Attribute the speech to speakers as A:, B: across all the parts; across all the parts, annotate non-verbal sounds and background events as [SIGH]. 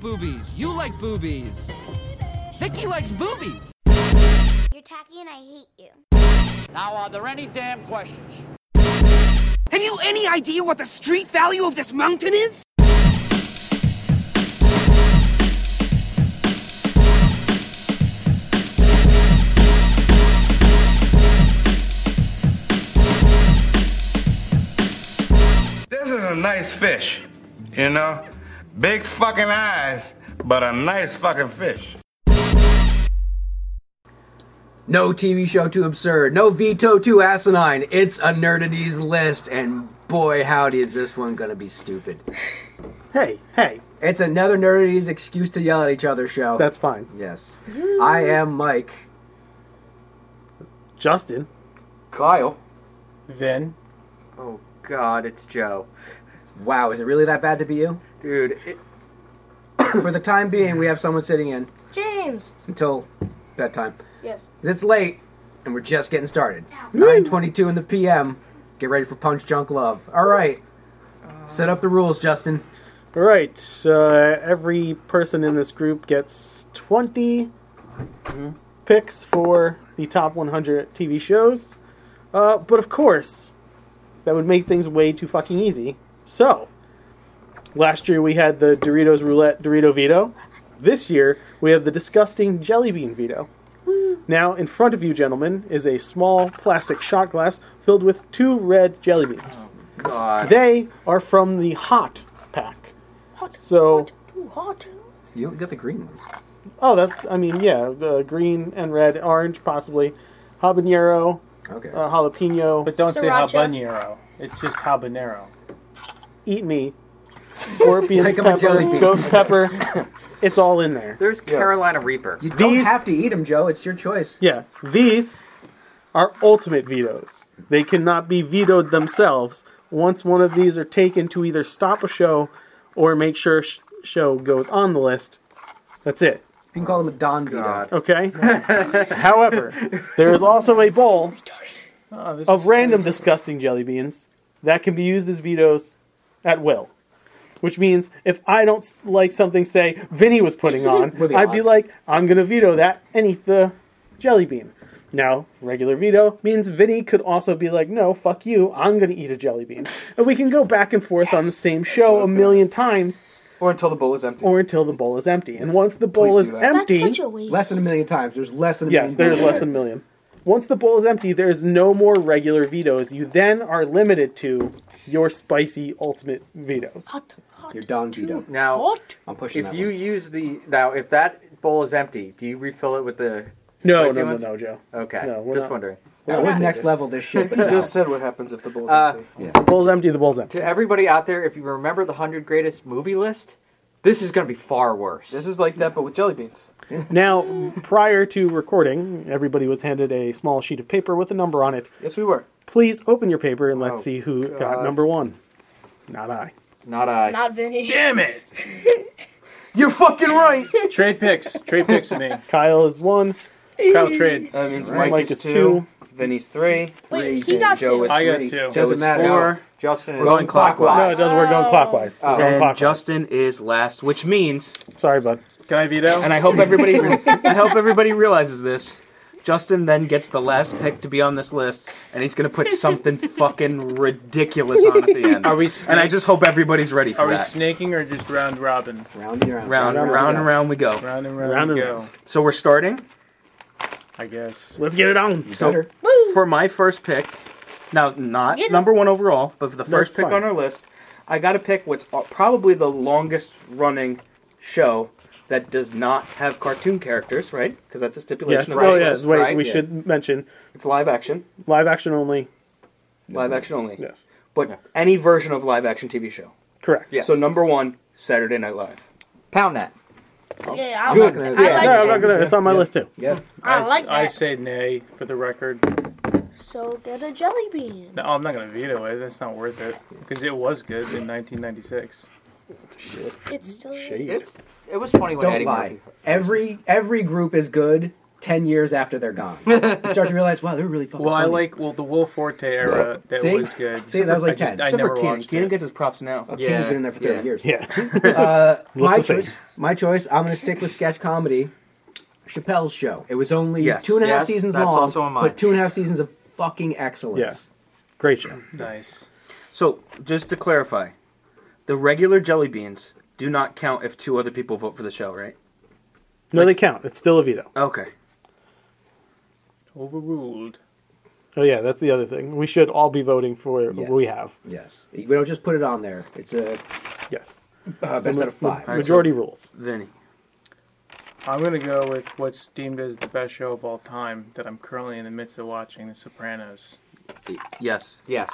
A: boobies. You like boobies. Vicky likes boobies.
B: You're tacky and I hate you.
C: Now, are there any damn questions?
A: Have you any idea what the street value of this mountain is?
D: This is a nice fish, you know? Big fucking eyes, but a nice fucking fish.
E: No TV show too absurd. No veto too asinine. It's a nerdities list, and boy, howdy, is this one gonna be stupid.
F: Hey, hey,
E: It's another nerdities excuse to yell at each other show.
F: that's fine.
E: yes. I am Mike.
F: Justin,
E: Kyle.
F: Vin,
E: Oh God, it's Joe. Wow, is it really that bad to be you, dude? [COUGHS] For the time being, we have someone sitting in
G: James.
E: until bedtime.
G: Yes.
E: It's late, and we're just getting started. 9.22 in the p.m. Get ready for Punch Junk Love. All right. Set up the rules, Justin.
F: All right. Uh, every person in this group gets 20 picks for the top 100 TV shows. Uh, but of course, that would make things way too fucking easy. So, last year we had the Doritos Roulette Dorito Veto. This year we have the disgusting Jelly Bean Veto. Now, in front of you, gentlemen, is a small plastic shot glass filled with two red jelly beans.
E: God.
F: They are from the hot pack.
G: Hot.
F: So,
G: Hot. Too hot.
E: You only got the green ones.
F: oh, that's, I mean, yeah, the green and red, orange, possibly, habanero,
E: Okay.
F: uh, jalapeno,
H: But don't
G: Sriracha.
H: say habanero. It's just habanero.
F: eat me,
E: [LAUGHS]
F: scorpion
E: Take 'em a
F: pepper,
E: jelly bean.
F: ghost pepper. it's all in there.
I: There's Carolina Reaper.
E: you don't
F: these-
E: have to eat them, Joe. It's your choice.
F: Yeah, these are ultimate vetoes. They cannot be vetoed themselves. Once one of these are taken to either stop a show or make sure sh- show goes on the list, that's it.
E: You can call them a Don Vito.
J: [LAUGHS]
F: Okay. However, there is also a bowl
H: Oh, this
F: of random disgusting jelly beans that can be used as vetoes at will. Which means if I don't s- like something, say Vinny was
J: [LAUGHS]
F: putting on,
E: What are the
F: I'd be
E: odds?
F: like, I'm gonna veto that and eat the jelly bean. Now, regular veto means Vinny could also be like, no, fuck you, I'm gonna eat a jelly bean. And we can go back and forth on the same show a million times
J: Or until the bowl is empty.
F: or until the bowl is empty. And once the bowl
J: Please
F: is
J: do that.
F: empty,
G: That's such a waste.
E: Less than a million times. There's less than a million.
F: Yes, there's less than a million. Once the bowl is empty, there is no more regular vetoes. You then are limited to your spicy ultimate vetoes.
G: Hot. Hot.
E: Your Don Vito.
I: Now,
G: Hot.
E: I'm pushing
I: if
E: that
I: you
E: one.
I: use the now, if that bowl is empty, do you refill it with the?
F: No,
I: spicy
F: no, no,
I: ones?
F: no, Joe.
I: Okay,
F: No, we're
I: just
F: not.
I: wondering.
E: That was next level this shit. But no.
J: Just said what happens if the bowl's
I: Uh,
J: empty.
F: The bowl's empty. The bowl's empty.
I: To everybody out there, if you remember the hundred greatest movie list, this is going to be far worse.
J: This is like that, but with jelly beans.
F: Now, prior to recording, everybody was handed a small sheet of paper with a number on it.
J: Yes, we were.
F: Please open your paper and let's
I: Oh,
F: see who got
I: God.
F: number one. Not I.
I: not a.
G: Not Vinny.
H: Damn it!
J: You're fucking right.
H: Trade picks. Trade picks to me.
G: [LAUGHS]
F: Kyle is one.
H: Kyle trade.
J: That means
F: Mike
J: Mike,
F: Mike is
J: is
F: is two,
J: two, Vinny's three.
G: Wait, he
E: Regan,
G: got
E: Joe
G: two.
E: is
H: I got
E: three.
H: two. It
E: Doesn't matter.
J: four.
I: Justin is
J: We're going
F: No,
J: clockwise.
F: it doesn't. We're going
G: Oh.
F: clockwise. We're going
J: And
F: clockwise.
J: Justin is last, which means,
F: Sorry, bud.
H: Can I veto?
J: and I hope everybody,
H: [LAUGHS]
J: I hope everybody realizes this. Justin then gets the last pick to be on this list, and he's gonna put
H: [LAUGHS]
J: something fucking ridiculous on at the end.
H: Are we?
J: and I just hope everybody's ready for
H: Are we
J: that.
H: snaking or just round robin?
E: Round and round.
J: round, round, round, and round we go.
H: Round and round,
F: Round
H: we
F: and
H: go.
F: round.
J: So we're starting.
H: I guess.
F: Let's get it on.
J: So for my first pick, now not
G: Get it.
J: number one overall, but for the first
F: That's
J: pick
F: fine.
J: on our list, I got to pick what's uh, probably the longest running show that does not have cartoon characters, right? Because that's a stipulation.
F: Yes.
J: of
F: Oh,
J: this
F: yes.
J: list,
F: Wait,
J: right?
F: we
J: Yeah.
F: should mention
J: It's live action,
F: live action only.
J: live action only.
F: Mm-hmm. Yes.
J: But any version of live action TV show.
F: Correct.
I: Yes.
J: So number one, Saturday Night Live.
I: Pound that.
G: Yeah, I,
E: I'm not
G: like,
E: gonna do
G: I
E: that.
G: like
F: No, I'm
G: that.
F: not gonna. It's on my list too.
E: Yeah.
G: I
H: s-
G: like
H: I
G: that.
H: say nay for the record.
G: So get a jelly bean.
H: No, I'm not gonna veto it. That's not worth it because it was good in 1996.
G: It's still.
I: It's it was funny when
E: Don't
I: Eddie
E: lie.
I: Murphy.
E: Every every group is good ten years after
J: [LAUGHS]
E: they're gone. you start to realize, wow, they're really fucking.
H: Well, I
E: funny.
H: like well the Will Forte era. That
E: See?
H: was good.
E: See, that was like
H: I just-
E: 10.
H: I
K: Except
H: never
K: for Keenan.
H: watched
K: Keenan
H: it.
K: gets his props now.
E: Oh, Keenan's
I: Yeah,
E: been in there for thirty
I: yeah.
E: years.
K: Yeah.
E: Uh,
K: What's
E: my
K: the thing?
E: choice. My choice. I'm going to stick with sketch comedy. Chappelle's Show. It was only
K: Yes.
E: two and a half
I: Yes,
E: seasons
I: that's
E: long,
I: also on mine.
E: but two and a half seasons of fucking excellence.
K: Great show.
H: Nice.
K: So, just to clarify, the regular jelly beans do not count if two other people vote for the show, right?
F: No, they count. It's still a veto.
K: Okay.
H: Overruled.
F: Oh yeah, that's the other thing. We should all be voting for what
E: Yes.
F: we have.
E: Yes, we don't just put it on there. It's a
F: Yes.
E: uh, best out of five.
F: Majority rules.
K: Vinny.
H: I'm gonna go with what's deemed as the best show of all time that I'm currently in the midst of watching, The Sopranos.
K: Yes.
I: Yes.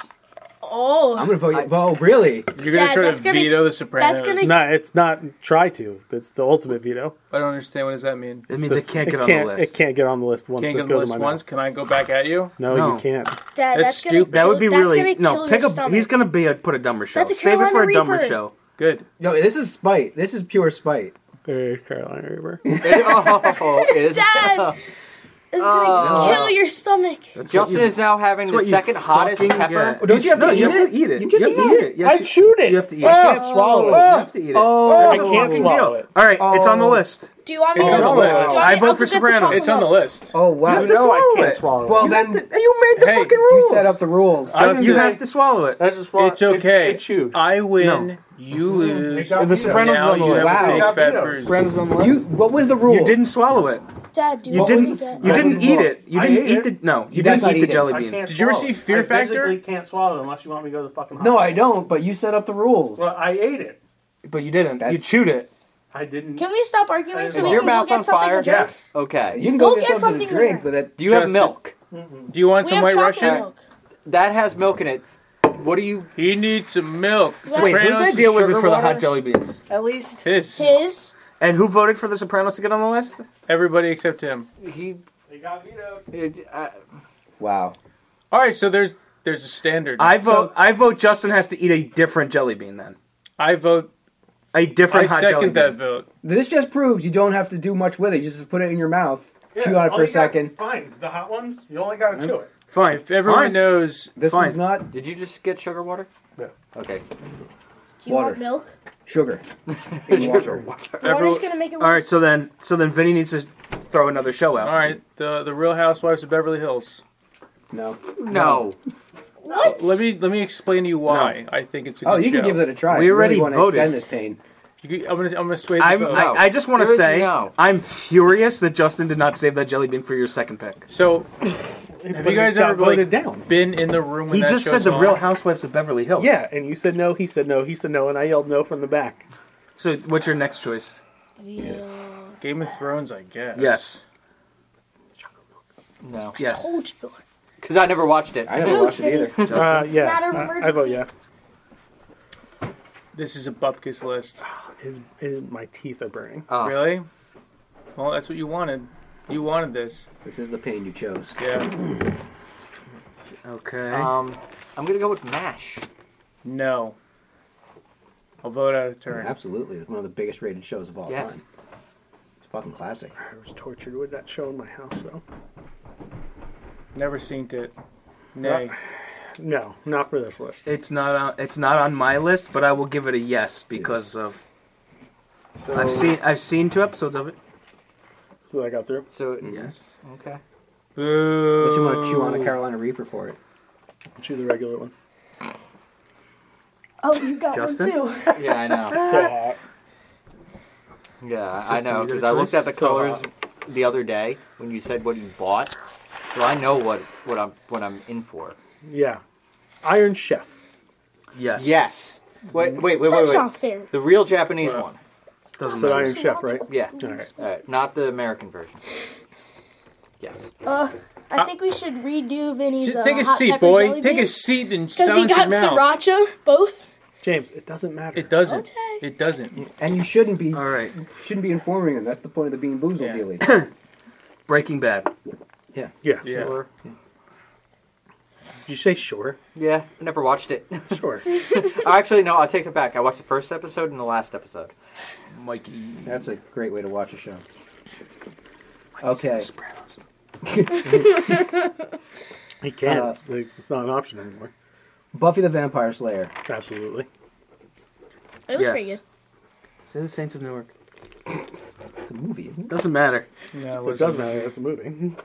G: Oh,
E: I'm going to vote. you- oh, really?
H: You're gonna
G: Dad,
H: try to
G: that's gonna-
H: veto The Sopranos.
G: gonna-
F: No, it's not try to. It's the ultimate veto.
H: I don't understand what does that mean.
K: It means it can't get
F: it
K: on
F: can't,
K: the list.
F: It can't get on the list once
H: Can't
F: this
H: get
F: goes
H: the
F: in my
H: list once.
F: mouth.
H: Can I go back at you?
F: No,
K: No.
F: you can't.
G: Dad,
H: That's
G: that's, Gonna,
H: stupid.
K: That would be
G: that's
K: really
G: gonna
K: no.
G: kill
K: Pick
G: your
K: a.
G: Stomach.
K: He's gonna be a put a dumber show.
G: That's a
K: Save it for a
G: Carolina
K: dumber
G: Reaper.
K: show.
H: Good.
E: No, this is spite. This is pure spite.
F: Uh, Carolina Reaper.
I: oh, [LAUGHS] it is.
G: Dad, it's gonna kill your stomach.
K: That's
I: Justin
K: what you-
I: is now having
K: that's
I: the
K: what you
I: second hottest
K: fucking
I: pepper.
K: get.
E: Don't you have to
K: no, you
E: eat
K: have
E: it?
K: to eat it.
E: You have to eat it.
K: Yes,
F: I
K: you-
F: chewed it.
K: You have to eat it.
F: I can't swallow
K: You
F: it.
K: have to eat it.
E: Oh,
F: I can't
K: Fucking
F: swallow
K: deal.
F: it.
K: All right, it's on the
E: Oh.
K: list.
G: Do you want me
H: It's
G: to?
H: on the
G: do you
H: list.
G: want
K: I
G: me-
K: vote
G: I'll
K: for
G: go get
K: Sopranos.
G: chocolate
H: It's on the
G: milk.
H: list.
E: Oh wow!
F: have to No, I swallow can't it. swallow it.
E: Well
K: You
E: then,
K: have to- you made the
H: Hey,
K: fucking
H: you
K: rules.
E: you set up the rules.
H: I was
K: you
H: gonna-
K: have to swallow it.
F: That's just swallow.
H: It's okay.
F: It, it chewed.
H: I win.
K: No.
H: You
G: Mm-hmm.
H: lose.
F: The Sopranos is
H: now
F: on the
H: you
F: list.
E: Wow.
H: have
F: Got
H: a big
F: vetoed.
H: fat bruise.
F: Sopranos on the list.
E: You what was the rules?
K: Uh, You didn't swallow it.
G: Dad, do you,
K: You
G: want me
K: didn't.
G: to get?
K: You
F: I
K: didn't
F: didn't
K: eat
F: swallow
K: it. You
F: it. I
K: didn't
F: ate
K: eat the.
F: it.
K: No, you
E: did
K: didn't
E: not
K: eat
E: eat
K: the
E: it.
K: jelly
F: I
K: bean.
F: can't
H: Did you ever
F: swallow
H: see
F: it.
H: Fear
F: I
H: Factor?
F: physically can't swallow unless you want me to go to the fucking
E: No,
F: hospital.
E: I don't. But you set up the rules.
F: Well, I ate it.
K: But you didn't.
E: That's-
K: chewed it.
F: I didn't.
G: Can we stop arguing so
I: Is
G: we can
I: your
G: go
I: mouth on
G: get something
I: fire?
G: to drink?
F: Yes.
I: Okay.
E: You can go,
G: Go
E: get,
G: get
E: something, to drink,
G: something to drink.
E: but that
I: Do you have
H: Justin.
I: milk?
H: Do you want
G: We
H: some
G: have
H: White
G: chocolate
H: Russian?
G: milk.
I: That has milk in it. What do you,
H: He needs some milk.
G: Wait, whose
H: Sopranos is
K: idea was it
H: sugar
K: for the
H: water?
K: hot jelly beans?
I: at least?
H: His.
G: His.
K: And who voted for The Sopranos to get on the list?
H: Everybody except him.
I: He.
F: They got vetoed.
I: It, uh,
E: wow.
H: All right, so there's there's a standard.
K: I
H: So
K: vote. I vote. Justin has to eat a different jelly bean then.
H: I vote.
K: A
H: I
K: different hot jelly
H: second that
K: bean.
H: vote.
E: This just proves you don't have to do much with it. You just have to put it in your mouth, chew on it for a second.
F: Fine. The hot ones. You only got to chew it.
K: Fine.
H: If everyone
K: Fine.
H: knows,
E: This
K: Fine.
E: was not
I: did you just get sugar water?
F: Yeah.
I: Okay.
G: Do you
E: Water.
G: want milk?
E: sugar. In water.
G: The water's
H: Everyone-
G: gonna make it worse.
K: All right. So then. So then Vinny needs to throw another show out.
H: all right, the the Real Housewives of Beverly Hills.
E: No.
I: No.
G: what?
H: Let me let me explain to you why I think it's a good
E: Oh, you
H: show.
E: can give that a try.
K: We
E: You really
K: already
E: want
K: voted.
E: to extend this pain.
H: You can- I'm gonna I'm gonna sway the
K: I'm,
H: vote.
K: I, I just want
I: There
K: to
I: is
K: say
I: no.
K: I'm furious that Justin did not save that jelly bean for your second pick. [COUGHS]
H: so have you guys ever
F: voted
H: like,
F: down?
H: been in the room when
K: He
H: that
K: just said
H: show's
K: the
H: on?
K: Real Housewives of Beverly Hills.
F: Yeah, and you said no. He said no. He said no, and I yelled no from the back.
K: So what's your next choice?
H: Game of Thrones, I guess.
K: Yes.
I: No.
K: Yes.
G: Told you.
I: Because I never watched it.
E: I never watched it either.
F: [LAUGHS] Uh, yeah,
G: Not an
F: I, I vote yeah.
H: This is a Bupkis list.
F: His, his my teeth are burning.
I: Oh.
H: Really? Well, that's what you wanted. You wanted this.
E: This is the pain you chose.
H: Yeah.
K: Okay.
I: Um, I'm gonna go with Mash.
H: No. I'll vote out of turn.
E: Absolutely. It's one of the biggest rated shows of all
I: Yes.
E: time. It's a fucking classic.
F: I was tortured with that show in my house though.
H: Never seen it. Nay.
F: No, not for this list.
K: it's not on, it's not on my list, but I will give it a yes because of
F: So,
K: I've seen I've seen two episodes of it.
F: So I got through.
I: So
K: Yes.
I: okay.
H: Boo.
E: Unless you want to chew on a Carolina Reaper for it.
F: Chew the regular ones.
G: Oh, you got
K: Justin?
G: one too.
I: Yeah, I know.
F: So hot.
I: [LAUGHS] Yeah, I
K: Justin,
I: know.
K: you got
I: Because
K: a
I: I looked at the
K: choice? So
I: colors the other day when you said what you bought. So I know what what I'm what I'm in for.
F: Yeah, Iron Chef.
K: Yes.
I: Yes. Wait, wait, wait,
G: That's
I: wait,
G: not
I: wait.
G: fair.
I: The real Japanese
H: Wow.
I: one.
K: Doesn't
F: So
K: matter.
F: Iron Chef, right?
I: Yeah.
F: All right.
I: All right, not the American version. Yes.
G: Uh, I think we should redo Vinny's.
H: Just
G: uh,
H: take a
G: hot
H: seat,
G: pepper
H: boy.
G: jelly
H: Take a
G: beans,
H: seat and
G: Cause he
H: silence your
G: got
H: mouth.
G: sriracha, both.
F: James, it doesn't matter.
H: It doesn't.
G: Okay.
H: It doesn't.
E: And you shouldn't be
K: All right.
E: shouldn't be informing them. That's the point of the Bean Boozled
H: Yeah.
E: dealing.
K: Breaking Bad.
F: yeah.
H: Yeah.
I: Sure.
F: Did you say sure?
I: Yeah. I never watched it. [LAUGHS] Oh,
F: Sure.
I: Actually, no. I'll take that back. I watched the first episode and the last episode.
K: Mikey.
E: That's a great way to watch a show. Okay.
F: He can't.
E: Uh,
F: it's, like, it's not an option anymore.
E: Buffy the Vampire Slayer.
F: Absolutely.
G: It was pretty good.
J: Say the Saints of Newark.
E: It's a movie, isn't it?
J: Doesn't matter.
H: No,
F: It
H: was
F: does matter. That's a movie.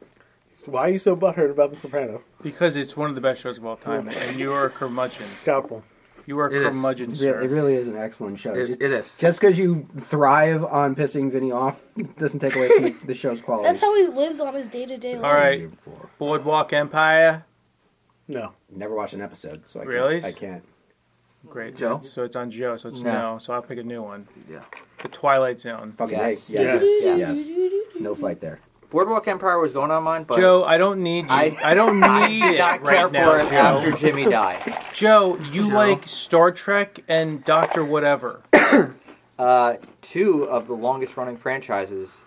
F: [LAUGHS] Why are you so butthurt about The Sopranos?
H: Because it's one of the best shows of all time, and you are a curmudgeon.
F: Doubtful.
H: You are a
J: It is.
H: curmudgeon,
E: It
H: sir.
E: really, it really is an excellent show.
J: It,
E: just,
J: it is.
E: just because you thrive on pissing Vinny off doesn't take away from
H: [LAUGHS]
E: the, the show's quality.
G: That's how he lives on his day to day life.
H: all right, Boardwalk Empire.
F: No.
E: Never watched an episode, so I
H: Really?
E: can't. I can't.
H: Great,
J: Joe?
H: So it's on Joe. So it's
I: No.
H: no. So I'll pick a new one.
I: Yeah.
H: The Twilight Zone.
E: Fucking
I: Yes.
E: yes. Yes.
I: Yes.
E: Yes. No fight there.
I: Boardwalk Empire was going on mine, but
H: Joe, I don't need you.
I: I-
H: I, don't need
I: I did
H: it
I: not
H: right
I: care for
H: now,
I: it
H: Joe.
I: after Jimmy died.
H: Joe, you
I: Joe.
H: like Star Trek and Doctor Whatever.
I: Uh, two of the longest running franchises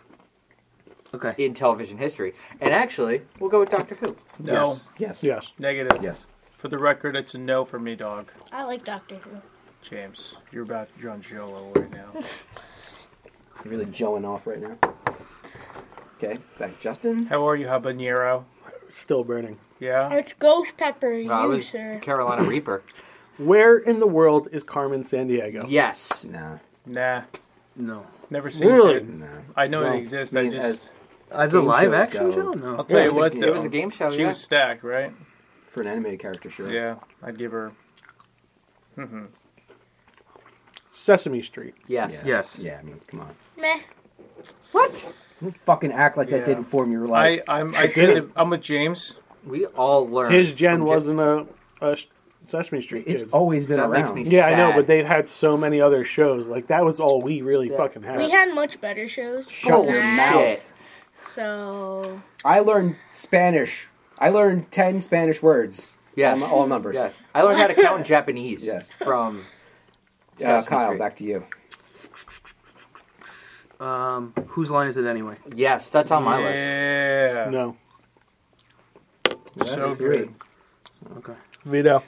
J: Okay.
I: in television history. And actually, we'll go with Doctor Who. Uh,
H: No,
E: Yes. Yes.
F: Yes.
H: negative.
E: Yes.
H: For the record, it's a no for me, dog.
G: I like Doctor Who.
H: James, you're about you're on Joe level
G: [LAUGHS]
H: right now.
E: You're really joeing off right now. Okay. Back, Justin.
H: How are you, habanero?
F: Still burning.
H: Yeah.
G: It's Ghost Pepper, you,
I: No, I was
G: sir.
I: Carolina
E: [LAUGHS]
I: Reaper.
F: Where in the world is Carmen San Diego?
I: Yes.
E: Nah.
H: Nah.
J: No.
H: Never seen
F: Really?
H: it.
E: Nah.
H: I know
F: Well,
H: it exists.
E: I
H: I
E: mean,
H: just
E: as
J: As a
E: Game
J: live
E: shows
J: action
E: go.
J: show? No.
H: I'll tell
I: it
H: you
I: was a-
H: what.
I: it
H: though,
I: was a game show,
H: She
I: yeah.
H: was stacked, right?
E: for an animated character, sure.
H: Yeah. I'd give her.
F: Sesame Street.
I: Yes.
E: Yeah.
J: Yes.
E: Yeah. I mean, come on.
G: Meh.
I: What?
E: Fucking act like
H: Yeah.
E: that didn't form your life.
H: I I'm I
F: did.
H: did. I'm with James.
I: We all learned.
F: His gen
I: from Jim- [LAUGHS]
F: wasn't a, a sh- Sesame Street.
E: it's
F: kids.
E: always been
I: That makes
E: around.
I: me-
F: Yeah, I know,
I: sad.
F: but they'd had so many other shows. Like that was all we really fucking had.
G: We had much better shows.
E: Shut your
I: Bullshit.
E: mouth.
G: So
E: I learned Spanish. I learned ten Spanish words.
I: Yes.
E: All, all numbers.
I: Yes. I learned how to count
E: [LAUGHS]
I: in Japanese.
E: Yes.
I: From
E: Uh,
I: Sesame
E: Kyle,
I: Street.
E: back to you. [LAUGHS]
J: Um, whose line is it anyway? [LAUGHS]
I: yes, that's on my list.
H: Yeah.
F: No,
E: That's
H: So
E: three.
H: good.
J: Okay.
F: Vito.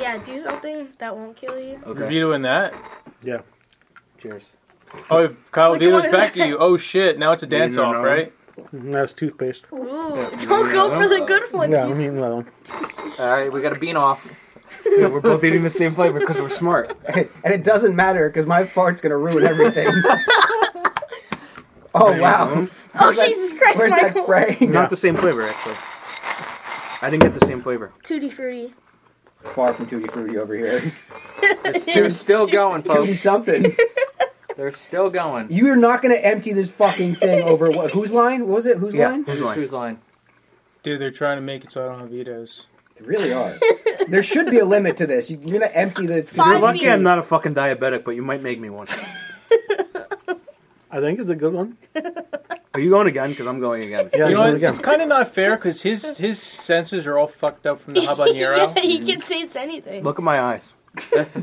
G: yeah, do something that won't kill you.
H: Okay. Vito in that.
F: Yeah,
E: Cheers.
H: Oh, if Kyle
G: Which
H: Vito's
G: one is
H: back at
G: that? [LAUGHS]
H: you. Oh shit! Now it's a dance
F: no,
H: off,
F: no.
H: right?
F: Mhm, that was toothpaste.
G: Ooh, [LAUGHS] don't go for the good ones.
F: yeah, Mm-hmm. I
G: you
F: mean that one.
I: All right, we got a bean off.
J: we're both eating the same flavor because we're smart.
E: and it doesn't matter because my fart's gonna ruin [LAUGHS] everything. oh wow!
G: Oh, Jesus Christ,
E: Where's that
G: Michael.
E: spray?
J: Not the same flavor, actually. I didn't get the same flavor.
G: Tutti Frutti.
E: It's [LAUGHS] far from tutti frutti over here.
G: [LAUGHS] It's
I: They're still going,
E: [LAUGHS] Tutti [LAUGHS]
I: folks.
E: something.
I: They're still going.
E: You're not gonna empty this fucking thing over what? Whose line? What was it? Whose line?
J: Who's
I: Who's
J: lying?
I: who's line?
H: Dude, they're trying to make it so I don't have vetoes.
E: They really are. there should be a limit to this. You- You're gonna empty this. 'cause
G: Five
E: you're-
G: Lucky
J: Lucky
G: I'm
J: I'm not a fucking diabetic, but you might make me one.
F: I think it's a good one.
J: Are you going again? Because I'm going again.
F: Yeah,
H: You
F: it's
H: know
F: one
H: what?
F: again.
H: It's kind of not fair because his his senses are all fucked up
G: [LAUGHS]
H: from the habanero.
G: yeah, you can taste anything.
J: Look at my eyes.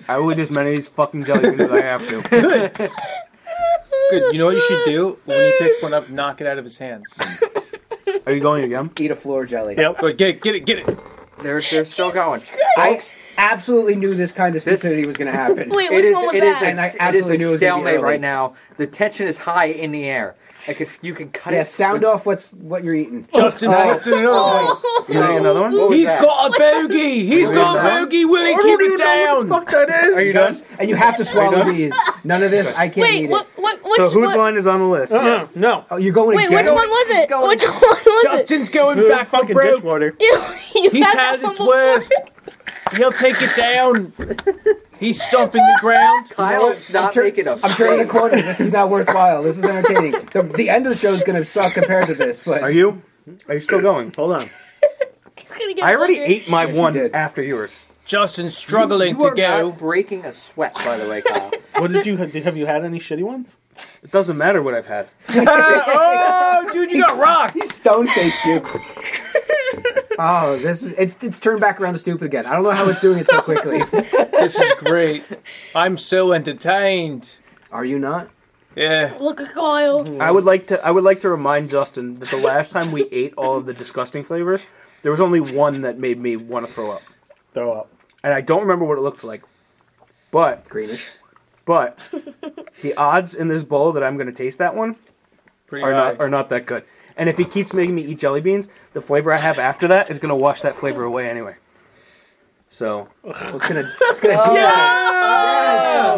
J: I will eat as many of these fucking jelly beans as I have to. [LAUGHS]
H: Good. You know what you should
G: [LAUGHS]
H: do when he picks one up, knock it out of his hands.
J: Are you going again?
E: Eat a floor jelly.
F: Yep.
H: But get it, get it, get it.
I: They're
E: [LAUGHS]
I: they're still going.
E: I
I: Folks,
E: absolutely knew this kind of
I: This-
E: stupidity was gonna happen.
G: [LAUGHS] Wait,
I: it
G: which
I: is
G: one was
I: it is
G: that?
I: a,
E: And I
I: it is
E: absolutely
I: a
E: knew it was gonna be
I: stalemate
E: early.
I: right now. The tension is high in the air. Like if you can cut
E: Yeah,
I: it.
E: sound
I: with-
E: off. What's what you're eating?
H: Justin Watson another
G: oh.
H: one.
J: [LAUGHS] You want another one?
I: What was
H: He's
I: that?
H: got a boogie. He's got a boogie. Willie, keep it down.
J: Are you done?
E: And you have to swallow these. None of this. I can't eat
G: Wait, what,
E: it.
G: what, which
J: So whose
G: what-
J: line is on the list?
F: Uh-uh, No,
E: Oh, you're going
G: Wait,
E: again.
G: which one was it?
I: Going-
G: Which one was
H: Justin's going
F: Ooh,
H: back for
F: fucking
H: broke.
F: dishwater.
G: it? [LAUGHS] You, you
H: He's
G: had
H: had
G: that
H: its
G: one before.
H: worst. He'll take it down. He's stomping the ground.
I: Kyle, not
E: tur-
I: making a
E: I'm turning the corner. This is not worthwhile. This is entertaining. The, the end of the show is going to suck compared to this, but
J: Are you? Are you still going?
F: hold on.
G: [LAUGHS] He's gonna get
J: I already
G: hungry.
J: ate my
E: Oh, Yes, you
J: one
E: did.
J: after yours.
H: Justin's struggling
I: You
H: to
I: are
H: go.
I: not breaking a sweat, by the way, Kyle.
F: What did you have? Have you had any shitty ones?
J: It doesn't matter what I've had.
H: oh, dude, you got rocked.
E: stone faced you. Oh, this is it's it's turned back around to stupid again. I don't know how it's doing it so quickly.
H: This is great. I'm so entertained.
E: Are you not?
H: Yeah.
G: Look at Kyle.
J: I would like to. I would like to remind Justin that the last time we ate all of the disgusting flavors, there was only one that made me want to throw up,
F: Throw up.
J: and I don't remember what it looks like. But
E: Greenish. [LAUGHS]
J: but the odds in this bowl that I'm going to taste that one
H: Pretty
K: are
H: high.
K: not are not that good. And if he keeps making me eat jelly beans, the flavor I have after that is gonna wash that flavor away anyway. So
E: It's gonna. It's gonna. [LAUGHS]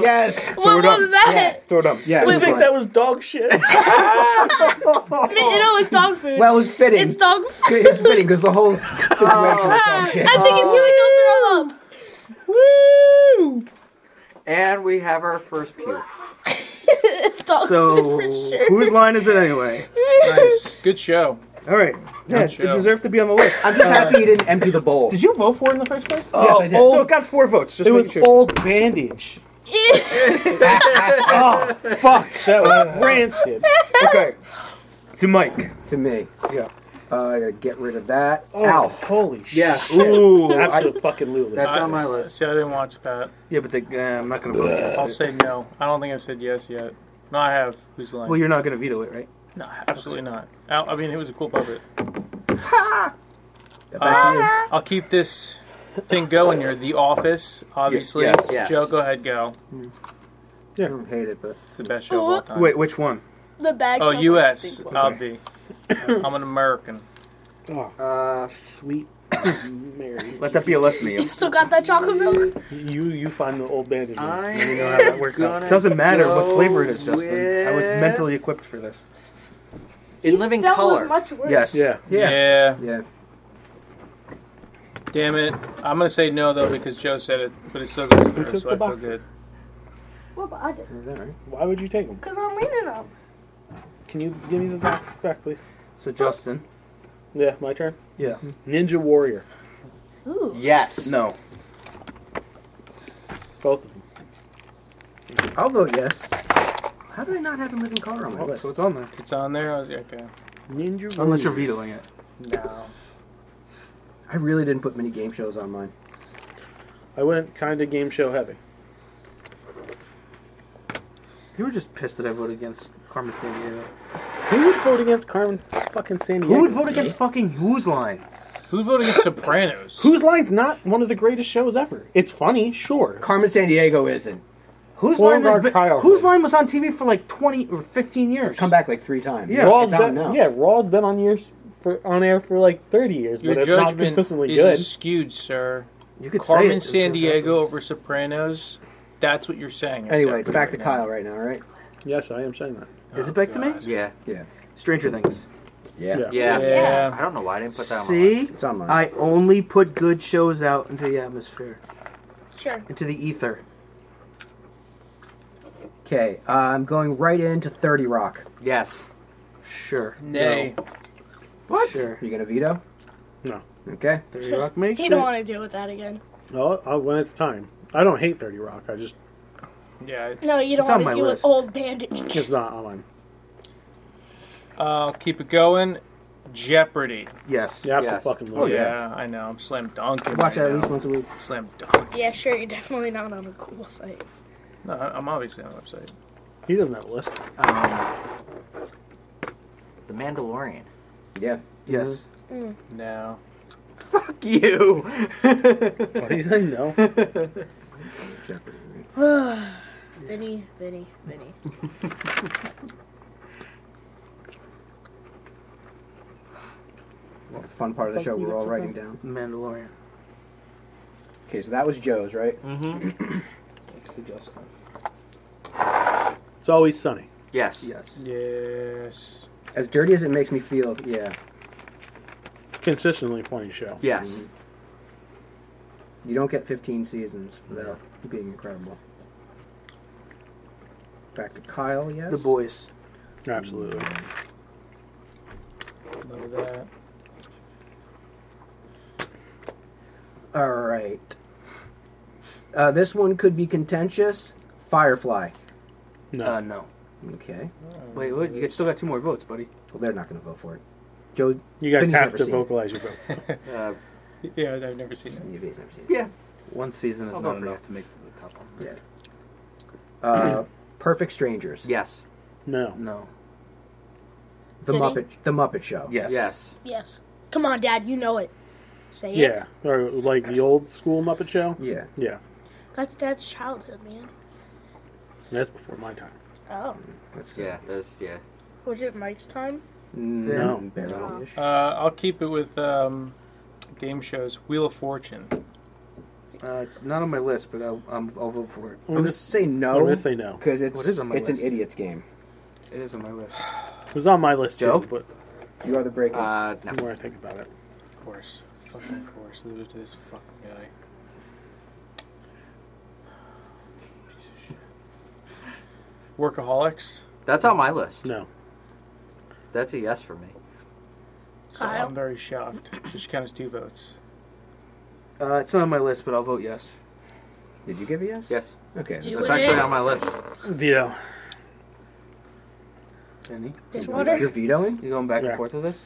E: Yes.
G: What
K: it up.
G: was that?
K: throw it up. Yeah.
E: Yeah.
K: it
E: Wait,
K: was
E: wait.
K: like-
E: Right.
F: was dog
J: [LAUGHS]
F: shit.
G: I mean, [LAUGHS] you know, it's dog food.
E: Well, it was fitting.
G: it's dog food.
E: It was fitting because the whole situation was dog shit.
G: I think he's gonna go throw up.
F: Woo!
I: And we have our first puke.
G: [LAUGHS] It's dog
E: [LAUGHS]
K: So
G: food for sure. [LAUGHS]
K: whose line is it anyway?
H: Nice. Good show.
K: All right. Yeah,
H: show.
K: it deserved to be on the list. Uh,
E: I'm just happy you didn't empty the bowl.
F: Did you vote for it in the first place?
E: Yes, I did.
K: Old, so Oh, it got four votes. Just
F: it was
K: making sure.
F: old bandage. oh fuck! That was rancid.
K: [LAUGHS] okay. To Mike.
E: to me.
K: Yeah.
E: Uh, I gotta get rid of that.
F: Oh,
E: Alf.
F: Holy
I: Yeah.
F: shit! Ooh, absolutely fucking lulu.
I: That's
H: I-
I: on my list.
H: See, I didn't watch that.
K: Yeah, but they, uh, I'm not gonna vote.
H: I'll
K: against it.
H: say no. I don't think I've said yes yet. No, I have. Who's lying?
K: Well, you're not gonna veto it, right?
H: no, absolutely not. I, I mean, it was a cool puppet.
E: Back to you.
H: I'll keep this thing going here. The Office, obviously.
K: yes,
I: yes.
H: Joe, go ahead, go.
E: I don't hate it, but
H: It's the best show of all time.
K: Wait, which one?
G: the bag
H: Oh,
G: smells
H: U.S.
G: distinct.
H: Obvi. I'm an American.
I: Uh,
F: Sweet Mary.
K: Let that be a lesson to
G: You
K: you.
G: still got that chocolate milk?
F: You you find the old bandage. man.
I: I
F: You know how that works out.
I: gonna
K: Doesn't matter
I: go
K: what flavor it is, Justin. I was
I: with-
K: mentally equipped for this.
I: in living
G: That was
I: color.
G: much worse.
K: Yes.
F: Yeah.
E: yeah,
H: Yeah.
E: yeah.
H: Damn it. I'm going to say no, though, because Joe said it, but it still goes through,
F: took the
H: so I feel good.
F: boxes?
G: Well, but I didn't.
F: Why would you take them?
G: Because I'm leaning up.
F: Can you give me the box back, please?
K: So Justin.
F: Yeah, my turn. Mm-hmm.
K: Yeah.
F: Ninja Warrior.
G: Ooh.
I: Yes.
K: No.
F: Both of them.
E: I'll vote yes. How did I not have a living color on my list?
K: so it's on there.
H: It's on there? I was okay.
F: Ninja Warrior.
K: Unless you're vetoing it.
H: No.
E: I really didn't put many game shows on mine.
F: I went kind of game show heavy.
K: You were just pissed that I voted against Carmen Sandiego.
F: Who would vote against Carmen fucking San Diego?
K: Who would vote against fucking Who's Line?
H: Who's voting against Sopranos?
F: [LAUGHS] Whose Line's not one of the greatest shows ever. It's funny, sure.
E: Carmen San Diego isn't.
K: Who's
F: Or
K: Line,
F: our
K: has been,
F: childhood.
K: Who's Line was on TV for like 20 or 15 years.
E: It's come back like three times.
F: Yeah,
E: it's
F: Raw's
E: on
F: been,
E: now.
F: yeah, Raw's been on years for on air for like thirty years,
H: Your
F: but it's not
H: judgment
F: consistently
H: is
F: good.
H: skewed, sir.
K: You could say
H: Carmen
K: it.
H: San Diego over Sopranos. That's what you're saying.
E: Anyway, it's back to
H: Right now.
E: Kyle right now, right?
F: Yes, I am saying that.
K: Is it back to me?
I: Yeah.
E: Yeah.
K: Stranger Things.
F: Yeah.
I: Yeah.
H: Yeah.
I: I don't know why I didn't put that on.
K: See?
E: It's on mine.
K: I only put good shows out into the atmosphere,
G: Sure.
K: into the ether.
E: Okay, uh, I'm going right into 30 Rock.
I: My yes.
K: Sure.
H: Nay.
K: What? Sure.
E: Are you gonna veto?
F: No.
E: Okay.
K: Thirty Rock makes
G: He
K: it.
G: don't want to deal with that again.
F: Well, i when it's time. I don't hate Thirty Rock. I just
H: Yeah.
G: No, you don't
K: It's
G: want
K: on my
G: to deal
K: list.
G: with old bandage.
F: it's not on mine.
H: I'll keep it going. Jeopardy.
K: Yes.
F: Yeah,
I: Yes.
F: fucking
E: Oh, yeah.
H: I know. I'm slam dunking.
E: Watch
H: right
E: that at
H: now.
E: least once a week.
H: Slam dunk.
G: yeah, sure. You're definitely not on a cool site.
H: No, I- I'm obviously on the website.
F: He doesn't have a list.
I: Um, the Mandalorian.
E: Yeah.
K: Yes.
H: No.
I: Fuck you. [LAUGHS]
F: What [LAUGHS] do you say? No.
G: Vinny, Vinny, Vinny.
E: Well, the fun part of the show we're all writing down.
K: Mandalorian.
E: Okay, so that was Joe's, right?
F: Mm-hmm.
E: [CLEARS THROAT]
F: It's always sunny.
I: yes.
K: Yes.
H: Yes.
E: As dirty as it makes me feel, yeah.
F: Consistently funny show.
I: Yes.
E: You don't get 15 seasons without being incredible. Back to Kyle, yes.
K: The boys.
F: Absolutely.
H: Love that.
E: All right. Uh, this one could be contentious. Firefly.
F: No.
K: Uh, no.
E: Okay.
K: Wait, what? You still got two more votes, buddy.
E: Well, they're not going to vote for it. Joe,
F: you guys
E: Finney's
F: have
E: never
F: to
E: seen it.
F: vocalize your votes.
I: Uh,
H: Yeah, I've never seen it.
E: you've never seen it.
I: yeah.
K: One season is
I: I'll
K: not
I: vote for
K: enough
I: you.
K: to make the top one.
E: Yeah. Uh, Perfect Strangers.
I: Yes.
F: No.
K: No.
E: The
G: Vinny?
E: Muppet. The Muppet Show.
K: Yes.
I: Yes.
G: Yes. Come on, Dad. You know it. Say it.
F: Yeah. Or like the old school Muppet Show.
E: Yeah.
F: Yeah.
G: That's Dad's childhood, man.
F: That's before my time.
G: Oh.
E: That's uh,
I: Yeah. That's yeah.
G: Was it Mike's time?
F: No.
E: Barrel-ish.
H: Uh, I'll keep it with um, game shows. Wheel of Fortune.
J: Uh, it's not on my list, but I'll, I'm, I'll vote for it.
E: I'm gonna say
F: I'm
E: no
F: gonna say no.
E: because
J: What
E: it's
J: is on my
E: it's an
J: list?
E: idiot's game.
J: It is on my list.
F: It was on my list
J: Joe?
F: too, but
E: You are the breaker.
I: Uh, no.
F: the more I think about it,
H: Of course. Fucking course. Lose to this fucking guy. Piece of shit. Workaholics.
I: That's on my list.
F: no.
I: That's a yes for me.
H: So
G: Kyle?
H: I'm very shocked. Which counts two votes.
J: Uh, it's not on my list, but I'll vote yes.
E: Did you give a yes?
I: Yes.
E: Okay.
G: Do
I: It's
G: it.
I: actually on my list.
F: Vito.
J: Any?
E: that's-
G: This
E: You're
G: water?
E: vetoing.
J: You going back
F: Yeah.
J: and forth with this?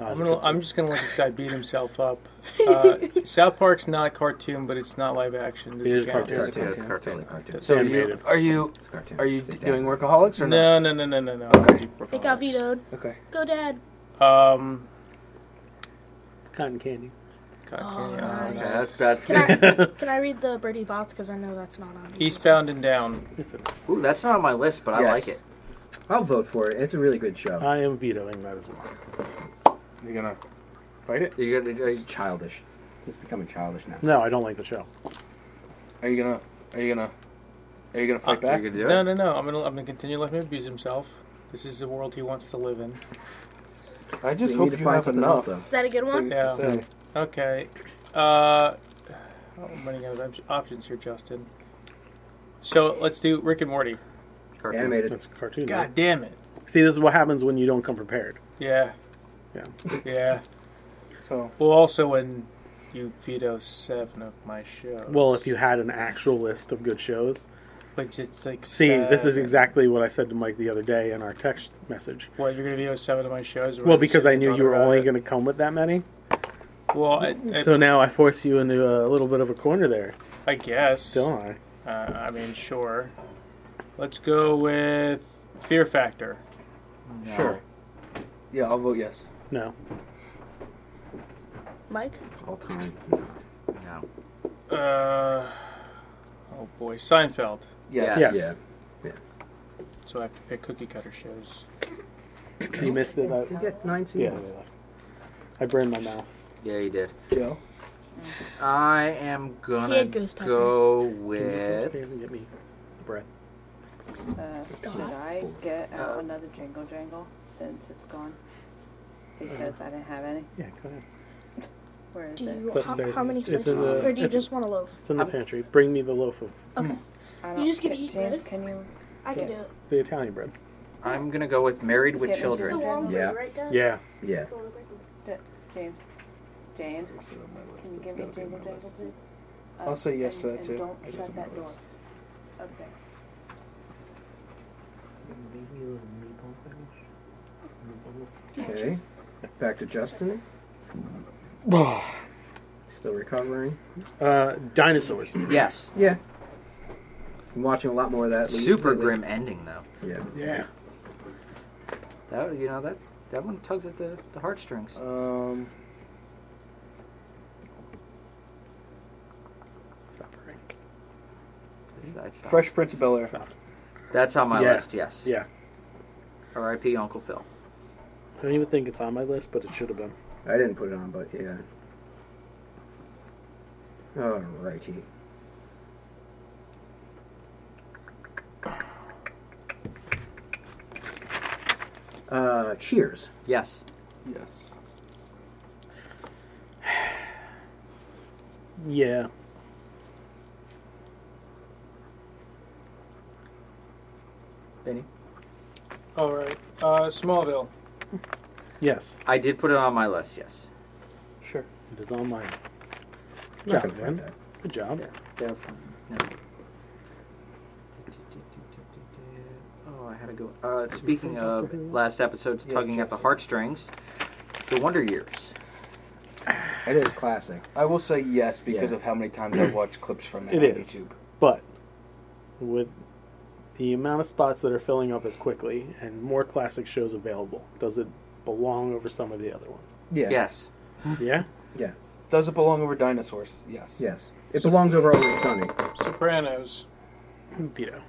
H: I'm, gonna, I'm just gonna let this guy beat himself
G: [LAUGHS]
H: up. Uh, South Park's not cartoon, but it's not live action. Does
F: It is
H: count?
F: cartoon.
I: cartoon, it's
E: It's
I: cartoon.
E: a cartoon.
J: So
F: Animated.
J: you, are you
E: It's a cartoon.
J: are you
E: It's a
J: doing
E: tablet.
J: workaholics or not?
H: No, no, no, no, no, no. I'll keep
G: It got
H: Workaholics.
G: vetoed.
J: Okay.
G: Go, Dad.
H: Um,
F: Cotton candy.
H: God,
G: Oh,
H: yeah, I don't
I: Yeah,
G: nice.
H: know.
I: that's that's
G: Can
F: [LAUGHS]
G: I, can I read the Birdie Bots? Because I know that's not on.
H: Eastbound and Down.
F: Listen,
I: Ooh, that's not on my list, but I
E: Yes.
I: like it.
E: I'll vote for it. It's a really good show.
F: I am vetoing that as well.
J: You're gonna fight it?
I: Are you gonna, are you-
E: It's childish. It's becoming childish now.
F: No, I don't like the show.
J: Are you gonna are you gonna are you gonna fight
I: are you gonna do
H: No,
I: it?
H: no, no. I'm gonna I'm gonna continue letting him abuse himself. This is the world he wants to live in.
J: I
E: We
J: just
E: need to find something else though.
G: Is that a good one?
H: Yeah.
J: say.
H: Okay. Uh, I'm running out of op- options here, Justin. So let's do Rick and Morty.
I: Cartoon.
E: Animated.
F: That's a cartoon.
H: God
F: God.
H: damn it.
F: See, this is what happens when you don't come prepared.
H: Yeah.
F: Yeah.
H: Yeah.
J: So
H: Well, also when you veto seven of my shows.
F: Well, if you had an actual list of good shows,
H: Which it's like
F: see, this is
H: seven.
F: exactly what I said to Mike the other day in our text message.
H: What you're gonna veto seven of my shows?
F: Well, because I knew you were only
H: gonna.
F: going to come with that many,
H: Well, I, I,
F: so now I force you into a little bit of a corner there,
H: I guess.
F: don't I?
H: Uh, I mean, sure. Let's go with Fear Factor.
J: sure. Yeah, I'll vote yes.
F: No.
G: Mike?
E: All time.
I: No.
H: Uh, oh boy, Seinfeld.
I: Yes.
F: Yes.
E: Yeah.
H: So I have to pick cookie cutter shows.
F: You missed it. I,
E: You get nine
F: yeah.
E: seasons.
F: I burned my mouth.
I: Yeah, you did.
J: Joe.
I: I am
G: He
I: gonna
G: had goose pepper.
I: go
F: Can you
I: with.
F: upstairs and get me bread?
L: Uh,
G: Stop.
L: Should I get out another jingle jangle since it's gone? Because I didn't have any.
F: Yeah, go ahead.
L: Where is
G: Do
L: it?
G: you,
F: It's
G: how,
F: upstairs.
G: how many
F: It's in
G: slices?
F: the-
G: Or do you
F: it's-
G: just want a loaf?
F: It's in the pantry. Bring me the loaf of
L: I
G: You just
L: don't-
G: gonna eat
L: James,
G: bread?
L: can you
G: I can
L: Yeah.
G: do it.
F: the Italian bread.
I: I'm gonna go with Married with
L: Get into
G: The
I: Children.
G: long
E: Yeah.
G: way, right, Dad?
F: Yeah.
E: Yeah.
L: James? James, can you give me jingle jangle please?
J: I'll
L: Uh,
J: say yes
L: and-
J: to that,
L: and
J: too.
L: don't
J: It is
L: shut
J: on my
L: that door.
J: list.
L: Okay.
E: Okay. Back to Justin. Still recovering.
F: Uh, dinosaurs.
I: Yes.
E: Yeah. I'm watching a lot more of that. lately.
I: Super grim ending though.
E: Yeah.
F: [CLEARS THROAT] Yeah.
I: That you know that that one tugs at the, the heartstrings.
K: Uh,
J: Um
F: Stop right.
I: That's, that's-
J: Fresh Prince of Bel Air.
F: Stop.
I: That's on my
F: Yeah.
I: list. Yes.
F: Yeah.
I: R.I.P. Uncle Phil.
F: I don't even think it's on my list, but it should have been.
E: I didn't put it on, but yeah. Alrighty. Uh, cheers.
I: Yes.
J: Yes.
F: Yeah.
I: Benny.
H: All right. Uh, Smallville.
F: Yes.
I: I did put it on my list. Yes.
J: Sure.
F: It is on mine.
E: I'm
F: Good
E: not
F: job,
E: gonna fight
F: man.
E: that.
F: Good job.
I: Yeah. No. Oh, I had to go. Uh, speaking of last episode's tugging at the heartstrings, The Wonder Years.
E: It is classic.
J: I will say yes because
E: Yeah.
J: of how many times I've watched clips from it,
F: It
J: on
F: is.
J: YouTube.
F: But with the amount of spots that are filling up as quickly and more classic shows available, does it belong over some of the other ones?
E: Yeah.
I: Yes.
F: [LAUGHS] Yeah.
E: Yeah.
J: Does it belong over dinosaurs? Yes.
E: Yes. It belongs over Always Sunny.
H: Sopranos.
F: Vito.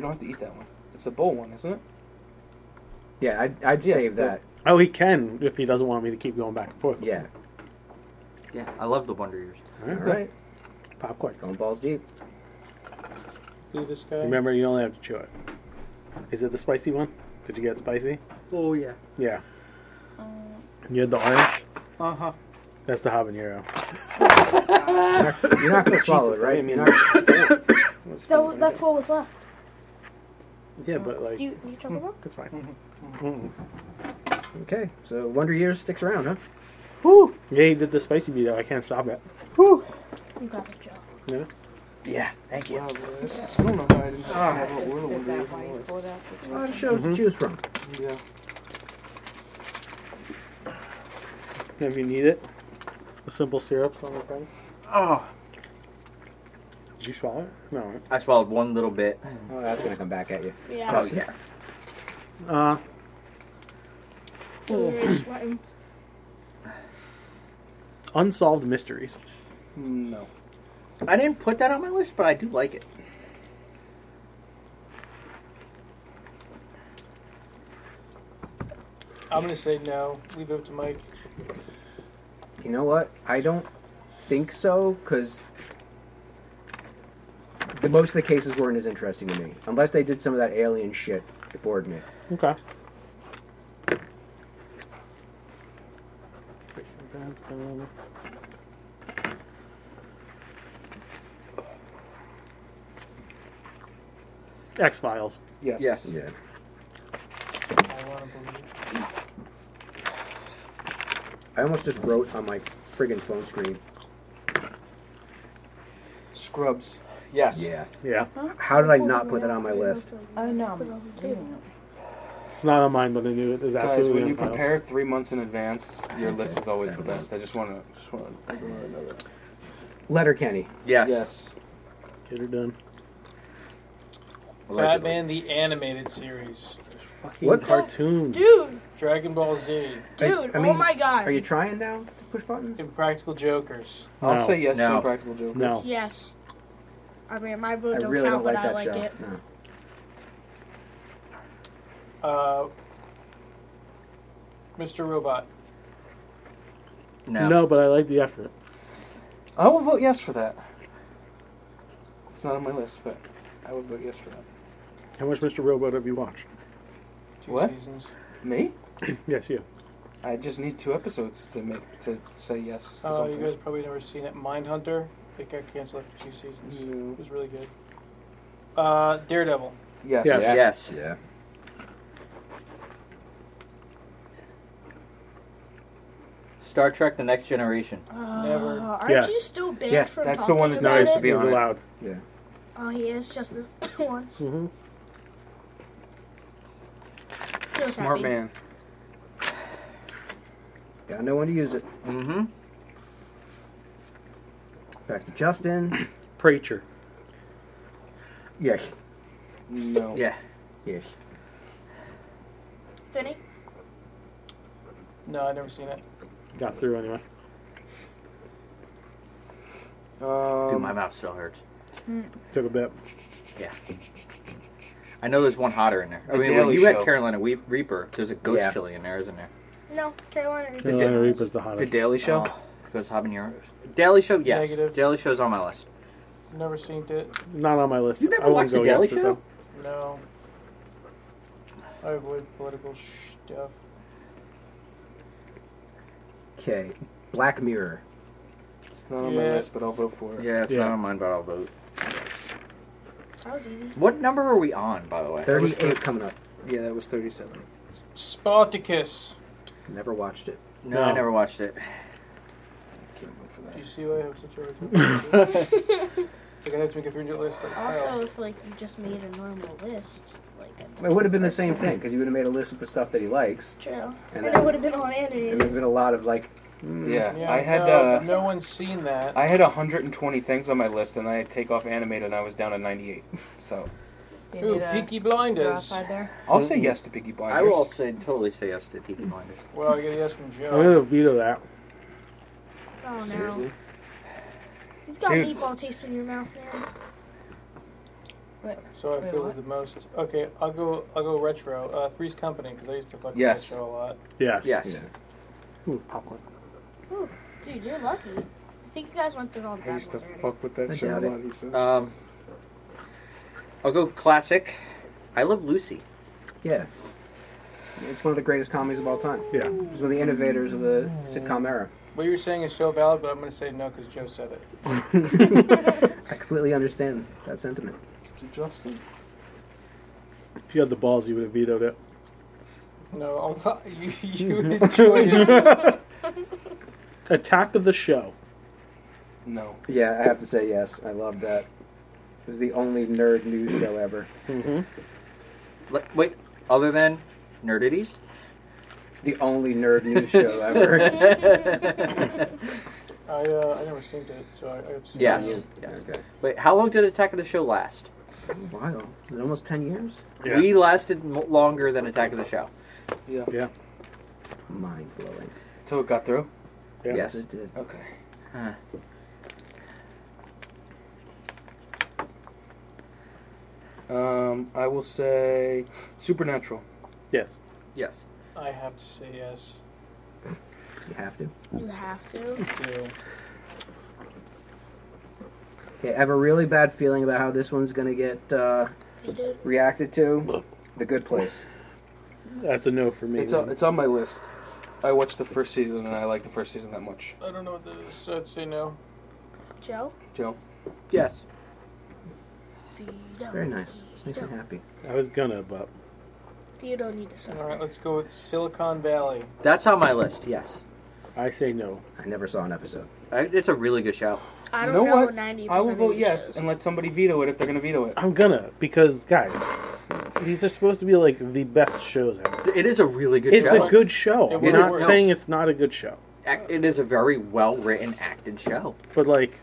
H: don't have to eat that one. It's the bowl one, isn't it?
E: Yeah, I'd, I'd
H: Yeah,
E: save
H: the-
E: that.
F: Oh, he can if he doesn't want me to keep going back and forth.
E: Yeah.
I: Yeah, I love the Wonder Years.
E: All right.
F: Popcorn.
E: Going balls deep.
H: Do this guy.
F: Remember, you only have to chew it. Is it the spicy one? Did you get spicy?
I: Oh yeah.
F: Yeah. You had the orange?
I: Uh
F: Uh-huh.
I: huh.
F: That's the habanero.
E: You're not going to swallow
F: [LAUGHS] Jesus,
E: it,
F: I
E: right?
F: didn't mean-
E: You're not-
G: That, wa- that's what was left.
F: Yeah, but like.
G: Do you need chocolate milk?
F: That's fine.
E: Okay, so Wonder Years sticks around, huh?
F: Woo! Yeah, he did the spicy veto. I can't stop it. Woo!
G: You got it, Joe.
F: Yeah.
E: Yeah, thank you.
H: I don't know why I didn't have a little
L: Is
H: bit
L: that
H: of
L: why you
H: oil.
L: pulled out the
E: A lot of shows to choose from.
H: Yeah.
F: If you need it, the simple syrups on the thing.
H: Oh,
F: Did you swallow it? No. right?
I: I swallowed one little bit.
K: Mm.
I: Oh,
E: Oh, that's going to come back at you.
G: Yeah.
E: Trust me.
F: Uh,
G: We were sweating.
F: unsolved mysteries.
H: no.
I: I didn't put that on my list, but I do like it.
H: I'm gonna say no. Leave it up to Mike.
E: You know what? I don't think so, because the most of the cases weren't as interesting to me. Unless they did some of that alien shit, it bored me.
F: Okay. X Files.
H: Yes.
I: Yes.
E: Yeah.
H: I wanna believe it.
E: I almost just wrote on my friggin' phone screen.
H: Scrubs. Yes.
E: Yeah.
F: Yeah,
E: How did I not put that on my list?
L: Oh no, I'm
F: it's not on mine, but I knew it is
H: Guys,
F: absolutely
H: when you
F: on Files.
H: prepare three months in advance, your list is always the best. I just want to, just want to know that.
E: Letter Kenny.
I: Yes.
H: Yes.
F: Get her done.
I: Allegedly.
H: Batman the animated series,
F: Fucking
E: What?
F: cartoon?
G: Dude,
H: Dragon Ball Z,
G: dude,
E: I mean,
G: oh my god.
E: Are you trying now to push buttons?
H: Impractical Jokers.
F: No.
H: I'll say yes to
I: No.
H: Impractical Jokers.
F: No.
G: Yes. I mean, my
E: I
G: vote don't
E: really
G: count,
E: don't like
G: but I
E: that
G: like
E: show.
G: it.
E: No.
H: Uh, Mr. Robot.
I: No.
F: No, but I like the effort.
H: I will vote yes for that. It's not on my list, but I would vote yes for that.
F: How much Mr. Robot have you watched? [LAUGHS]
H: Two
I: What?
H: seasons. Me?
F: Yes, you.
H: I just need two episodes to make to say yes. Oh, you guys probably never seen it. Mindhunter. It got canceled after two seasons.
I: Mm.
H: It was really good. Uh, Daredevil.
E: Yes.
F: Yeah.
I: Yes.
E: Yeah.
I: Star Trek: The Next Generation.
H: Never.
G: Uh, aren't
F: Yes.
G: you still banned
E: Yeah,
G: from
H: that's the
G: talking
H: one that's
G: about
H: supposed
G: it?
H: to be
F: He's
H: on it.
F: allowed.
G: Oh, he is just this [COUGHS] once.
F: Mhm.
G: Feels
H: Smart
G: happy.
H: man.
E: Got no one to use it.
I: Mm-hmm.
E: Back to Justin.
F: Preacher.
E: Yes.
H: No.
I: Yeah.
E: Yes.
G: Finny?
H: No, I never seen it.
F: Got through anyway.
I: Dude,
H: Um,
I: my mouth still hurts.
F: Took a bit.
I: Yeah. I know there's one hotter in there.
H: The
I: I mean, when
H: Daily
I: you
H: Show.
I: had Carolina Weep, Reaper, there's a ghost
E: Yeah.
I: chili in there, isn't there?
G: No, Carolina Reaper.
F: Carolina Reaper's the
H: The
F: hottest.
H: Daily Show.
I: Oh, goes habanero. Daily Show, yes.
H: Negative.
I: Daily Show's on my list.
H: Never seen it.
F: Not on my list.
I: You never
F: I wouldn't
I: watched The
F: go yet
I: Daily
F: for
I: Show?
F: them.
H: No. I avoid political stuff.
E: Okay. Black Mirror.
H: It's not
F: on my list,
H: but I'll vote for
I: Yeah, it's
F: Yeah.
I: not on mine, but I'll vote.
G: That was easy.
I: What number are we on, by the way?
E: 38 coming up.
H: Yeah, that was 37. Spartacus.
E: Never watched it.
I: No,
F: No.
I: I never watched it.
H: Can't vote for that. You see why I have such a
K: [LAUGHS]
H: return? It's like I had to make a 300 list. Like,
G: Also,
H: oh.
G: if like you just made a normal list, like
E: It would have been the same thing because he would have made a list with the stuff that he likes,
G: true,
E: And
G: and,
E: then-
G: it would have been on
E: and there
G: animated.
E: have been a lot of like.
K: Yeah,
H: Mm. Yeah,
K: I
H: no,
K: had uh,
H: no one's seen that.
K: I had 120 things on my list, and I had take off animated, and I was down
H: [LAUGHS]
K: to 98. So
L: You
H: Ooh,
L: need a
H: Peaky
L: go
H: Blinders.
L: outside uh, there.
K: I'll say yes to Piggy
I: I
K: Blinders.
I: will say, totally say yes to Peaky Blinders.
H: Well, I got a yes from
F: I'm
H: Joe.
F: gonna veto that.
G: Oh no,
E: Seriously?
G: you've got
K: Dude.
G: meatball taste in your mouth, man.
H: So I
L: Wait,
H: feel
L: what?
H: the most. Okay, I'll go. I'll go retro. Uh, Three's Company because I used to fucking
K: Yes.
H: retro a lot.
F: Yes.
K: Yes.
F: Ooh, popcorn.
M: Ooh, dude, you're lucky. I think you guys went through all the bad ones already.
K: fuck with that
I: I
K: shit a
I: doubt it.
K: lot, he says.
I: Um, I'll go classic. I love Lucy.
E: Yeah. It's one of the greatest comedies of all time.
F: Yeah.
E: It's one of the innovators of the sitcom era.
H: What you're saying is so valid, but I'm going to say no because Joe said it.
E: I completely understand that sentiment.
H: To Justin.
F: If you had the balls, you would have vetoed it.
H: No, [LAUGHS] I'm not, you
K: [LAUGHS]
H: you enjoy it.
F: Attack of the show.
K: No.
E: Yeah, I have to say yes. I love that. It was the only nerd news show ever. Mm-hmm.
I: Le- Wait, other than Nerdities?
E: It's the only nerd news show ever.
H: I uh, I never seen it, so I. I have to say
I: yes. yes. Wait, how long did Attack of the Show last?
E: A while. Almost 10 years?
I: We lasted m- longer than Attack of the Show.
K: Yeah.
F: Yeah.
E: Mind blowing.
K: Till it got through?
F: Yeah.
I: Yes.
E: It did.
K: Okay. Um, I will say Supernatural.
F: Yes.
I: Yes.
H: no. I have to say yes.
E: You have to.
G: You have to.
H: Joe.
E: Okay, I have a really bad feeling about how this one's going to get uh, reacted to. The Good Place.
F: That's a no for me.
K: It's on, it's on my list. I watched the first season and I like the first season that much.
H: I don't know what that is, so I'd say no.
M: Joe?
K: Joe?
I: Yes.
E: Very nice. This makes me happy.
F: I was gonna, but
G: You don't need to suffer.
H: All right, let's go with Silicon Valley.
I: That's on my list, yes.
F: I say no.
E: I never saw an episode.
I: I, it's a really good show.
G: I
K: You
G: don't
K: know
G: know,
K: what?
G: 90%
K: I will
G: of
K: vote
G: these
K: yes
G: shows.
K: and let somebody veto it if they're going to veto it.
F: I'm gonna because guys, these are supposed to be like the best shows ever.
I: It is a really good
F: it's
I: show.
F: a good show.
I: It
F: We're
I: really
F: not
I: works.
F: saying it's not a good show,
I: Ac- It is a very well written, acted show.
F: but like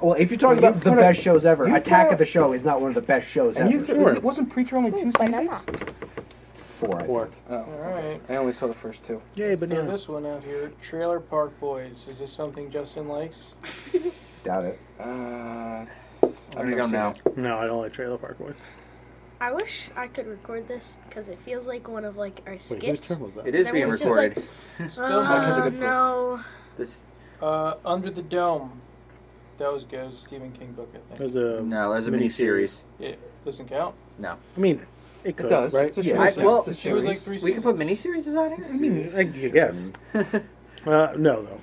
E: Well, if you're talking
F: You
E: about the
F: thought I-
E: best shows ever,
F: you
E: Attack
F: thought-
E: of the Show is not one of the best shows
K: And
E: ever.
K: you thought- it wasn't Preacher only two seasons?
E: Four. I
F: Four.
K: Oh.
H: All right.
K: I only saw the first two.
F: Yay, but
H: Now this one out here, Trailer Park Boys. Is this something Justin likes?
E: Doubt it.
K: Uh,
I: I'm gonna go now.
F: No, I don't like Trailer Park Boys.
G: I wish I could record this because it feels like one of like our
F: whose
G: skits.
F: turn was that?
I: It is
G: 'Cause
I: being
G: everyone's just like,
I: recorded.
H: Still
G: "Uh,
H: not in the good place."
G: no.
I: This
H: Uh, Under the Dome. That was good. It was a Stephen King book, I think.
F: There's a
I: No, there's a
F: miniseries.
I: miniseries.
H: Yeah, doesn't count.
I: No.
F: I mean, it could,
I: does.
F: right?
I: It's a Yeah. show. I- well, It's a
H: It was like three
I: We can put
H: seasons.
I: miniseries on
F: I
I: here?
F: mean, I guess. [LAUGHS] uh, no, though.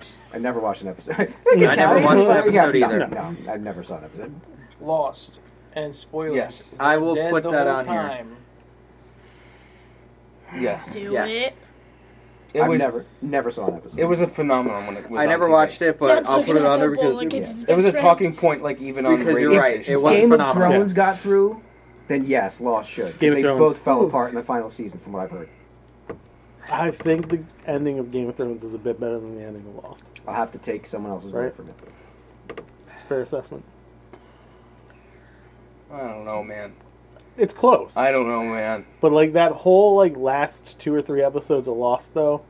E: [LAUGHS] I never watched an episode.
I: I never watched an episode
E: Yeah,
I: either.
E: No, no, I never saw an episode.
H: Lost and spoilers.
I: Yes. I will
H: Dead
I: put
H: the
I: that
H: whole
I: on here.
H: time.
K: Yes.
G: Do
I: Yes.
G: it.
K: It
E: I've
K: was,
E: never, never saw an episode.
K: It was a phenomenon when it was
I: I
K: on
I: never
K: TV.
I: watched it, but
G: Sounds
I: I'll
G: like
I: put it
G: an
I: on there
G: apple
I: because
G: like it's his
K: It was a
G: best
K: talking point, like even on
I: Because
K: radio
I: you're right,
K: stations.
I: it was-
E: Game of
I: phenomenal.
E: Thrones got through, then yes, Lost should. 'cause
F: Game of
E: they
F: Thrones.
E: both fell apart in the final season, from what I've heard.
F: I think the ending of Game of Thrones is a bit better than the ending of Lost.
E: I'll have to take someone else's
F: Right.
E: word for it.
F: It's a fair assessment.
K: I don't know, man.
F: It's close.
K: I don't know, man.
F: But, like, that whole, like, last two or three episodes of Lost, though,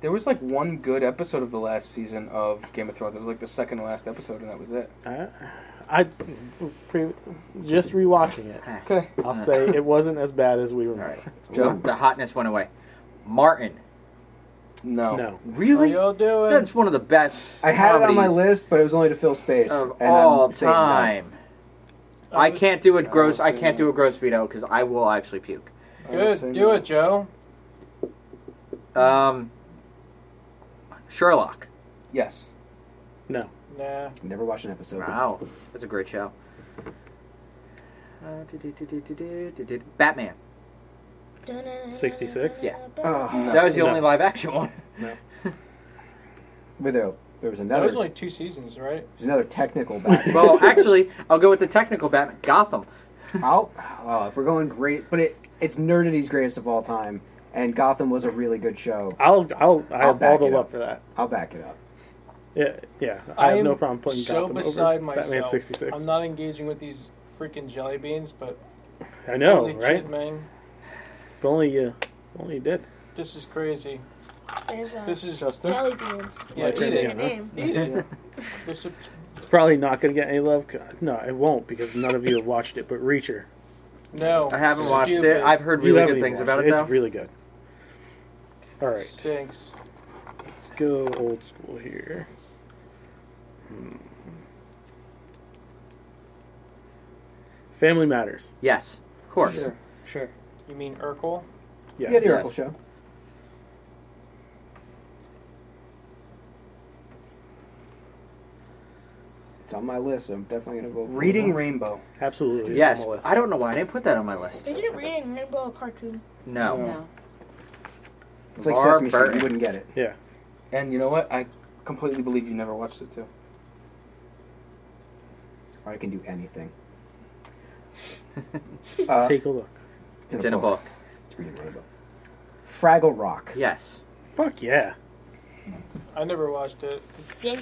K: There was like one good episode of the last season of Game of Thrones. It was like the second to last episode, and that was it.
F: I, I pre- just rewatching it,
K: Okay.
F: I'll say it wasn't as bad as we remember.
I: Joe, the hotness went away. Martin.
K: No.
F: No.
H: What
I: Really?
H: y'all doing?
I: That's one of the best.
E: I had it on my
I: comedies
E: list, but it was only to fill space.
I: of
E: and
I: all
E: I'm saying no.
I: time. I
H: was-
I: can't do a gross. I
K: I was
I: can't
K: saying-
I: do a gross veto because I will actually puke.
H: Good. Do it, Joe.
I: Um, Sherlock.
K: Yes.
F: No.
H: Nah.
E: Never watched an episode.
I: Wow, that's a great show. Uh, do-do-do-do-do-do-do-do. Batman.
F: 66?
I: Yeah.
E: Oh,
I: That was the
F: No.
I: only live action one.
E: but there, there was
H: That
E: another.
H: was only two seasons, right?
E: There's another technical
I: [LAUGHS]
E: battle.
I: Well,
F: [LAUGHS]
I: actually, I'll go with the technical Batman. Gotham.
E: oh, oh, if we're going great, but it it's nerdity's greatest of all time, and Gotham was a really good show.
F: I'll, I'll, I
E: I'll
F: have all
E: back
F: the
E: it
F: love
E: up.
F: for that.
E: I'll back it up.
F: Yeah, yeah. I, have
H: am
F: no problem putting
H: so
F: Gotham
H: beside
F: over
H: myself.
F: Batman 66.
H: I'm not engaging with these freaking jelly beans, but
F: I know,
H: holy
F: Oh, right?
H: shit, man,
F: If only you, if only you did.
H: this is crazy.
G: There's a
H: This is
G: jelly beans.
H: Yeah, eat
F: turn
H: it.
F: again, [LAUGHS]
H: Eat it. There's some
F: probably not going to get any love. No, it won't because none of you have watched it. But Reacher.
H: No.
I: I haven't watched
H: Stupid.
I: it. I've heard
F: You
I: really
F: haven't
I: good
F: even
I: things
F: watched
I: about it,
F: It's
I: though.
F: really good. All right.
H: Stinks.
F: Let's go old school here. Hmm. Family Matters.
I: Yes, of
H: Sure. sure. You mean Urkel?
F: Yes.
H: Yeah,
F: the Urkel
H: Show.
E: It's on my list. I'm definitely gonna vote. For
K: Reading
E: it.
K: Rainbow.
F: Absolutely.
I: Yes, I don't know why I didn't put that on my list.
G: Isn't Reading Rainbow a cartoon?
I: No.
G: No.
E: It's like
I: Laura
E: Sesame Street.
I: Burton.
E: You wouldn't get it.
F: Yeah.
K: And you know what? I completely believe you never watched it too.
E: Or I can do anything.
F: Take a look.
I: It's in a book.
E: It's Reading Rainbow. Fraggle Rock.
I: Yes.
F: Fuck yeah.
H: I never watched it.
F: Dance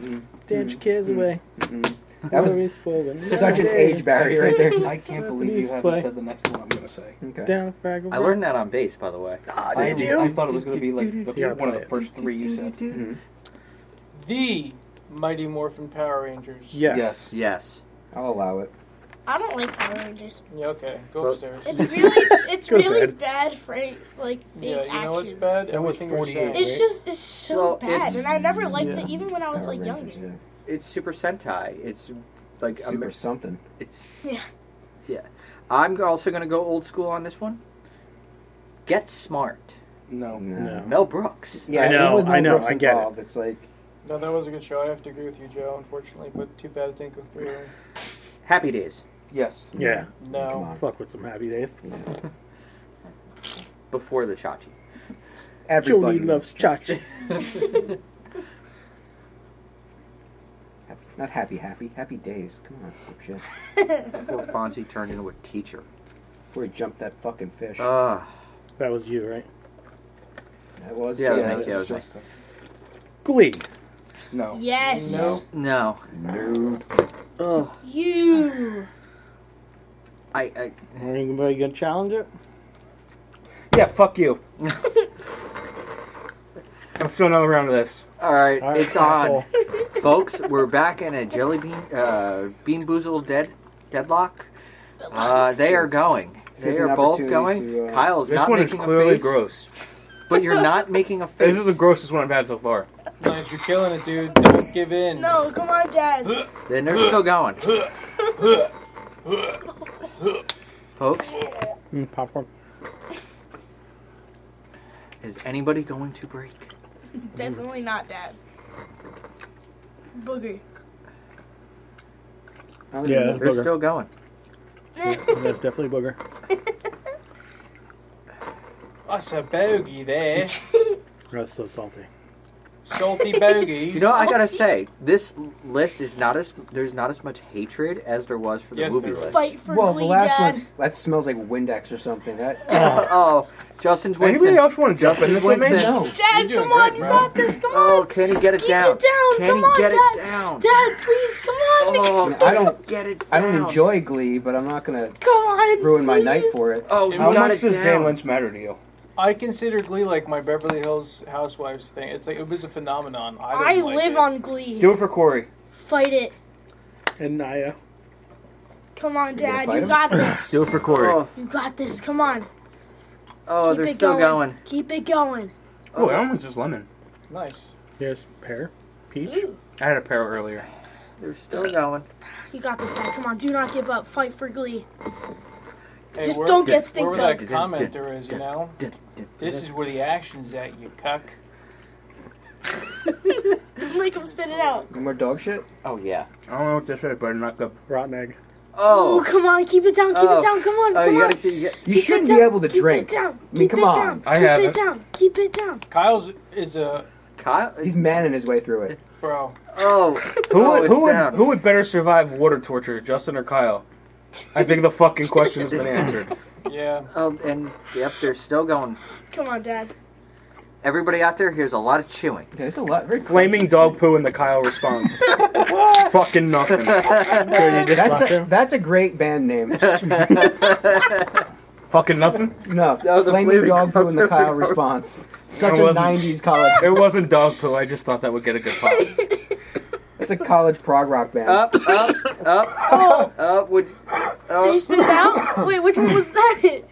F: your kids away.
E: That
H: [LAUGHS]
E: was
F: Mommy's full of-
E: such an age barrier right there.
K: I can't believe you
F: Please
K: haven't
F: play.
K: said the next thing I'm going to say.
E: Okay.
F: Down Fraggle
I: I learned that on bass, by the way.
K: I, I thought it was going to be like the,
I: Yeah,
K: one of
I: play
K: the
I: it.
K: first three you said.
H: The Mighty Morphin Power Rangers.
K: Yes.
I: Yes.
E: I'll allow it.
G: I don't like Power Rangers.
H: Yeah, okay. Go
G: Well-
H: upstairs.
G: It's really, it's
F: Go to
G: really
F: bed.
G: bad for like fake
H: [LAUGHS] yeah, you know what's
G: action.
H: bad?
K: That was
H: Everything you're
K: 48,
H: saying.
G: It's just, it's so
I: Well,
G: bad,
I: it's-
G: and I never liked
I: yeah.
G: it, even when I was Oh, like younger.
I: It's Super Sentai. It's like
E: Super
I: Amer-
E: something.
I: It's
G: Yeah.
I: yeah. I'm also going to go old school on this one. Get smart.
K: No.
E: No.
I: Mel Brooks.
E: Yeah,
F: I know,
E: with Mel
F: I know,
E: Brooks
F: I get it.
E: involved, It's like
H: No, that was a good show. I have to agree with you, Joe, unfortunately, but too bad it didn't go through.
I: Happy Days.
K: Yes.
F: Yeah.
E: Come
H: No.
E: on.
F: Fuck with some happy days.
I: Before the Chachi.
E: everybody
F: Jody loves Chachi.
E: happy, not happy, happy, happy days. Come on, dipshit.
I: Before Fonzie turned into a teacher.
E: Before he jumped that fucking fish.
I: Ah.
F: That was you, right?
E: that was
I: yeah,
E: Jody.
I: thank you. That was nice.
K: Justin.
F: Glee.
K: No.
G: Yes.
H: No.
I: No.
E: No.
I: Ugh.
G: You.
I: I, I
F: Anybody gonna challenge it?
K: Yeah, fuck
I: [LAUGHS]
K: you.
N: I'm still another round of this.
I: All right,
F: All right,
I: it's on, [LAUGHS] folks. We're back in a jelly bean, uh, bean boozled dead deadlock. Uh, they are going. They
E: Take an
I: are both
E: opportunity
I: going.
E: to, uh,
I: Kyle's
N: This
I: not
N: one is
I: making
N: clearly
I: a face,
N: gross.
I: but you're not making a face.
N: [LAUGHS] This is the grossest one I've had so far.
H: Lance, you're killing it, dude. Don't give in.
G: No, come on, Dad.
I: then they're still going, folks.
F: Mm, popcorn.
I: Is anybody going to break?
G: Definitely not Dad. Booger.
E: I don't
F: Yeah.
E: even know.
I: They're
F: Booger.
I: still going.
F: That's definitely booger.
H: That's a bogey there.
F: That's so salty.
H: Salty bogeys.
I: You know, I gotta say, this list is not as there's not as much hatred as there was for the
H: Yes,
I: movie
H: there
G: [LAUGHS]
I: list.
G: Fight for
E: Well,
G: Glee,
E: the last
G: Dad.
E: one that smells like Windex or something.
G: [LAUGHS]
E: That
I: [LAUGHS] oh, Justin's Winston.
N: Anybody else want to jump in this with me?
I: Winston.
E: no.
H: You're
G: Dad,
H: doing
G: come on,
H: great,
G: you
H: bro.
G: got this. Come
I: Oh,
G: on.
I: can he get it
G: Keep
I: down?
G: it down.
I: Can
G: come
I: he
G: on,
I: get
G: Dad.
I: it down?
G: Dad, please, come on.
I: Oh,
E: I don't-
I: get it. Down.
E: I don't enjoy Glee, but I'm not gonna
G: Come on.
E: ruin my
G: please.
E: night for it.
I: Oh, you
K: How
I: got
K: much
I: it
K: does
I: down.
K: Jay Lynch matter to you?
H: I consider Glee like my Beverly Hills Housewives thing. It's like it was a phenomenon. I,
G: I
H: didn't like
G: live
H: it.
G: on Glee.
K: Do it for Corey.
G: Fight it.
F: And Naya.
G: Come
E: gonna
G: on, Dad.
E: fight
G: You
E: him?
G: got this.
I: Do it for Corey. Oh,
G: You got this. Come on.
I: oh
G: Keep
I: they're
G: it
I: still going.
G: Keep it going.
K: Oh, that one was just lemon.
H: Nice.
F: There's pear. Peach.
G: Ooh,
K: I had a pair earlier.
I: They're still going.
G: you got this, Dad. Come on. Do not give up. Fight for Glee. [LAUGHS]
H: Hey,
G: Just
H: where-
G: don't get stink
H: Where
G: bug.
H: that commenter is, you know? This is where the action's at, you cuck.
G: Don't make him spit it out.
E: No more dog shit.
I: Oh yeah.
K: I don't know what this is, but I'm not good.
F: Rotten egg.
G: Oh,
I: Oh.
G: come on. Keep it down. Keep
I: Oh.
G: it down. Come on.
I: Oh,
G: come
I: you
G: on.
I: gotta. You get,
E: You
G: Keep it
E: shouldn't
G: down,
E: be able to
G: keep
E: drink.
G: It down,
E: I mean,
G: keep
E: come
G: it
E: on.
G: Down,
K: I
G: keep
K: haven't.
G: it down. Keep it down.
H: Kyle's is a
I: Kyle.
E: He's manning his way through it.
H: bro.
I: Oh.
K: Who
I: oh,
K: would,
I: it's
K: who, would,
I: down.
K: who would better survive water torture, Justin or Kyle? I think the fucking
I: [LAUGHS]
K: question's been answered.
H: Yeah.
I: Oh, and yep, they're still going.
G: Come on, Dad.
I: Everybody out there, here's a lot of chewing.
E: Okay, it's a lot. Very
K: Flaming dog poo in the Kyle [LAUGHS] response. fucking [LAUGHS] nothing.
E: That's a, that's a great band name.
K: fucking nothing?
E: No,
I: was a
E: flaming
I: flaming
E: dog poo in the Kyle
I: dog.
E: response. Such
K: It
E: a
K: wasn't.
E: '90s college.
K: It wasn't dog poo, I just thought that would get a good pop.
E: It's It's a college prog rock band.
I: Up, up, up,
G: Oh.
I: up. Would oh.
G: Did you spit it
I: [LAUGHS]
G: out? Wait, which one was that?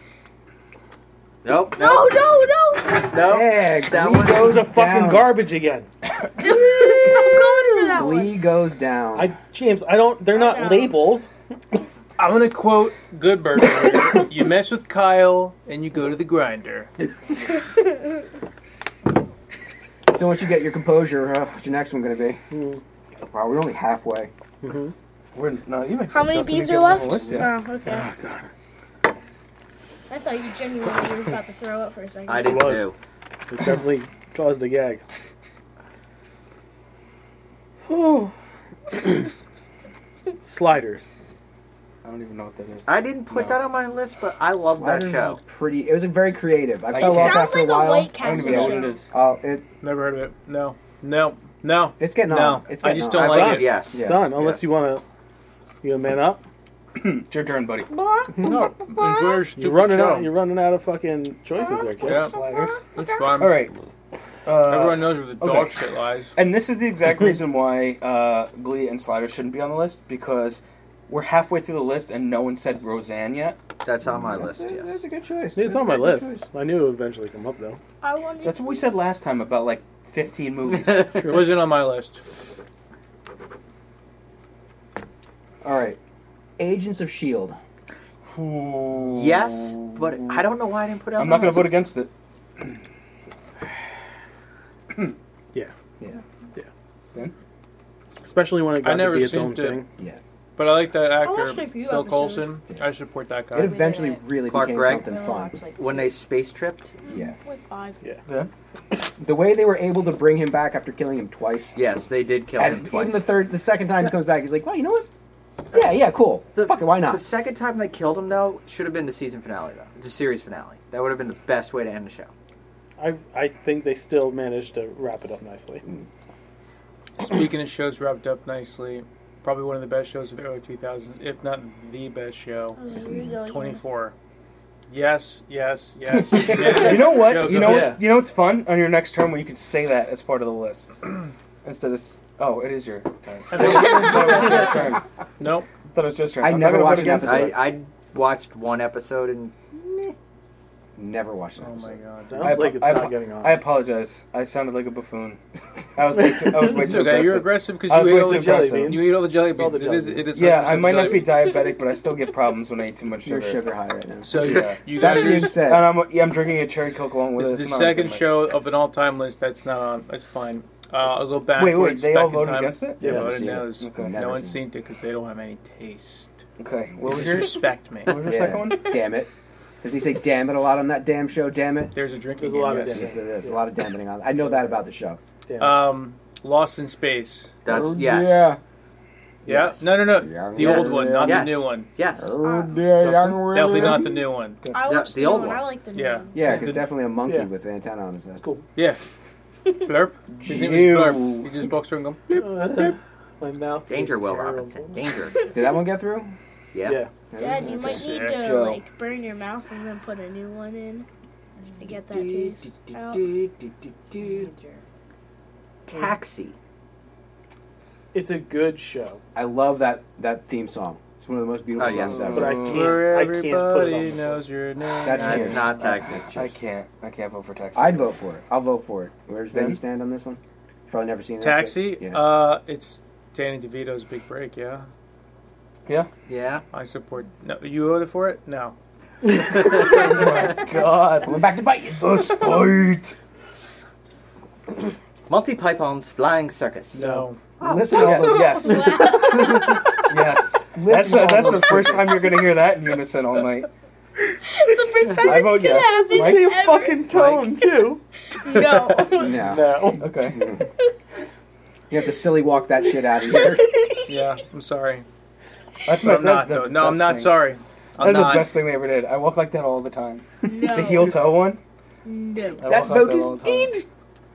I: Nope.
G: No, no, no!
I: No.
E: Glee goes
O: a fucking
E: down.
O: garbage again.
G: Stop going for that one.
E: Glee goes down.
O: I, James, I don't. They're not labeled.
H: I'm gonna quote Good Burger. [COUGHS] you mess with Kyle and you go to the grinder.
E: So once you get your composure, uh, what's your next one going to be? Wow, we're only halfway. Mm-hmm.
K: [LAUGHS] We're not even.
G: How many
K: Justin,
G: beans are
K: you get one
G: left?
K: more list, yeah. Ah,
G: Oh, okay. I thought you genuinely were about to throw up for a second.
I: I did
F: It was.
I: too.
F: It definitely caused a gag. Sliders.
K: I don't even know what that is.
I: I didn't put that on my list, but I love that
E: Sliders
I: show.
E: is Pretty. It was a very creative. I
I: Like-
E: fell
I: It
E: off
I: sounds
E: after
I: like
E: a
I: a
E: while.
I: White Castle
E: Yeah.
I: show.
E: Oh, it.
H: Never heard of it. No. No. No.
E: It's getting
H: no.
E: on. It's
H: I
E: getting
H: just
E: on.
H: don't like it.
F: Done. Unless you want to, you know, man up.
K: it's your turn, buddy.
F: No.
G: [LAUGHS]
F: You're running out. You're running out of fucking choices there, kid.
H: Yeah.
K: Sliders.
H: It's fine.
K: All right. Uh,
H: Everyone knows where the dog shit lies.
K: And this is the exact reason why uh, Glee and Sliders shouldn't be on the list because we're halfway through the list and no one said Roseanne yet.
I: That's on my list. Yes.
E: That's a good choice.
F: It's on my list. I knew it would eventually come up though.
G: I wanted
K: That's what we said last time about like 15 movies.
H: It wasn't on my list.
E: All right. Agents of Shield.
I: Yes, but I don't know why I didn't put it. on
K: I'm not
I: my
K: going
I: list.
K: to vote against it.
F: Yeah.
E: Yeah.
F: Yeah.
K: Ben?
F: Especially when it got
H: I never
F: to be its
H: seen
F: own
H: it.
F: thing.
E: Yeah.
H: But I like that
G: watched
H: actor,
G: a few
H: Bill
G: episodes.
H: Coulson. I support that guy.
E: It eventually really
I: Clark
E: became
I: Gregg?
E: something fun.
I: When they space tripped.
E: Yeah.
G: With five.
F: Yeah.
E: The way they were able to bring him back after killing him twice.
I: Yes, they did kill
E: and
I: him twice.
E: Even the third, the second time he comes back, he's like, "Well, you know what? Yeah, yeah, cool. Fuck it, why
I: Ah. The
E: not?"
I: second time they killed him, though, should have been the season finale, though. The series finale. That would have been the best way to end the show.
F: I I think they still managed to wrap it up nicely.
H: Speaking of shows wrapped up nicely, probably one of the best shows of the early 2000s, if not the best show.
G: Oh, here we go again.
H: 24. Yes, yes,
G: [LAUGHS]
H: yes. yes.
K: you know what?
H: Yo,
K: you
H: go
K: know
H: ahead.
K: what's, you know what's fun on your next turn when you can say that as part of the list instead of s- oh it is your turn. I thought it was your turn.
H: Nope.
K: Thought it was just your
E: I
K: turn. I'm
E: never
K: not gonna vote
E: watched an
K: against it.
I: I, I watched one episode and
E: Never watched that.
H: Oh my
E: episode.
H: god.
K: I,
F: Sounds like it's
K: I-
F: not getting on.
K: I apologize. I sounded like a buffoon. [LAUGHS] I was way too. I was way
H: It's
K: too
H: okay.
K: aggressive.
H: You're aggressive
K: I
H: because
K: was
H: you
K: way
H: ate all
K: too
H: the jelly
K: aggressive.
H: beans. You ate all the jelly
F: all
H: beans.
F: the
H: It is.
F: jelly
H: It is.
K: Yeah, I might not be
H: 100%
K: diabetic, but I still get problems when I eat too much sugar. Uh,
E: You're sugar high right now.
H: So
K: [LAUGHS] Yeah.
H: you
E: That
H: guys-
E: being said,
K: And I'm, yeah, I'm drinking a cherry coke along with
H: This
K: it.
H: is
K: It's
H: the
K: not a good
H: second
K: mix.
H: show of an all-time list that's not on. That's fine. Uh, I'll go back.
K: Wait, wait, they all voted against it?
H: Yeah,
K: Yeah,
H: voted
K: seen
H: no.
K: it.
H: It's-
K: Okay.
H: No
E: Never
H: one
E: seen
H: seen it because they don't have any taste.
K: Okay, what was your
H: Disrespect me.
K: what was your
E: Yeah.
K: second one?
E: damn it. Does he say "damn it" a lot on that damn show? Damn it.
H: There's a drinking.
F: There's a lot
H: game,
F: of
H: yes.
E: Yes, there is a lot of damning on. I know that about the show.
F: Damn.
H: Um, Lost in Space.
I: that's
E: oh,
I: yes.
E: Yeah.
H: Yeah.
I: Yes.
H: No, no, no.
E: Yeah.
H: The old one, not the new one.
I: Yes.
E: Oh dear,
K: Justin?
E: young
H: Definitely not the new one.
G: I
I: Yeah,
G: watched
I: the
G: the
I: old
G: old one.
I: one.
G: I like the new
H: Yeah.
G: one.
E: Yeah, because definitely a monkey
F: Yeah.
E: with an antenna on his head.
F: cool.
H: Yeah. [LAUGHS] Blurp. His name is
K: Ew.
H: Blurp. He just walks through and go. "Blurp."
F: [LAUGHS] my mouth.
I: Danger,
F: is
I: Will
F: terrible.
I: Robinson. Danger.
E: Did that one get through?
I: Yeah.
F: Yeah.
G: Dad, you might need
H: Sick.
G: to
K: Joe.
G: like burn your mouth and then put a new one in to get that taste Oh. out. [LAUGHS]
I: Taxi.
F: It's a good show,
E: I love that that theme song. It's one of the most beautiful
I: Oh, yeah.
E: songs
F: but I
E: ever.
F: can't.
H: Where
F: I can't put it on
H: everybody
F: this list.
H: knows your name.
E: That's
I: That's
E: cheers.
I: not taxi.
K: I can't. I can't vote for Texas.
E: I'd vote for it. I'll vote for it. Where's
K: Ben?
E: Benny stand on this one? Probably never seen that
H: Taxi.
E: shit. Yeah.
H: Uh, it's Danny DeVito's Big Break. Yeah.
K: Yeah.
I: Yeah.
H: I support. No, you voted for it. No.
K: God.
E: Coming back to bite you.
K: Let's fight.
I: Multi Python's Flying Circus.
H: No.
E: [LAUGHS] Listen, to all those,
K: Oh, Yes. yes. That's,
E: listen, to all
K: that's
E: those
K: the
E: [LAUGHS]
K: first time you're gonna hear that in unison all night.
G: the first time
K: I
G: it's
K: vote
G: gonna
K: yes.
G: happen
K: Mike?
G: ever.
F: [LAUGHS] tone too.
G: [LAUGHS] No.
K: [LAUGHS]
E: No.
F: No.
K: Okay.
E: You have to silly walk that shit out of [LAUGHS] here.
H: Yeah. I'm sorry.
K: That's
H: But
K: my.
H: I'm not.
K: That's
H: though.
K: the
H: No, I'm
K: best
H: not
K: thing.
H: sorry. I'm
K: That's the
H: not.
K: best thing they ever did. I walk like that all the time.
G: no.
K: The heel toe one.
G: No.
K: I
E: That
K: walk like
E: vote
K: all
E: is
K: the time.
E: deed.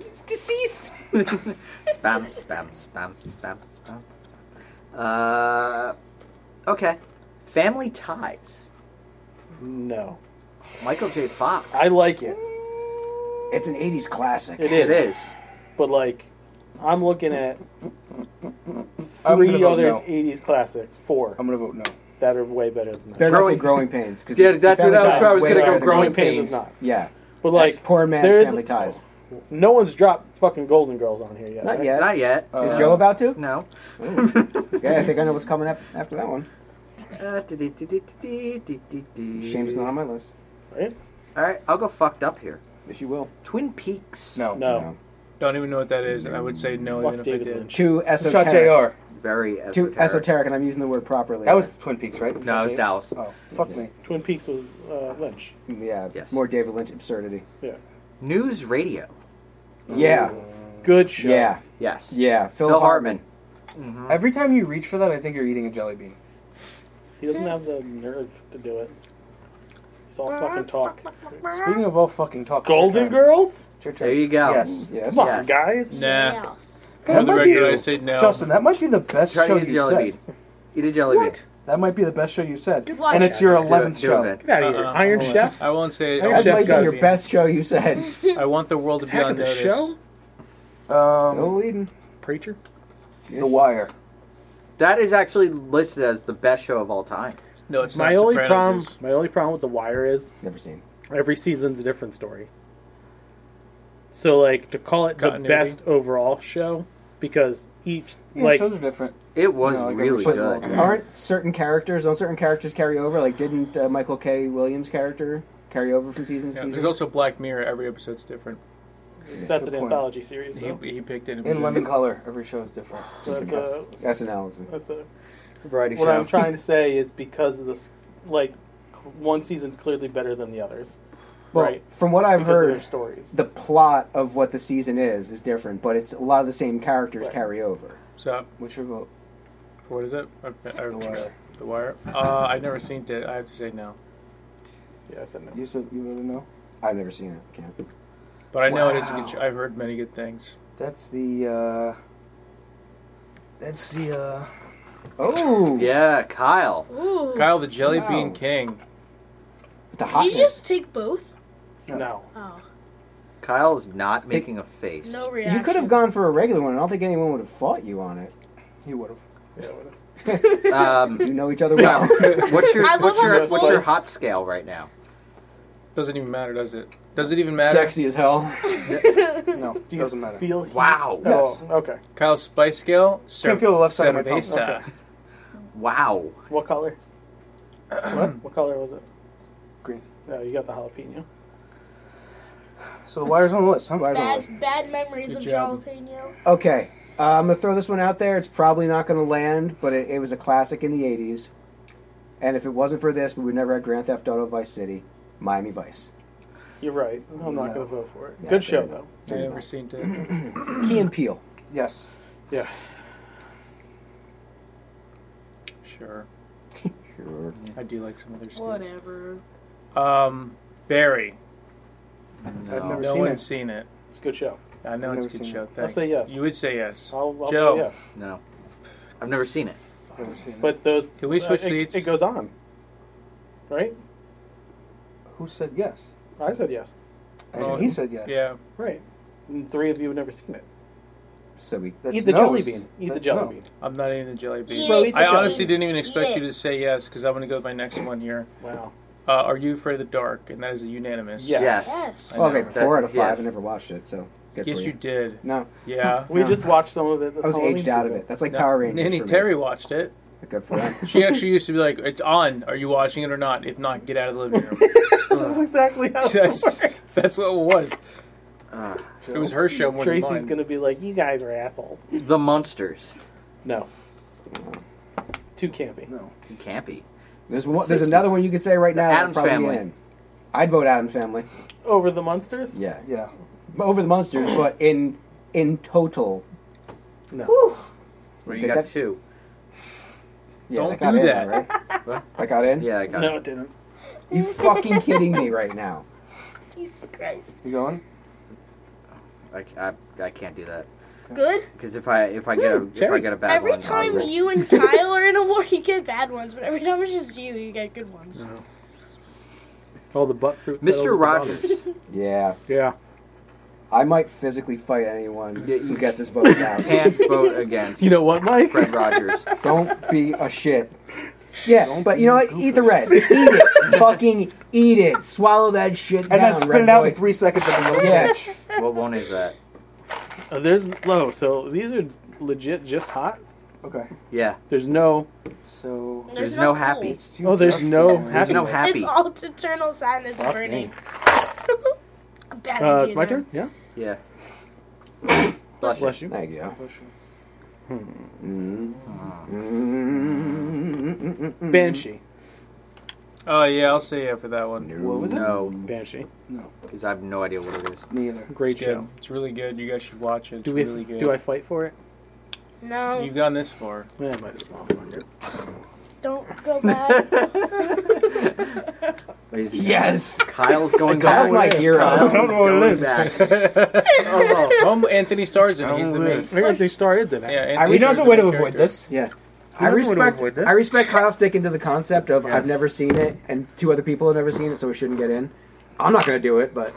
E: It's deceased.
I: Spam, spam, spam, spam, spam. Uh, okay. Family Ties.
F: No.
I: Michael J. Fox.
F: I like it.
E: It's an '80s classic.
F: It
I: it
F: is.
I: is.
F: But like, I'm looking at
K: I'm gonna
F: three
K: vote
F: others
K: no.
F: 80s classics. Four.
K: I'm going to vote no.
F: That are way better than that.
E: Better not say Growing Pains, 'cause Yeah, that's Family what I was- Ties I was is way gonna go better than Growing Growing Pains. Pains.
F: is not.
E: Yeah.
F: But like
E: That's poor man's
F: there is-
E: Family Ties.
F: No one's dropped fucking Golden Girls on here yet.
E: Not
F: right?
E: yet. Not yet. Is Joe about to?
I: Uh, No.
E: yeah, I think I know what's coming up after that one.
I: Uh, Shame's
E: Shame's not on my list.
F: Right?
I: Alright, I'll go fucked up here.
E: Yes, you will.
I: Twin Peaks.
K: No.
F: No.
H: Don't even know what that is, and I would say no.
E: Fuck
H: even if
E: David
H: I did.
E: Lynch. Too esoteric. Shot
I: Very
E: Too esoteric, and I'm using the word properly.
K: That was Twin Peaks, right?
I: No, it was Dallas.
K: Oh, fuck me.
F: Twin Peaks was uh, Lynch.
E: Yeah, more David Lynch absurdity.
F: Yeah.
I: News radio.
E: Yeah.
F: Good show.
E: Yeah.
I: Yes.
E: Yeah. Phil,
I: Phil
E: Hartman.
K: Every time you reach for that, I think you're eating a jelly bean.
F: He doesn't have the nerve to do it. It's all fucking
G: [LAUGHS]
F: talk. Speaking
K: of all fucking talk,
F: Golden Girls.
K: There you go. Yes.
F: Come on, guys.
H: Nah.
K: That
H: For the
K: might
H: record,
K: be-
H: I say no.
K: Justin, that must be the best
H: Try to
K: show
H: eat a
K: you
H: jelly
K: said.
H: bean.
I: Eat a jelly
K: what? That might be the best show you said.
I: Good luck.
K: And it's your
I: Do it,
K: eleventh
I: do it,
K: show.
I: man. Get outta
H: Uh-uh.
I: Iron
H: I won't-
I: Chef?
H: I won't say.
E: Iron
H: I won't
E: Chef
H: say
E: might be
H: Guardian.
E: your best show you said.
H: I want the world to be
E: Attack
H: on
E: of the
H: notice.
E: Show? Still leading.
F: Preacher?
K: Um, The Wire.
I: That is actually listed as the best show of all time.
H: No, it's
F: my
I: not.
F: only
I: Sopranos
F: problem.
I: is-
F: My only problem with The Wire is
E: [LAUGHS] never seen.
F: Every season's a different story. So like to call it the
I: Continuity.
F: best overall show because each
E: Yeah,
F: like
E: shows
K: are different.
I: It was really
E: But
I: good.
E: Aren't certain characters? Don't certain characters carry over? Like, didn't uh, Michael K. Williams' character carry over from season to
H: Yeah,
E: season?
H: there's also Black Mirror. Every episode's different.
F: That's an anthology series.
H: He,
F: Though.
H: he picked it.
K: In lemon color, every show is different.
F: So
K: Just
F: that's uh,
K: because.
F: a-
E: SNL is a-
F: That's a
I: variety
F: What
I: show.
F: I'm trying to say is because of this, like cl- one season's clearly better than the others.
E: Well,
F: right.
E: from what I've
F: Because of their
E: heard,
F: stories.
E: the plot of what the season is is different, but it's a lot of the same characters carry over.
H: So,
K: what's your vote?
H: What is it? I, I, the Wire. The Wire. Uh, I've never seen it. I have to say no.
F: Yeah, I said no.
K: You said you voted no.
E: I've never seen it. Can't.
H: But I know it is a good show. I've heard many good things.
K: That's the. uh... That's the. uh...
E: Oh.
I: [LAUGHS] Yeah, Kyle.
G: Ooh.
H: Kyle the Jelly
G: Wow.
H: Bean King.
E: The
G: Did you just take both?
F: No.
G: Oh.
I: Kyle's not making a face.
G: No
E: You could
G: [LAUGHS]
E: have gone for a regular one. I don't think anyone would have fought you on it.
K: [LAUGHS] You would have.
I: [LAUGHS] um,
E: you know each other well. [LAUGHS]
I: what's your
E: I love
I: what's
E: how
I: your
E: both-
I: what's your hot scale right now?
H: Doesn't even matter, does it? Does it even matter?
E: Sexy as hell.
K: [LAUGHS] no,
H: Do doesn't matter.
F: Feel
I: Wow.
H: Yes.
F: Oh, okay.
H: Kyle's spice scale.
F: Can't feel the left side of my tongue.
H: cerveza.
F: Okay.
I: Wow.
F: What color? what? What color was it?
K: Green.
F: No, you got the jalapeno.
K: So the wire's on the list. Huh? Wire's on the list.
G: Bad, bad memories
K: Good
G: of
K: job.
G: jalapeno.
E: Okay, uh, I'm gonna throw this one out there. It's probably not gonna land, but it, it was a classic in the '80s. And if it wasn't for this, we would never have Grand Theft Auto Vice City, Miami
I: [CLEARS THROAT]
E: Vice.
F: You're right. I'm not
E: No.
F: going to vote for it.
E: Yeah,
F: Good show
E: fair
F: though.
H: I never seen it.
E: Key and Peele.
K: Yes.
F: Yeah. [LAUGHS]
H: Sure.
E: Sure.
H: I do like some other sweets.
G: Whatever.
H: Um, Barry.
F: I've never
H: no
F: seen
H: one's
F: it.
H: seen it.
F: It's a good show.
H: I know
F: I've
H: it's
F: never
H: a good
F: seen
H: show.
F: it. I'll
H: thanks.
F: say yes.
H: You would say yes.
F: I'll, I'll
H: Joe.
F: vote yes.
I: No. I've never seen it.
F: But those. uh,
H: Can we switch
F: it,
H: seats?
F: It goes on. Right?
K: Who said yes?
F: I said yes.
K: And he said yes.
H: Yeah.
F: Right. And three of you have never seen it.
E: So we
K: That's
F: Eat the
K: no.
F: jelly bean. Eat the
K: That's
F: jelly
K: no.
F: bean.
H: I'm not eating the jelly bean.
F: Eat Well, it. eat the
H: I
F: jelly
H: honestly
F: bean.
H: didn't even expect
F: Eat
H: you to say yes because I'm going to go with my next one here.
F: Wow.
H: Uh, are you afraid of the dark? And that is a unanimous.
E: Yes.
F: Yes.
K: Oh.
H: I know.
E: Okay, four out of five. I never watched it, so good
H: Yes,
E: for you.
H: you did.
E: No.
F: [LAUGHS]
H: Yeah.
F: We just watched some of it. This
E: I was
F: Halloween
E: aged out of
F: season.
E: it. That's like Power Rangers
H: Nanny
E: for me.
H: Terry watched it.
E: Good for
I: [LAUGHS]
E: him.
F: [LAUGHS]
H: She actually used to be like, "It's on. Are you watching it or not? If not, get out of the living
F: [LAUGHS]
H: room." [LAUGHS]
F: That's exactly how it
H: that's,
F: works.
H: that's what it was. it was her show more
F: Ah. Tracy's
H: than mine.
F: going to be like, you guys are assholes.
I: The Monsters.
F: No. Too campy.
K: No.
I: You can't be.
E: There's one, there's another one you could say right now. that'd
I: Addams
E: probably be
I: Family.
E: in. I'd vote Adam's Family.
F: Over the Munsters?
E: Yeah.
K: Yeah.
E: But over the
I: [CLEARS THROAT]
E: monsters, but in in total.
F: No.
I: Well, you
E: Did
I: got
E: that-
I: two.
E: Yeah,
I: Don't
E: that got
I: do
E: in,
I: that.
E: though, right?
I: [LAUGHS] What?
E: that got in.
I: Yeah, I got
F: No, it didn't.
E: You fucking kidding me right now?
G: Jesus Christ.
K: You going?
I: I, I, I can't do that
G: Good.
I: because if I if I get a, if I get a bad
G: every
I: one, I'll
G: time
I: go-
G: you and Kyle are in a war, you get bad ones, but every time it's just you, you get good ones.
F: All the butt fruit.
I: Mr. Rogers.
E: Yeah.
F: Yeah.
E: I might physically fight anyone who gets his [LAUGHS] vote
I: [LAUGHS]
E: down.
I: Can't vote against.
F: You know what, Mike?
G: [LAUGHS]
I: Fred Rogers.
E: Don't be a shit. Yeah, but you know what? Eat the red. Eat it. Fucking eat it. Swallow that shit
K: And
E: down.
K: then spit
E: red
K: it out
E: boy.
K: in three seconds and I'm
E: Yeah.
I: What one is that?
F: Uh, [LAUGHS] there's low, so these are legit just hot.
K: Okay.
I: Yeah.
F: There's no.
K: So
I: There's There's no no happy. cold. It's too
F: Oh, there's
I: dusty.
F: no
I: There's
F: happy.
I: no happy.
G: It's all eternal sadness
F: Fuck
G: burning.
F: me.
G: A [LAUGHS] bad
F: Uh,
G: idea
F: it's my
G: now.
F: turn. Yeah.
I: Yeah.
F: Bless, you.
E: Thank you.
F: Mm-hmm. Banshee.
P: Oh yeah, I'll say yeah for that one.
I: What was it? No.
F: Banshee.
K: No.
I: Because I have no idea what it is.
K: Neither.
F: Great
P: It's good.
F: show.
P: It's really good. You guys should watch it. It's
F: Do we?
P: really good.
F: do I fight for it?
G: No,
P: You've gone this far.
F: Yeah, I might as well. Fuck it.
G: don't go
K: [LAUGHS]
G: back.
I: Yes. Kyle's going
E: Kyle's
I: back.
E: my hero.
I: Kyle's
E: I don't know what it
I: going
E: is.
I: back.
P: oh, oh, Anthony Starr's in it. He's the main.
F: Where is the star? Is it?
P: Yeah, Anthony
E: I- he knows
P: Starr's
E: a
P: the
E: way
P: main
E: to avoid
P: character.
K: this.
E: Yeah.
F: He
E: I
F: doesn't wanna
E: respect.
F: avoid this.
E: I respect Kyle sticking to the concept of I've
F: Yes.
E: never seen it, and two other people have never seen it, so we shouldn't get in. I'm not gonna do it, but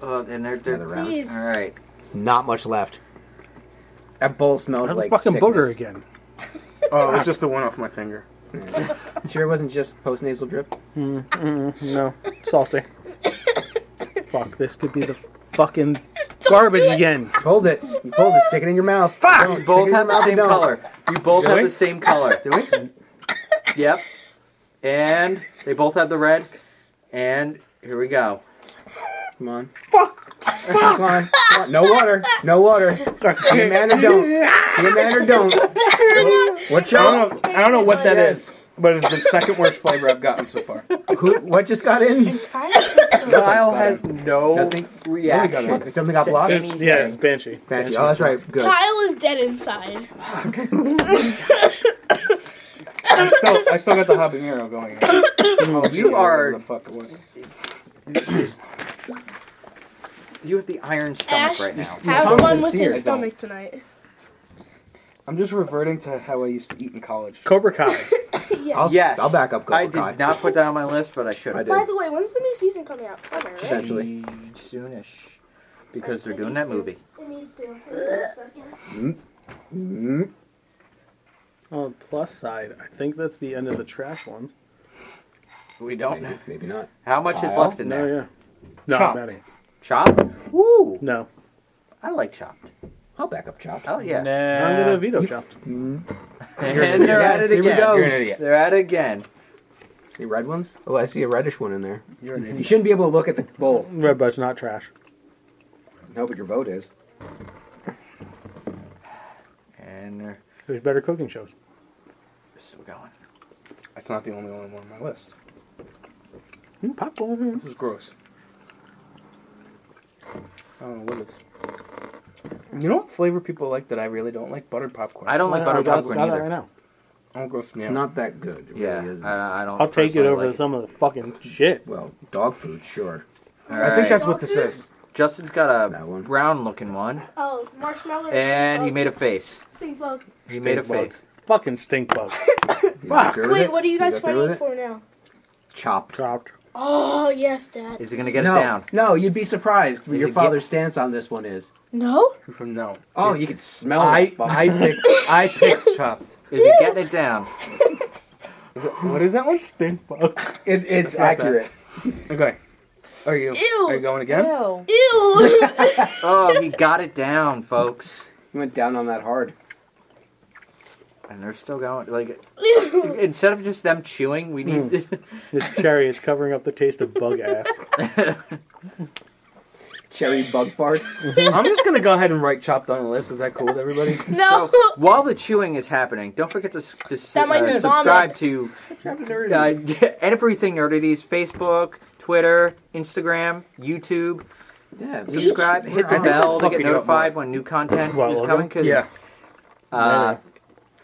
I: Oh, and they're, they're
E: Another round. Please.
I: All right.
E: not much left. That bowl smells
F: Another
E: like
F: fucking
E: sickness.
F: booger again.
E: Oh, it was
F: just the one off my finger.
E: Sure, it wasn't just post nasal drip.
F: no, salty. [COUGHS] Fuck, this could be the
I: [LAUGHS]
F: fucking garbage again.
E: Hold it. You pulled it. Stick it in your mouth. Fuck.
I: We both have the same color. We both
E: Do
I: have
E: we?
I: the same color. Do we? Yep. And they both have the red. And here we go.
E: Come on. Come on. Come on. No water. No water. Be a man or don't. Be a man or don't. What's your?
K: I don't know, I don't know
I: Oh,
K: what that is, but it's the second worst flavor I've gotten so [LAUGHS] far.
E: Who, what just got in?
I: [LAUGHS] Kyle has no
E: Nothing.
I: reaction.
E: Nobody got in. Something got blocked?
F: It's, yeah, it's Banshee.
E: Banshee. Oh, that's right. Good.
G: Kyle is dead inside.
K: I still, I still got the habanero going.
I: [COUGHS]
K: on.
I: You are-
K: Whatever the fuck it was.
I: You have the iron stomach
G: Ash,
I: right now.
G: have fun with his stomach tonight. [LAUGHS]
K: I'm just reverting to how I used to eat in college.
F: Cobra Kai.
G: yeah.
E: I'll-
I: yes.
E: I'll back up Cobra
I: I did
E: Kai.
I: not put that on my list, but I should have.
G: By the way, when's the new season coming out? Summer, right?
E: Potentially.
I: Soonish. Because they're doing that movie.
G: It needs
I: [LAUGHS]
G: to.
F: On the plus side, I think that's the end of the trash ones.
I: We don't know.
E: Maybe not.
I: How much is
F: Kyle?
I: left in
F: No,
I: there?
F: Oh, yeah. No,
I: Chopped.
F: I'm outta here.
I: Chopped? Woo!
F: No.
I: I like chopped.
E: I'll back up chopped.
I: Oh, yeah.
F: I'm gonna veto chopped.
I: And
E: You're an idiot.
I: they're at
E: Yes,
I: it
E: here we
I: again.
E: go. You're an idiot.
I: They're at it again.
E: Any red ones? Oh, I see a reddish one in there.
K: You're an
E: You shouldn't be able to look at the bowl.
F: Red Bud's not trash.
E: No, but your vote is.
I: And they're
F: There's better cooking shows.
I: still going.
K: That's not the only one on my list.
F: Mm, popcorn.
K: This is gross. I don't know what it's. You know what flavor people like that I really don't like? Buttered popcorn.
I: I don't like butter
F: I got-
I: popcorn
F: got that
I: either.
F: right now.
K: I'll go from
E: It's
K: there.
E: not that good. It really
I: Yeah, Uh,
E: isn't.
I: I, I don't.
F: I'll take it
I: personally
F: over
I: like
F: some of the fucking shit.
E: well, dog food, sure.
I: All
K: I think
I: right.
K: that's what this is.
I: Justin's got a
E: That one.
I: brown looking one,
G: Oh, marshmallow.
I: and he made a face.
G: Stink bug.
I: He made a
F: bug.
I: face.
F: Fucking stink bug. [LAUGHS]
E: You
F: Fuck.
E: got through with
G: Wait,
E: it?
G: what are you guys
E: got through with
G: fighting
E: it?
G: for now?
E: Chopped.
F: Chopped.
G: Oh yes, Dad.
I: Is he gonna get
E: no,
I: it down?
E: no, you'd be surprised what
I: Is
E: your
I: it get-
E: father's stance on this one is.
G: No.
K: You're from no.
E: Oh, you can smell
K: I
E: it.
K: I picked I picked chopped.
I: Is he getting it down?
K: Is it, what is that one? Stink bug.
E: It, it's
K: It's not
E: accurate.
K: Okay. Are you
G: Ew.
K: are you going
I: [LAUGHS]
K: again?
L: Ew.
G: Ew. [LAUGHS]
K: [LAUGHS]
I: Oh, he got it down, folks.
E: You went down on that hard.
I: And they're still going. Like instead of just them chewing, we need.
E: Hmm.
F: This cherry is covering up the taste of [LAUGHS] bug ass.
E: Cherry bug farts.
K: I'm just gonna go ahead and write chopped on the list. Is that cool with everybody?
G: no.
I: [LAUGHS]
G: [LAUGHS]
I: While the chewing is happening, don't forget to, s- to s-
G: That might
I: uh,
G: be vomit.
I: subscribe to uh, [LAUGHS] everything Nerdities Facebook, Twitter, Instagram, YouTube.
E: yeah,
I: Subscribe, hit the
K: I think
I: bell to
K: that's
I: get
K: fucking up,
I: notified when new content
F: Well,
I: is
F: okay.
I: coming. 'cause,
K: Yeah.
I: uh,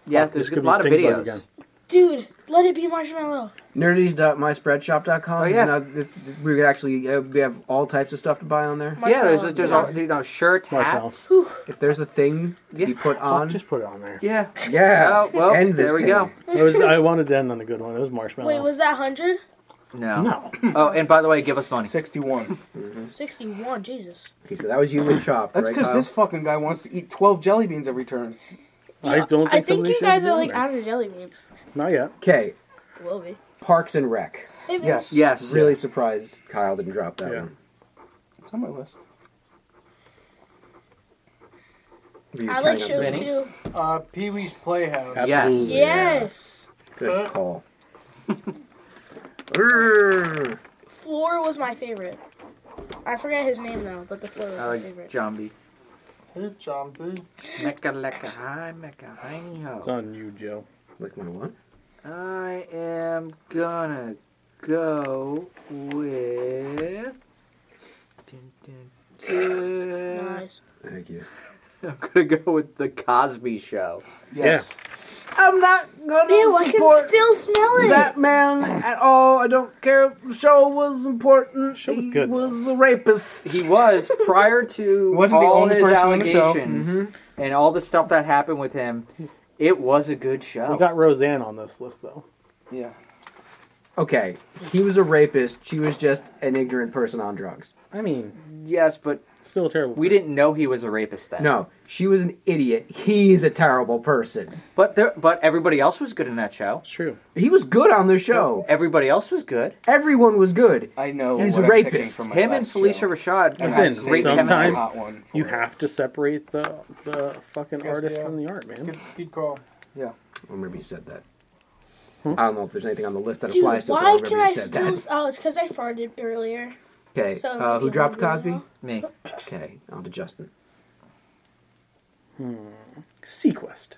I: yeah,
F: Fuck, this
I: there's a
F: could be
I: lot of
F: stink bug
I: videos.
F: again.
G: Dude, let it be marshmallow.
E: Nerdies.myspreadshop.com.
I: Oh, yeah.
E: Now, this, this, we could actually uh, we have all types of stuff to buy on there.
I: Yeah, there's
G: Marshmallow.
I: there's all, you know shirts,
F: Marshmallow.
I: hats.
E: If there's a thing to be
I: Yeah.
E: put on,
F: Fuck, just put it on there.
I: Yeah.
E: yeah.
I: Oh, well,
E: End this
I: there we
E: pain.
I: go.
F: It was, I wanted to end on a good one. It was marshmallow.
G: Wait, was that hundred?
I: No. oh, and by the way, give us money.
K: Sixty-one.
G: 61, Jesus.
E: Okay, so that was you and Chop,
K: That's
E: right,
K: because
E: Kyle?
K: this fucking guy wants to eat twelve jelly beans every turn.
F: I don't
G: I think you guys are like out of jelly beans.
F: Not yet.
E: Okay,
G: Will be.
E: Parks and Rec.
G: It Yes. is.
E: Yes. Really surprised Kyle didn't drop that one.
K: It's on my list.
E: Were you
G: I like
E: counting on
G: shows
E: Sweeney?
G: too.
H: Uh, Pee Wee's Playhouse.
E: Absolutely,
G: Yes.
J: Uh.
E: Good call.
G: Floor was my favorite. I forgot his name now, but the floor was
I: I
G: my
I: like
G: favorite.
I: Jambi.
H: Hey, John, dude.
I: Mecca lecca hi, mecca hi, yo.
F: It's on you, Joe.
E: Like one one.
I: I am gonna go with. [LAUGHS] Dun, dun, dun.
G: Nice.
E: Thank you.
I: I'm gonna go with the Cosby Show.
E: Yes.
I: I'm not gonna
G: Ew, I can still smell it.
J: That man at all. I don't care if the show was important. Show was
I: good.
J: He was a rapist.
I: He was prior to
J: Wasn't the
I: all
J: only
I: his
J: person on the show.
I: allegations and all the stuff that happened with him. It was a good show.
F: We got Roseanne on this list though.
K: Yeah.
E: Okay, he was a rapist. She was just an ignorant person on drugs.
F: I mean,
I: yes, but
F: still terrible.
I: We didn't know he was a rapist then.
E: No, she was an idiot. He's a terrible person.
I: but there, but everybody else was good in that show. It's
F: true.
E: He was good on the show.
I: Everybody else was good.
E: Everyone was good.
K: I know.
E: He's a rapist.
K: Oh
I: Him and Felicia Rashad
F: Listen,
I: had great chemistry.
F: sometimes you have to separate the the fucking artist from the art, man.
H: Good, good call.
K: Yeah.
E: Or maybe he said that. I don't know if there's anything on the list that
G: Hmm? Dude,
E: applies to it, but I
G: why
E: remember
G: can
E: he
G: I
E: said
G: still?
E: that.
G: s- Oh, it's because I farted earlier.
E: Okay,
G: So
E: uh,
G: maybe
E: who dropped
G: one
E: Cosby?
G: more.
I: Me.
E: Okay, on to Justin.
F: Hmm. Sequest.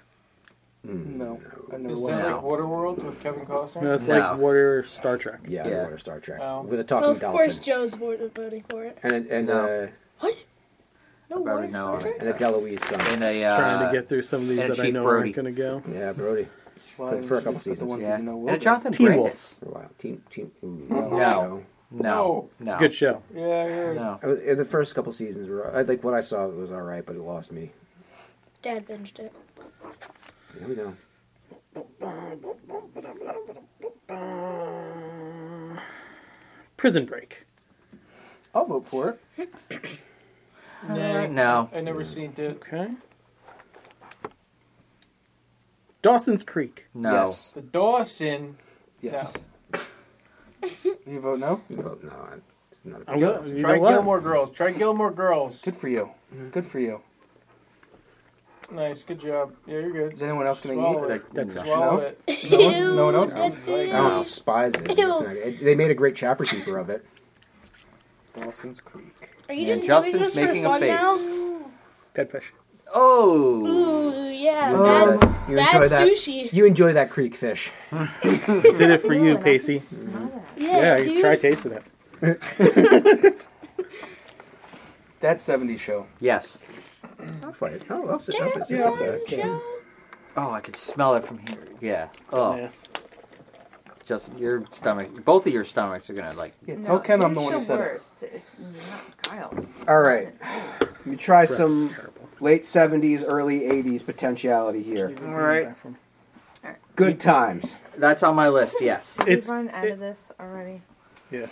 K: No. I never
H: Is
K: watched
H: that
K: it.
H: like Waterworld with Kevin Costner?
F: No, it's like water Star Trek.
E: Yeah,
H: Yeah.
E: Water Star Trek
H: Oh.
E: with a
G: Well,
E: talking
G: of
E: dolphin
G: course, Joe's vo- voting for it.
E: and a, and uh,
G: What? No water
E: know
G: Star Trek?
E: and a Deloise song.
I: And a
F: Trying to get through some of these
I: and
F: that I
I: Chief
F: know
I: Uh, Brody.
F: aren't gonna go.
E: Yeah, Brody. for, for
K: Why
E: a
K: didn't you
E: couple
K: just put the
E: seasons.
K: ones that you know will
E: a
K: be? Jonathan
E: Teen
I: Brandis.
E: Wolf for a while. Team Team. Ooh,
I: No.
E: that
I: No.
E: show.
I: No. It's a No.
F: good show.
H: Yeah, I heard.
I: No.
E: I was- uh, the first couple seasons were I like what I saw was all right, but it lost me.
G: Dad binged it.
E: Here we go.
F: Prison Break.
K: I'll vote for
H: it.
I: Uh, no.
H: I never seen it.
F: Okay. Dawson's Creek.
I: No.
K: Yes.
H: The Dawson.
E: [LAUGHS]
K: Yes. You vote no?
E: You vote no. I'm, not
F: I'm good. You
H: Try
F: know what?
H: Gilmore Girls. Try Gilmore Girls.
K: Good for you.
E: Mm-hmm.
K: Good for you.
H: Nice. Good job. Yeah, you're good.
K: Is anyone else going to
H: Swallow
K: eat
H: it?
K: it? Like,
H: Swallow
K: no?
H: it.
K: No
G: [LAUGHS]
K: one, no one else?
E: I despise it.
G: Ew.
E: Listen, I- they made a great chopper keeper of it.
K: Dawson's Creek.
G: Are you
E: Yeah,
G: just
E: Justin's
G: doing this
E: making
G: for
E: a
G: fun
E: face.
G: now?
F: Dead fish.
I: Oh.
G: Ooh, yeah.
E: You enjoy
G: bad
E: that. You
G: bad
E: enjoy that.
G: sushi.
E: You enjoy that creek fish.
F: Did it for you, Pacey.
G: Yeah,
F: you
G: dude.
F: try tasting it.
K: That 70s show.
I: Yes.
E: I'll fight it. Oh, I'll sit. I'll sit.
K: Yeah.
E: Just a sec.
I: Oh, I could smell it from here. Yeah. Oh.
F: Yes.
I: Justin, your stomach, both of your stomachs are gonna like.
K: Yeah, tell Ken I'm the
L: it's
K: one who said it.
L: worst. it. Not Kyle's.
E: All right. Let me try
L: Breath
E: some late 70s, early 80s potentiality here.
I: All right.
E: Good times.
I: That's on my list. Yes.
L: Did we run out of this already?
F: Yeah.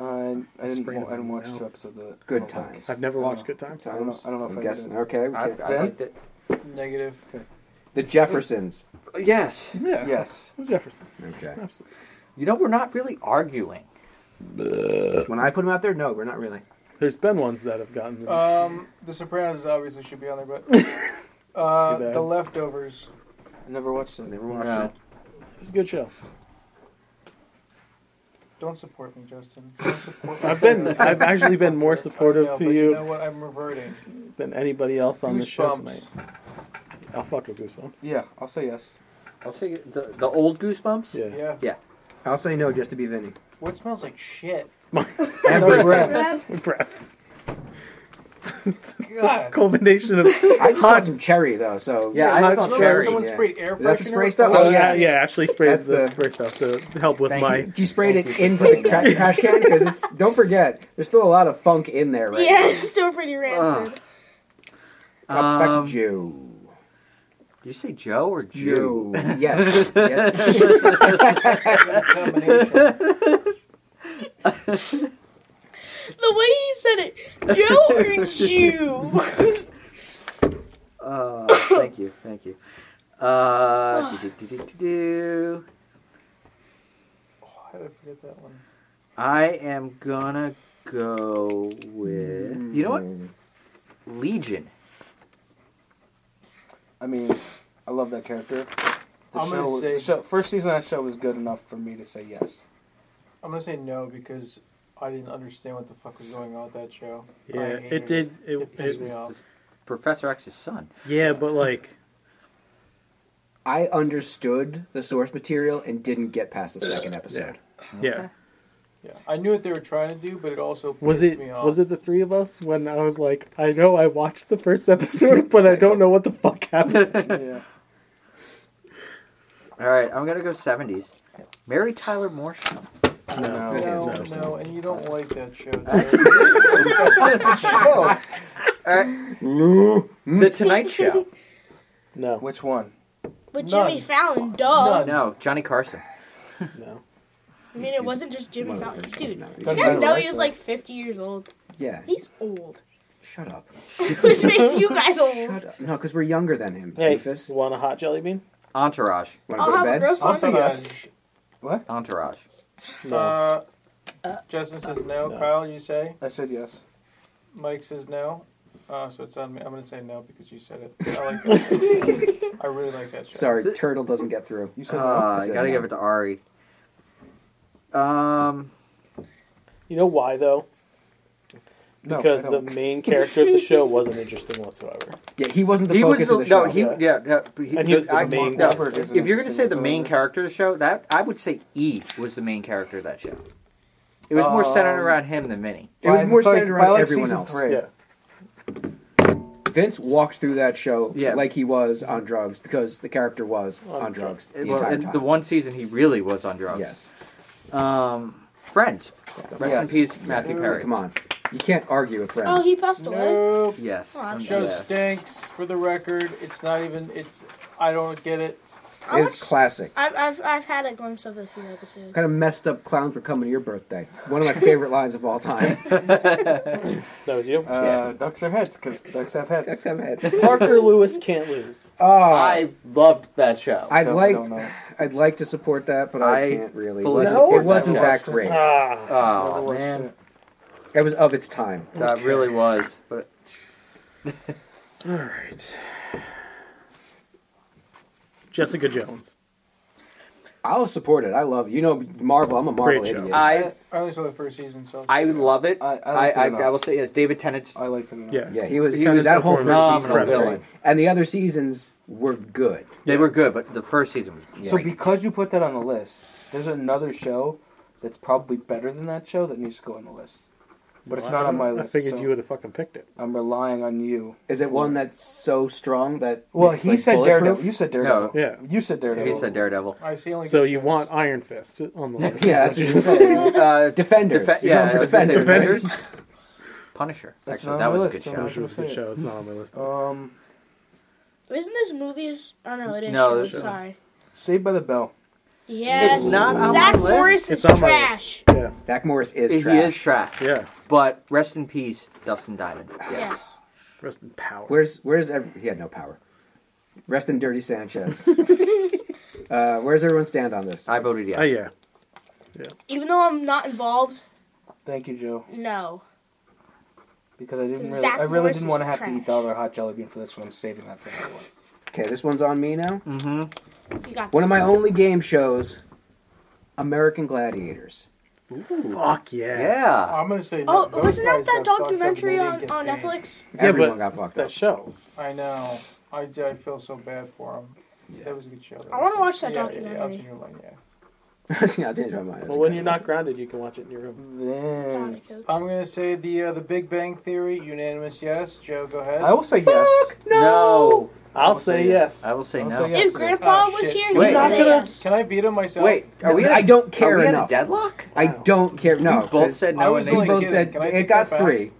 K: Uh, I, I, didn't,
F: Spray
K: wa- I didn't watch
F: mouth.
K: two episodes of it.
E: Good
K: I don't think.
E: times.
F: I've never
K: I don't
F: watched
K: know.
F: Good Times.
K: I don't know. I don't know if
E: I'm
K: I
E: guessing.
K: did.
E: Okay. we
I: I,
E: can-
I: I
K: Ben?
I: liked it.
H: Negative.
F: [LAUGHS]
E: The Jeffersons.
I: Yes.
F: Yeah.
K: Yes.
F: Jefferson's.
E: Okay.
F: Absolutely.
I: You know, we're not really arguing.
E: When I put them out there, no, we're not really.
F: There's been ones that have gotten.
H: Um, The Sopranos obviously should be on there,
F: [LAUGHS]
H: but uh,
F: Too bad.
H: The Leftovers.
K: I never watched it.
E: Never watched
I: No.
E: it.
F: it's a good show.
H: Don't support me,
F: [LAUGHS]
H: Justin. Don't support me.
F: I've
H: [LAUGHS]
F: been. I've actually been more supportive
H: No,
F: to
H: but
F: you,
H: you know what? I'm reverting.
F: than anybody else on the show
H: Goosebumps.
F: tonight. I'll fuck with Goosebumps.
K: Yeah, I'll say yes.
I: I'll say the, the old Goosebumps.
F: Yeah.
H: Yeah.
I: Yeah.
E: I'll say no just to be Vinny.
H: What smells like
F: [LAUGHS]
H: shit?
E: [LAUGHS] Every
H: breath.
F: breath. it's the
H: God.
F: culmination of
E: I just
F: hot
E: got some cherry though, so
F: Yeah, I smelled
E: Hot
F: cherry.
H: Someone
E: yeah.
H: sprayed air
E: Is that the
H: freshener
E: spray
H: up
E: stuff?
H: the
E: Oh
H: wall?
E: yeah,
F: yeah, yeah, actually sprayed
E: That's
F: this
E: the-
F: spray stuff to help with
E: Thank
F: my.
E: you. You sprayed it into the tra- trash [LAUGHS] can because it's. Don't forget, there's still a lot of funk in there, right?
G: Yeah, [LAUGHS] it's still pretty
E: Uh.
G: rancid.
E: Now. Drop back to
I: Um,
E: Joe.
I: Did you say Joe or [LAUGHS] Jew?
E: [LAUGHS] Joe. Yes. Yes.
H: Combination.
G: The way you said it, Joe
E: [LAUGHS]
G: or Jew?
I: Uh, thank you, thank you. [LAUGHS] Uh, do, do, do, do, do.
H: Oh, How did I forget that one?
I: I am gonna go with. You know what? Legion.
K: I mean, I love that character. The
H: I'm gonna
K: show,
H: say-
K: the show, first season of that show was good enough for me to say yes.
H: I'm gonna say no because I didn't understand what the fuck was going on with that show.
F: Yeah,
H: I
F: it
H: hated
F: did-
H: It,
F: it-
H: pissed
F: it
H: me
F: was
H: off.
I: Professor X's son.
F: Yeah, but like
E: I understood the source material and didn't get past the second episode.
F: Yeah.
H: Yeah, I knew what they were trying to do, but it also
F: Was
H: pissed
F: it
H: me off.
F: was it the three of us when I was like, I know I watched the first [LAUGHS] episode, but I don't know what the fuck
K: [LAUGHS]
F: happened.
H: yeah.
I: All right, I'm gonna go 70s. Mary Tyler Moore Show.
H: No, no, no, and you don't like
E: [LAUGHS]
H: that show.
F: [LAUGHS]
I: Joe.
K: No.
I: Uh, The Tonight Show.
F: No.
K: Which one?
G: With
I: None.
G: Jimmy Fallon, duh.
I: No, Johnny Carson.
F: no.
G: I mean, it wasn't just Jimmy Fallon. Dude,
I: nowadays.
G: you guys
I: Doesn't
G: know
I: matter.
G: he was like 50 years old.
E: Yeah.
G: He's
E: [LAUGHS]
G: old. [LAUGHS]
E: Shut up.
G: Which makes you guys old.
E: Shut up. No, because we're younger than him.
F: Hey,
E: doofus.
F: want a hot jelly bean?
I: Entourage.
E: Want to go to bed?
K: What?
I: Entourage.
H: Uh, Justin says no.
K: No.
H: Kyle, you say?
K: I said yes.
H: Mike says no. Uh, so it's on me. I'm gonna say no because you said
F: [LAUGHS]
H: it. I like that. show. I really like that show.
E: Sorry, turtle doesn't get through. You
I: Uh, I gotta give it to Ari. Um,
F: You know why though?
I: No,
F: Because
I: I
F: the
I: don't.
F: main character of the show wasn't interesting whatsoever.
E: Yeah, he wasn't
I: he was the, no, he yeah, yeah, but
F: And he was the
I: I-
F: main
I: no,
F: character.
I: If you're gonna say the main character of the show, that I would say E was the main character of that show. It was more centered
K: Um,
I: around him than Minnie.
E: It was
K: By-
E: more
K: by-
E: centered
K: by,
E: around
K: like,
E: everyone
K: season
E: else.
K: three.
F: Yeah.
E: Vince walked through that show
I: Yeah.
E: like he was on drugs because the character was on drugs the
I: Well,
E: entire
I: and
E: time.
I: the one season he really was on drugs.
E: Yes.
I: Um, Friends. Rest
E: Yes.
I: in peace, Matthew
E: Yeah.
I: Perry.
E: Come on, you can't argue with friends.
G: Oh, he passed away?
H: Nope.
I: Yes.
G: Oh, that's
H: show
G: sad.
H: stinks. For the record, it's not even. It's. I don't get it.
G: I
E: It's classic.
G: I've, I've, I've had a glimpse of a few episodes.
E: What kind of messed up clowns were coming to your birthday? One of my favorite lines of all time.
F: That was you.
K: Uh, Ducks are heads because ducks have heads.
E: Ducks have heads.
F: [LAUGHS] Parker Lewis can't lose.
E: Oh, I
I: loved that show.
E: I'd
K: Don't-
E: like,
K: don't know.
E: I'd like to support that, but I,
I: I
E: can't really. It
I: fully
E: wasn't,
I: support
E: it wasn't
I: that
E: that
I: one.
E: great.
I: Ah. Oh, man.
E: It was of its time.
I: That really was. But
F: All right. Jessica Jones.
E: I'll support it. I love you know Marvel. I'm a Marvel
I: Great show.
E: idiot.
K: Uh,
I: I
H: I only saw the first season, so
I: I love it. I I,
E: liked it
I: I,
E: enough.
I: will say yes. David Tennant.
K: I liked him.
F: Yeah.
E: yeah, he was,
I: He
E: he
I: was
E: that
I: a
E: whole first
I: phenomenal
E: season was
I: villain.
E: great. and the other seasons were good.
I: They were good, but the first season was great.
K: So because you put that on the list, there's another show that's probably better than that show that needs to go on the list. But it's
F: Well,
K: not
F: I-
K: on my
F: I
K: list.
F: figured
K: so
F: you would have fucking picked it.
K: I'm relying on you.
E: Is it one that's so strong that?
K: Well,
E: it's,
K: he
E: like,
K: said
E: bulletproof?
K: Daredevil. You said Daredevil.
F: No. Yeah.
K: You said Daredevil.
I: He said Daredevil.
H: I see only.
F: So you want Iron Fist on the list?
E: [LAUGHS] Yeah, that's what you said.
I: [LAUGHS] Uh,
E: Defenders.
I: Defe-
E: You're going
I: yeah,
E: for
I: I was gonna say
E: Defenders.
I: Defenders. Punisher.
K: That's
I: Actually,
K: not
I: that
K: on
I: was
K: my
I: a good
K: list, so
I: show.
K: I'm
F: Punisher was a good
K: gonna say it.
F: show. It's not on my list.
K: Um,
G: Isn't this movies? Oh, no, it is.
I: No,
G: shows.
I: this is-
G: Sorry.
K: Saved by the Bell.
G: Yes.
I: It's not on my
G: Zach
I: list.
G: Morris
F: It's
G: is
F: on my
G: trash.
F: Yeah.
E: Zach Morris is
I: He
E: trash.
I: is trash.
F: Yeah.
I: But rest in peace, Dustin Diamond.
G: Yeah.
I: Yes.
F: Rest in power.
E: Where's where's every, he had no power. Rest in dirty
I: [LAUGHS]
E: Sanchez. uh, where's everyone stand on this?
I: I voted yes.
F: Oh yeah.
G: Even though I'm not involved,
K: Thank you, Joe,
G: no.
K: because I didn't. Really,
G: Zach
K: I really
G: Morris
K: didn't
G: is
K: want to have to
G: trash.
K: eat the other hot jelly bean for this one. I'm saving that for another one.
E: Okay, this one's on me now.
I: Mm-hmm.
G: You got
E: One of my only game shows, American Gladiators.
F: Fuck yeah.
I: Yeah.
H: I'm gonna say. No.
G: Oh,
H: Those
G: wasn't that
H: guys
G: that
H: got fucked up and they
G: documentary
H: didn't
G: on,
H: get
G: on
H: paid.
G: Netflix?
E: Everyone got fucked
F: that
E: up.
F: show.
H: I know. I, I feel so bad for him. That was a good show.
G: I wanna watch that
H: yeah, Yeah, yeah,
G: documentary.
H: I'll change your mind, yeah.
E: [LAUGHS] yeah, I'll change my mind.
F: Well, when you're not grounded, you can watch it in your room.
K: Then
H: I'm gonna say the uh, the Big Bang Theory, unanimous yes. Joe, go ahead.
K: I will say yes.
I: No.
F: I'll say yes.
I: I will say
K: I'll
I: no.
K: say yes.
G: If Grandpa was
H: shit.
G: here,
I: Wait.
G: he'd
I: Not
G: say
H: gonna-
G: yes.
H: Can I veto myself?
I: Wait. Are we?
E: I
I: at-
E: don't
I: are
E: care
I: we at
E: enough.
I: a deadlock?
E: I don't care. No,
I: You both
E: it's-
I: said
H: I
I: no,
H: was
I: and
E: you
H: only kidding.
I: they.
E: both said
H: Can I
E: it
H: take
E: got
H: that back?
E: three.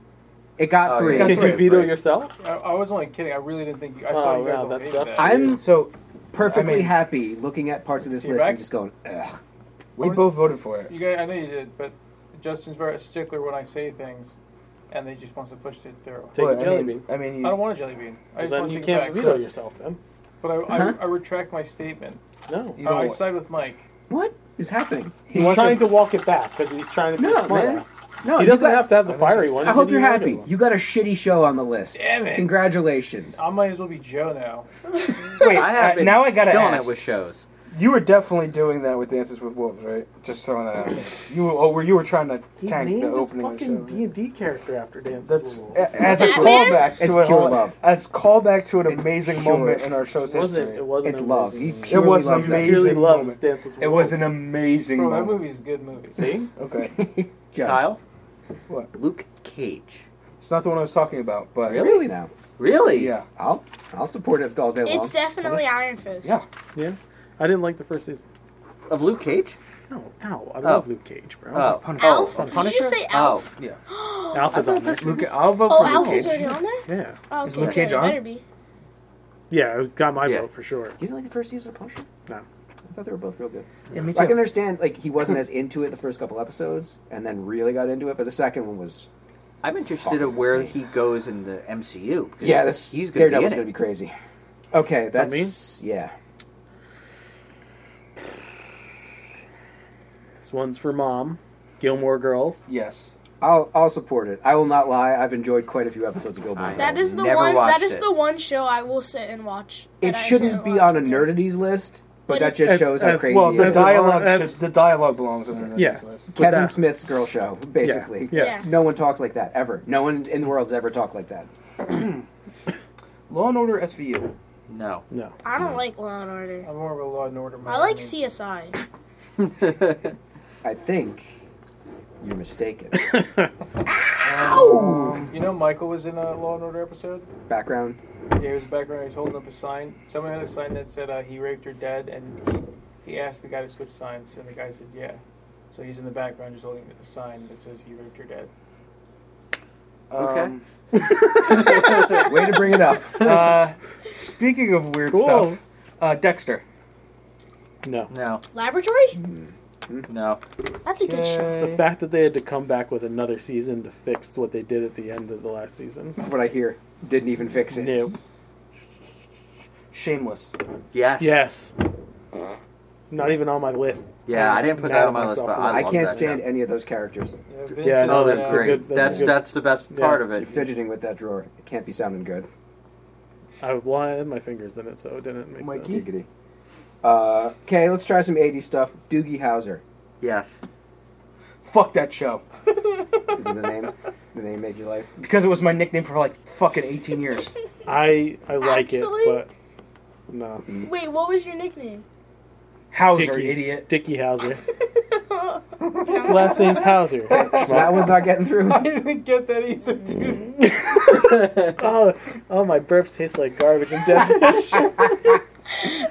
E: It got
I: Oh,
E: three.
I: yeah.
F: Did you veto yourself?
H: I, I was only kidding. I really didn't think. You, I
F: Oh,
H: thought you guys
F: wow,
H: were
F: that
H: okay with
F: sucks.
H: that.
E: I'm
K: So
E: perfectly
K: I mean-
E: happy looking at parts of this
H: You
E: list
H: back?
E: and just going, ugh.
K: we both voted for it.
H: You guys, I know you did, but Justin's very a stickler when I say things, and they just wants to push it through.
F: Take Well, a I jelly mean- bean. I mean, you-
H: I don't want a jelly bean. I
F: Well,
H: just
F: then
H: want
F: you
H: to take
F: can't
H: it back.
F: veto yourself, then.
H: But I, I,
F: Huh?
H: I retract my statement.
F: No,
H: I, I side with Mike.
E: What is happening?
F: He's trying to walk it back because he's trying to be
E: No,
F: a smart
E: man.
F: ass.
E: No,
F: he
E: you
F: doesn't
E: got-
F: have to have the fiery one.
E: I hope you're
F: He can
E: happy. You got a shitty show on the list.
H: Damn it.
E: Congratulations.
H: I might as well be Joe now.
K: Wait,
H: I have
K: uh,
H: been
K: now I gotta
H: killing it
K: ask.
H: with
I: shows.
K: You were definitely doing that with Dances with Wolves, right? Just throwing that out.
F: [LAUGHS]
K: there. you were, oh, were you were trying to
F: He
K: tank
F: named
K: the
F: his
K: opening of the show.
F: fucking D and D character after Dances That's with Wolves.
K: A- As a callback to a whole, as callback to an amazing
F: pure.
K: moment in our show's
F: It wasn't-
K: history.
F: it wasn't It's amazing. love. He
K: It
F: purely
K: was an
F: loves that.
K: amazing
F: Purely loves
K: moment.
F: Dances with
K: It was an
F: Wolves.
K: amazing
H: Bro, that
K: moment.
H: movie's a good movie.
F: See?
K: Okay.
F: [LAUGHS]
I: Kyle?
K: What?
I: Luke Cage.
K: It's not the one I was talking about, but
I: Really? Really
E: now?
I: Really?
F: [LAUGHS]
K: Yeah.
E: I'll I'll support it all day
G: It's definitely Iron Fist.
K: Yeah.
F: Yeah. I didn't like the first season.
I: Of Luke Cage? Oh.
F: No, ow. I love Luke Cage, bro. I love Punisher.
G: Alf? Did you say Alf?
I: yeah.
F: Alf is
G: I
F: on
G: thought
F: there.
G: that- Luke- I'll vote Oh, for Luke Alf is Cage. already on there?
F: Yeah.
G: Oh, okay. okay, it Better be.
F: Yeah, it got my vote for sure.
E: You didn't like the first season of Punisher?
F: No.
E: I thought they were both real good.
F: Yeah, me
E: So I
F: too.
E: can understand like he wasn't as into it the first couple episodes, and then really got into it, but the second one was.
I: I'm interested in where he goes in the MCU. because
E: Yeah, this
I: he's going to be
E: Daredevil's
I: in it.
E: gonna be crazy. Okay,
I: that
E: that's yeah.
F: This one's for mom. Gilmore Girls.
K: Yes.
E: I'll I'll support it. I will not lie. I've enjoyed quite a few episodes of Gilmore.
G: That is the one. That is the one show I will sit and watch.
E: It shouldn't be on a nerdities list, but,
G: But
E: that just
K: it's-
E: shows how
K: That's-
E: crazy.
K: well, the
E: it is.
K: dialogue should, the dialogue belongs on the
E: Yes.
K: list.
E: Kevin Smith's girl show, basically.
K: Yeah, yeah. Yeah.
E: No one talks like that ever. No one in the world's ever talked like that.
K: Law and Order SVU.
I: No.
F: No.
G: I don't like Law and Order.
H: I'm more of a Law and Order.
G: I like CSI.
E: I think you're
K: [LAUGHS]
E: mistaken.
H: Ow! You know, Michael was in a Law and Order episode.
E: Background.
H: Yeah, he was back when he was holding up a sign. Someone had a sign that said uh, he raped her dead, and he, he asked the guy to switch signs, and the guy said yeah. So he's in the background just holding a sign that says he raped her dead.
K: Um,
E: Way to bring it up.
F: [LAUGHS]
K: Uh, speaking of weird
E: Cool.
K: stuff, uh, Dexter.
F: No.
I: No.
G: Laboratory?
I: No.
G: That's a good show.
F: The fact that they had to come back with another season to fix what they did at the end of the last season.
E: That's what I hear. Didn't even fix it.
F: Nope.
K: Shameless.
I: Yes.
F: Yes. Not even on my list.
I: Yeah, I didn't put that on my list, but I
E: I
I: love
E: can't
I: that
E: stand
I: show.
E: any of those characters.
I: Vince Yeah, is, no, that's uh, great. That's- that's the best part of it.
E: You're fidgeting with that drawer. It can't be sounding good.
F: I, well, I had my fingers in it, so it didn't make
E: Mikey. Giggity. Uh, Okay, let's try some 80s stuff. Doogie Howser.
I: Yes.
K: Fuck that show.
E: Is it the [LAUGHS] name? The name made your life?
K: Because it was my nickname for like fucking 18 years.
F: I I
G: like it, Actually? but
F: no.
G: Wait, what was your nickname?
F: [LAUGHS]
K: Hauser, idiot.
F: Dickie Hauser.
G: [LAUGHS]
F: His last name's
I: [LAUGHS]
F: Hauser.
E: So that one's not getting through. [LAUGHS] I
H: didn't get that either, dude.
F: oh, oh, my burps taste like garbage and dead fish.
I: [LAUGHS]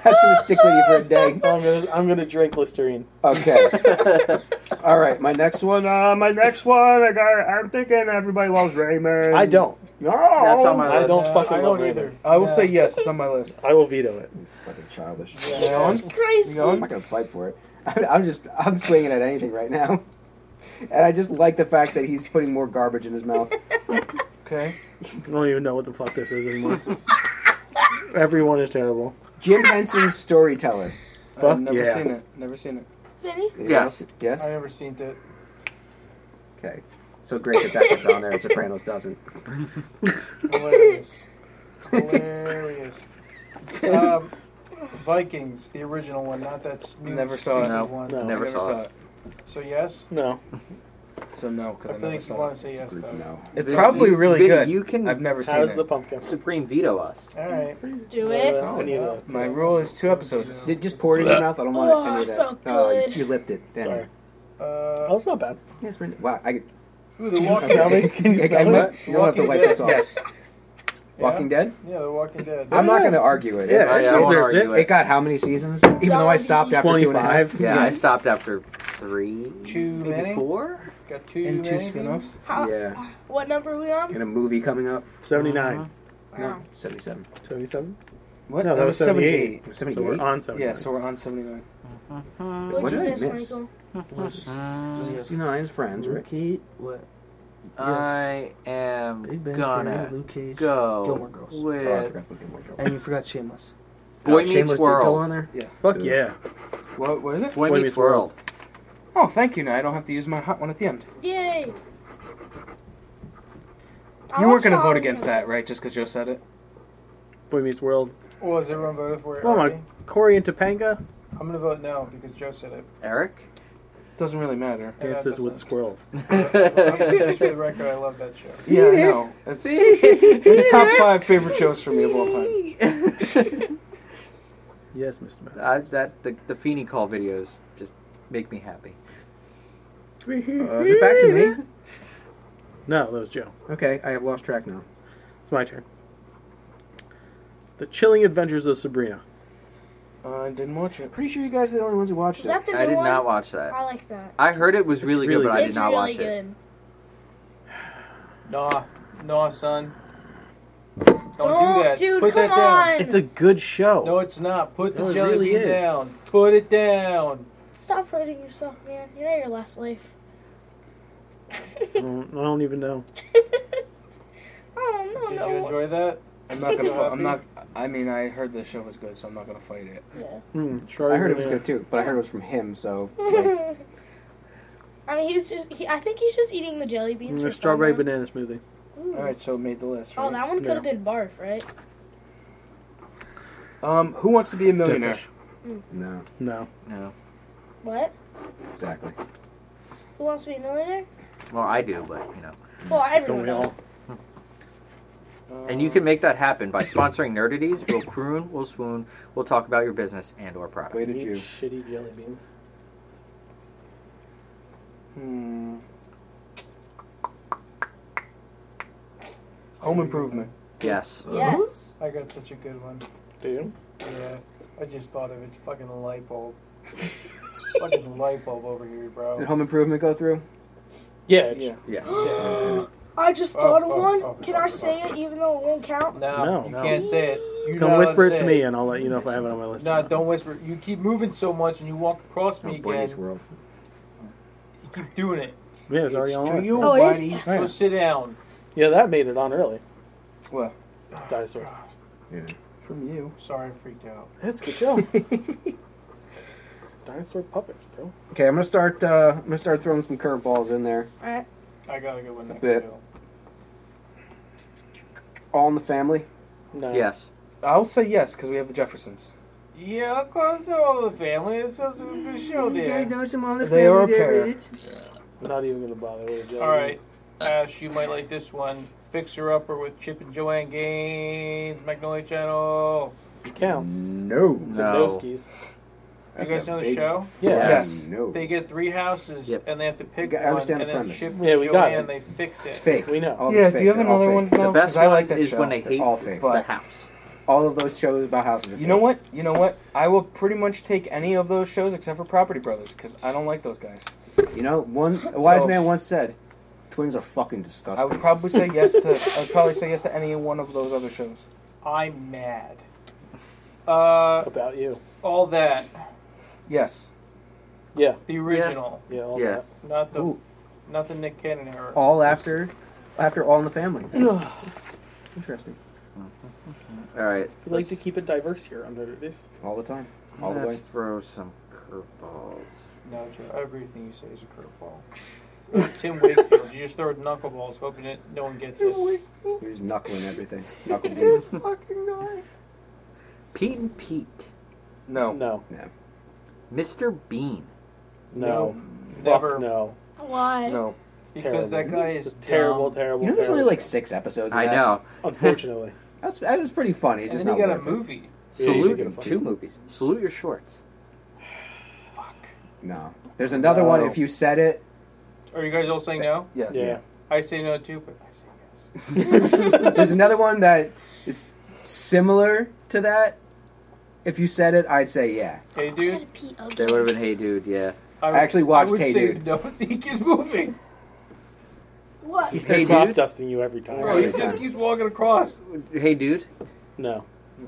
E: That's gonna stick with you for a day.
F: I'm gonna, I'm gonna drink Listerine.
E: Okay. All right, my next one. Uh, my next one. I got, I'm thinking everybody loves Raymond.
F: I don't.
E: No,
F: That's on my I list. don't fucking love Raymond.
K: I will
F: Yeah.
K: say yes. It's on my list.
F: I will veto it.
E: Fucking childish.
K: Jesus Christ,
E: You know, I'm not gonna fight for it. [LAUGHS] I'm, I'm just I'm swinging at anything right now, [LAUGHS] and I just like the fact that he's putting more garbage in his mouth.
K: Okay.
F: I don't even know what the fuck this is anymore. [LAUGHS] Everyone is terrible.
E: Jim Henson's storyteller.
F: Fuck
K: I've never
F: yeah.
K: seen it. Never seen it.
G: Vinny?
E: Yes. Yes.
H: I never seen that.
E: Okay. So great that that gets on there and Sopranos doesn't.
H: Hilarious. Hilarious. Um, Vikings, the original one, not that new
K: Never saw it.
H: stupid
K: No.
H: one.
K: No. Never saw it.
H: So yes.
F: No.
K: So no, because
H: I feel
K: I, never
H: like you
K: saw
H: want
K: it.
H: to say yes. Though.
E: No.
K: It's probably really
I: Vinny,
K: good.
I: You can.
K: I've never seen
F: How's
K: it.
F: the pumpkin?
I: Supreme veto us.
H: All right.
G: Do
F: it. Uh, I need a-
K: My rule is two episodes.
E: Did just pour it in your mouth. I don't want
G: Oh,
E: any
G: I
E: of that.
G: felt
E: No, you-
G: good.
E: you lipped it. Damn
F: Sorry.
E: it.
H: Uh,
F: oh, it's not bad.
E: Yes, we're- wow. I could.
H: Ooh, the
E: Can you
H: Walking
E: smell
H: Dead.
E: me? Can you
H: Okay,
E: smell
H: Mike,
E: it? You'll have to
H: Walking
E: wipe
H: Dead.
E: this off. Yes.
H: Yeah.
E: Walking Dead?
H: Yeah, The Walking Dead.
E: I'm not going to argue it.
F: Yeah,
E: It's-
F: Yeah, I won't
E: it's-
F: argue
E: it.
F: it.
E: got how many seasons? Even though I stopped after two and a half.
I: Yeah, I stopped after three.
H: Too
I: maybe
H: many?
I: Four?
H: Got two
E: And two
H: many
E: spin-offs?
H: things?
G: How,
E: Yeah.
G: What number are we on?
E: And a movie coming up.
F: 79.
E: Uh-huh.
G: Wow.
E: 77.
F: 77?
K: What?
F: No, that, was 78.
E: 78.
F: So we're on
K: 78?
F: 79.
K: Yeah, so we're on 79.
G: What'd you miss, Michael?
E: 69's friends, right?
I: Ricky, what? I am gonna go
Q: Gilmore Girls.
I: with.
Q: Oh, I forgot about Gilmore Girls. And you forgot Shameless.
I: Boy
Q: Oh,
I: Meets
Q: Shameless did go
I: World.
Q: on there? Yeah.
K: Fuck
Q: Good.
K: yeah. What, what is it?
I: Boy Boy Meets Meets World.
K: Oh, thank you. Now I don't have to use my hot one at the end.
G: Yay!
K: you weren't going to vote against that, right? Just because Joe said it.
F: Boy Meets World.
H: Well, has everyone voted for it?
F: Well,
H: already?
F: Oh my Corey and Topanga
H: I'm going to vote no because Joe said it.
I: Eric
K: doesn't really matter.
F: dances
E: [LAUGHS]
F: with squirrels.
H: Just for the record, I love that show.
K: Yeah, I know. It's, it's top five favorite shows for me of all time.
F: yes, Mr.
E: Uh,
F: Matt.
I: I, that the the Feeny call videos just make me happy.
E: is it back to me?
F: No, that was Joe.
E: Okay, I have lost track now.
F: It's my turn. The Chilling Adventures of Sabrina.
K: Uh, I didn't watch it.
E: Pretty sure you guys are the only ones who watched
G: Is that the
I: I
G: new
I: did
G: one?
I: not watch that.
G: I like that.
I: I heard it was really,
F: really
I: good, but I did
G: it's
I: not
G: really
I: watch it.
G: good.
H: Nah, nah, son. Don't,
G: Don't,
H: do that.
G: Oh, dude,
H: Put that
G: come
H: down.
G: on. It's
F: a good show.
H: No, it's not. Put the
F: No, it
H: jelly
F: really
H: bean
F: is.
H: down. Put it down.
G: Stop hurting yourself, man. You're at your last life. [LAUGHS]
F: I don't, I don't even know.
G: Oh no,
H: Did
G: no.
H: you enjoy that?
K: I'm not gonna. fi- I'm not. I mean, I heard the show was good, so I'm not gonna fight it.
G: Yeah.
F: Hmm,
E: I heard it was good too, but I heard it was from him,
H: [LAUGHS]
E: so.
G: [LAUGHS] I mean, he was just. He, I think he's just eating the jelly beans.
F: Mm,
G: for
F: a strawberry
G: fun, though.
F: banana smoothie.
G: Ooh.
K: All right, so it made the list. Right?
G: Oh, that one could
K: Yeah.
G: have been barf, right?
K: Um, who wants to be a millionaire?
F: Deadfish.
E: No.
F: No.
I: No.
G: What?
E: Exactly.
G: Who wants to be a millionaire?
I: Well, I do, but you know.
G: Well, everyone does.
I: And you can make that happen by sponsoring Nerdities. We'll croon, we'll swoon, we'll talk about your business and or product.
E: Way to Jew.
F: Shitty jelly beans.
K: Hmm. Home Improvement.
I: Yes.
G: Yes.
H: I got such a good one.
F: Do you?
H: Yeah. I just thought of it. Fucking light
F: [LAUGHS]
H: bulb. fucking light bulb over here, bro.
E: Did Home Improvement go through?
F: Yeah.
H: Yeah.
I: yeah.
G: I just
H: Oh,
G: thought of
H: oh,
G: one.
H: oh,
G: Can I say it even though it won't count?
H: No,
F: No,
H: you
F: no.
H: can't say it. You're not
F: Come
H: allowed
F: whisper it to
H: say
F: me, and I'll let you know if I have it on my list.
H: No, don't whisper. You keep moving so much, and you walk across me again.
F: World.
H: You keep doing it.
F: Yeah, it's already on.
H: Drew Oh, it is? Whitey. Yes. So sit down.
F: Yeah, that made it on early.
K: What?
F: Dinosaurs.
K: From you.
H: Sorry, I freaked out.
F: That's a good show. [LAUGHS] it's dinosaur puppets, bro.
E: Okay, I'm gonna start. Uh, I'm gonna start throwing some curveballs in there.
G: Alright.
H: I got a good one
E: A
H: next.
E: bit. All in the family.
F: No.
I: Yes.
K: I'll say yes because we have the Jeffersons.
H: Yeah, of course, they're all the family. It's such a good show there.
K: They are a pair.
F: Not even gonna bother with a jelly
H: All right, Ash, you might like this one. Fixer Upper with Chip and Joanne Gaines, Magnolia Channel.
F: bean. It counts.
E: No.
F: It's
I: No.
F: a Noskies.
H: You
E: That's
H: guys
E: a
H: know the
E: big
H: show?
E: fucking Yes. no.
H: They get three houses
E: Yep.
H: and they have to pick
E: I
H: one,
E: understand
H: and
E: the
H: then
E: premise.
H: Chip
E: Yeah,
H: and
E: we got
H: Joanne
E: it.
H: they fix it.
E: It's fake.
F: We know.
E: All of
K: Yeah,
E: it's
K: do
E: fake.
K: you have
E: They're all
K: another
E: fake.
K: one, though?
E: They're
K: The
E: all
K: best
E: fake.
K: I like that
E: is
K: show.
E: when they hate all fake.
K: But-
E: The house. All of those shows about houses. Are
K: You know what? You know what? I will pretty much take any of those shows except for Property Brothers because I don't like those guys.
E: what? You know, one a wise
K: So-
E: man once said, "Twins are fucking
K: I
E: disgusting."
K: would probably say yes to. I would probably say yes to any one of those other shows.
H: I'm mad. Uh,
F: About you.
H: all that.
K: Yes.
F: Yeah.
H: The original.
F: Yeah. all
E: Yeah.
H: Not the.
E: Ooh. Oh.
H: Not the Nick Cannon era.
E: all after, after All in the Family. That's- that's interesting.
I: All right.
F: We like to keep it diverse here on Nerdities.
E: All the time. All
I: let's
E: the way.
I: throw some curveballs.
H: No, Joe, everything you say is a curveball. Or Tim Wakefield, you just throw knuckleballs hoping that no one gets it.
E: You're just knuckling [LAUGHS] everything. Knuckle
H: This
E: deals.
H: fucking guy.
I: Pete and Pete.
E: Oh.
K: No.
F: No.
E: No.
I: Mr. Bean.
F: No. Fuck
H: Never.
F: No.
G: Why?
K: No.
F: It's
H: Because that
F: terrible.
H: guy
F: It's
H: is
F: a terrible,
H: dumb.
F: terrible.
E: You know, there's only
F: terrible
E: like six episodes. Of
I: I
E: that.
I: know.
F: show. Unfortunately.
E: [LAUGHS] That's that was pretty funny. It's
H: And
E: just
H: then
E: not
H: he got a
E: worth it.
H: movie.
I: Salute
E: Yeah, you did.
I: two movies. Salute your shorts.
E: No. There's another one.
I: No.
E: If you said it,
H: Are you guys all saying no?
K: Yes.
F: Yeah.
H: I say no too, but I say yes.
E: there's another one that is similar to that. If you said it, I'd say yeah.
H: Hey, dude.
I: That would have been Hey Dude, yeah.
H: I, would-
E: actually watched
H: I would
E: Hey
H: say
E: Dude.
H: No, he keeps
E: [LAUGHS]
H: moving.
G: What? [LAUGHS]
F: He's
I: Hey,
F: top
I: dude.
F: dusting you every time.
H: Bro, he just keeps walking across.
I: Hey Dude.
F: No.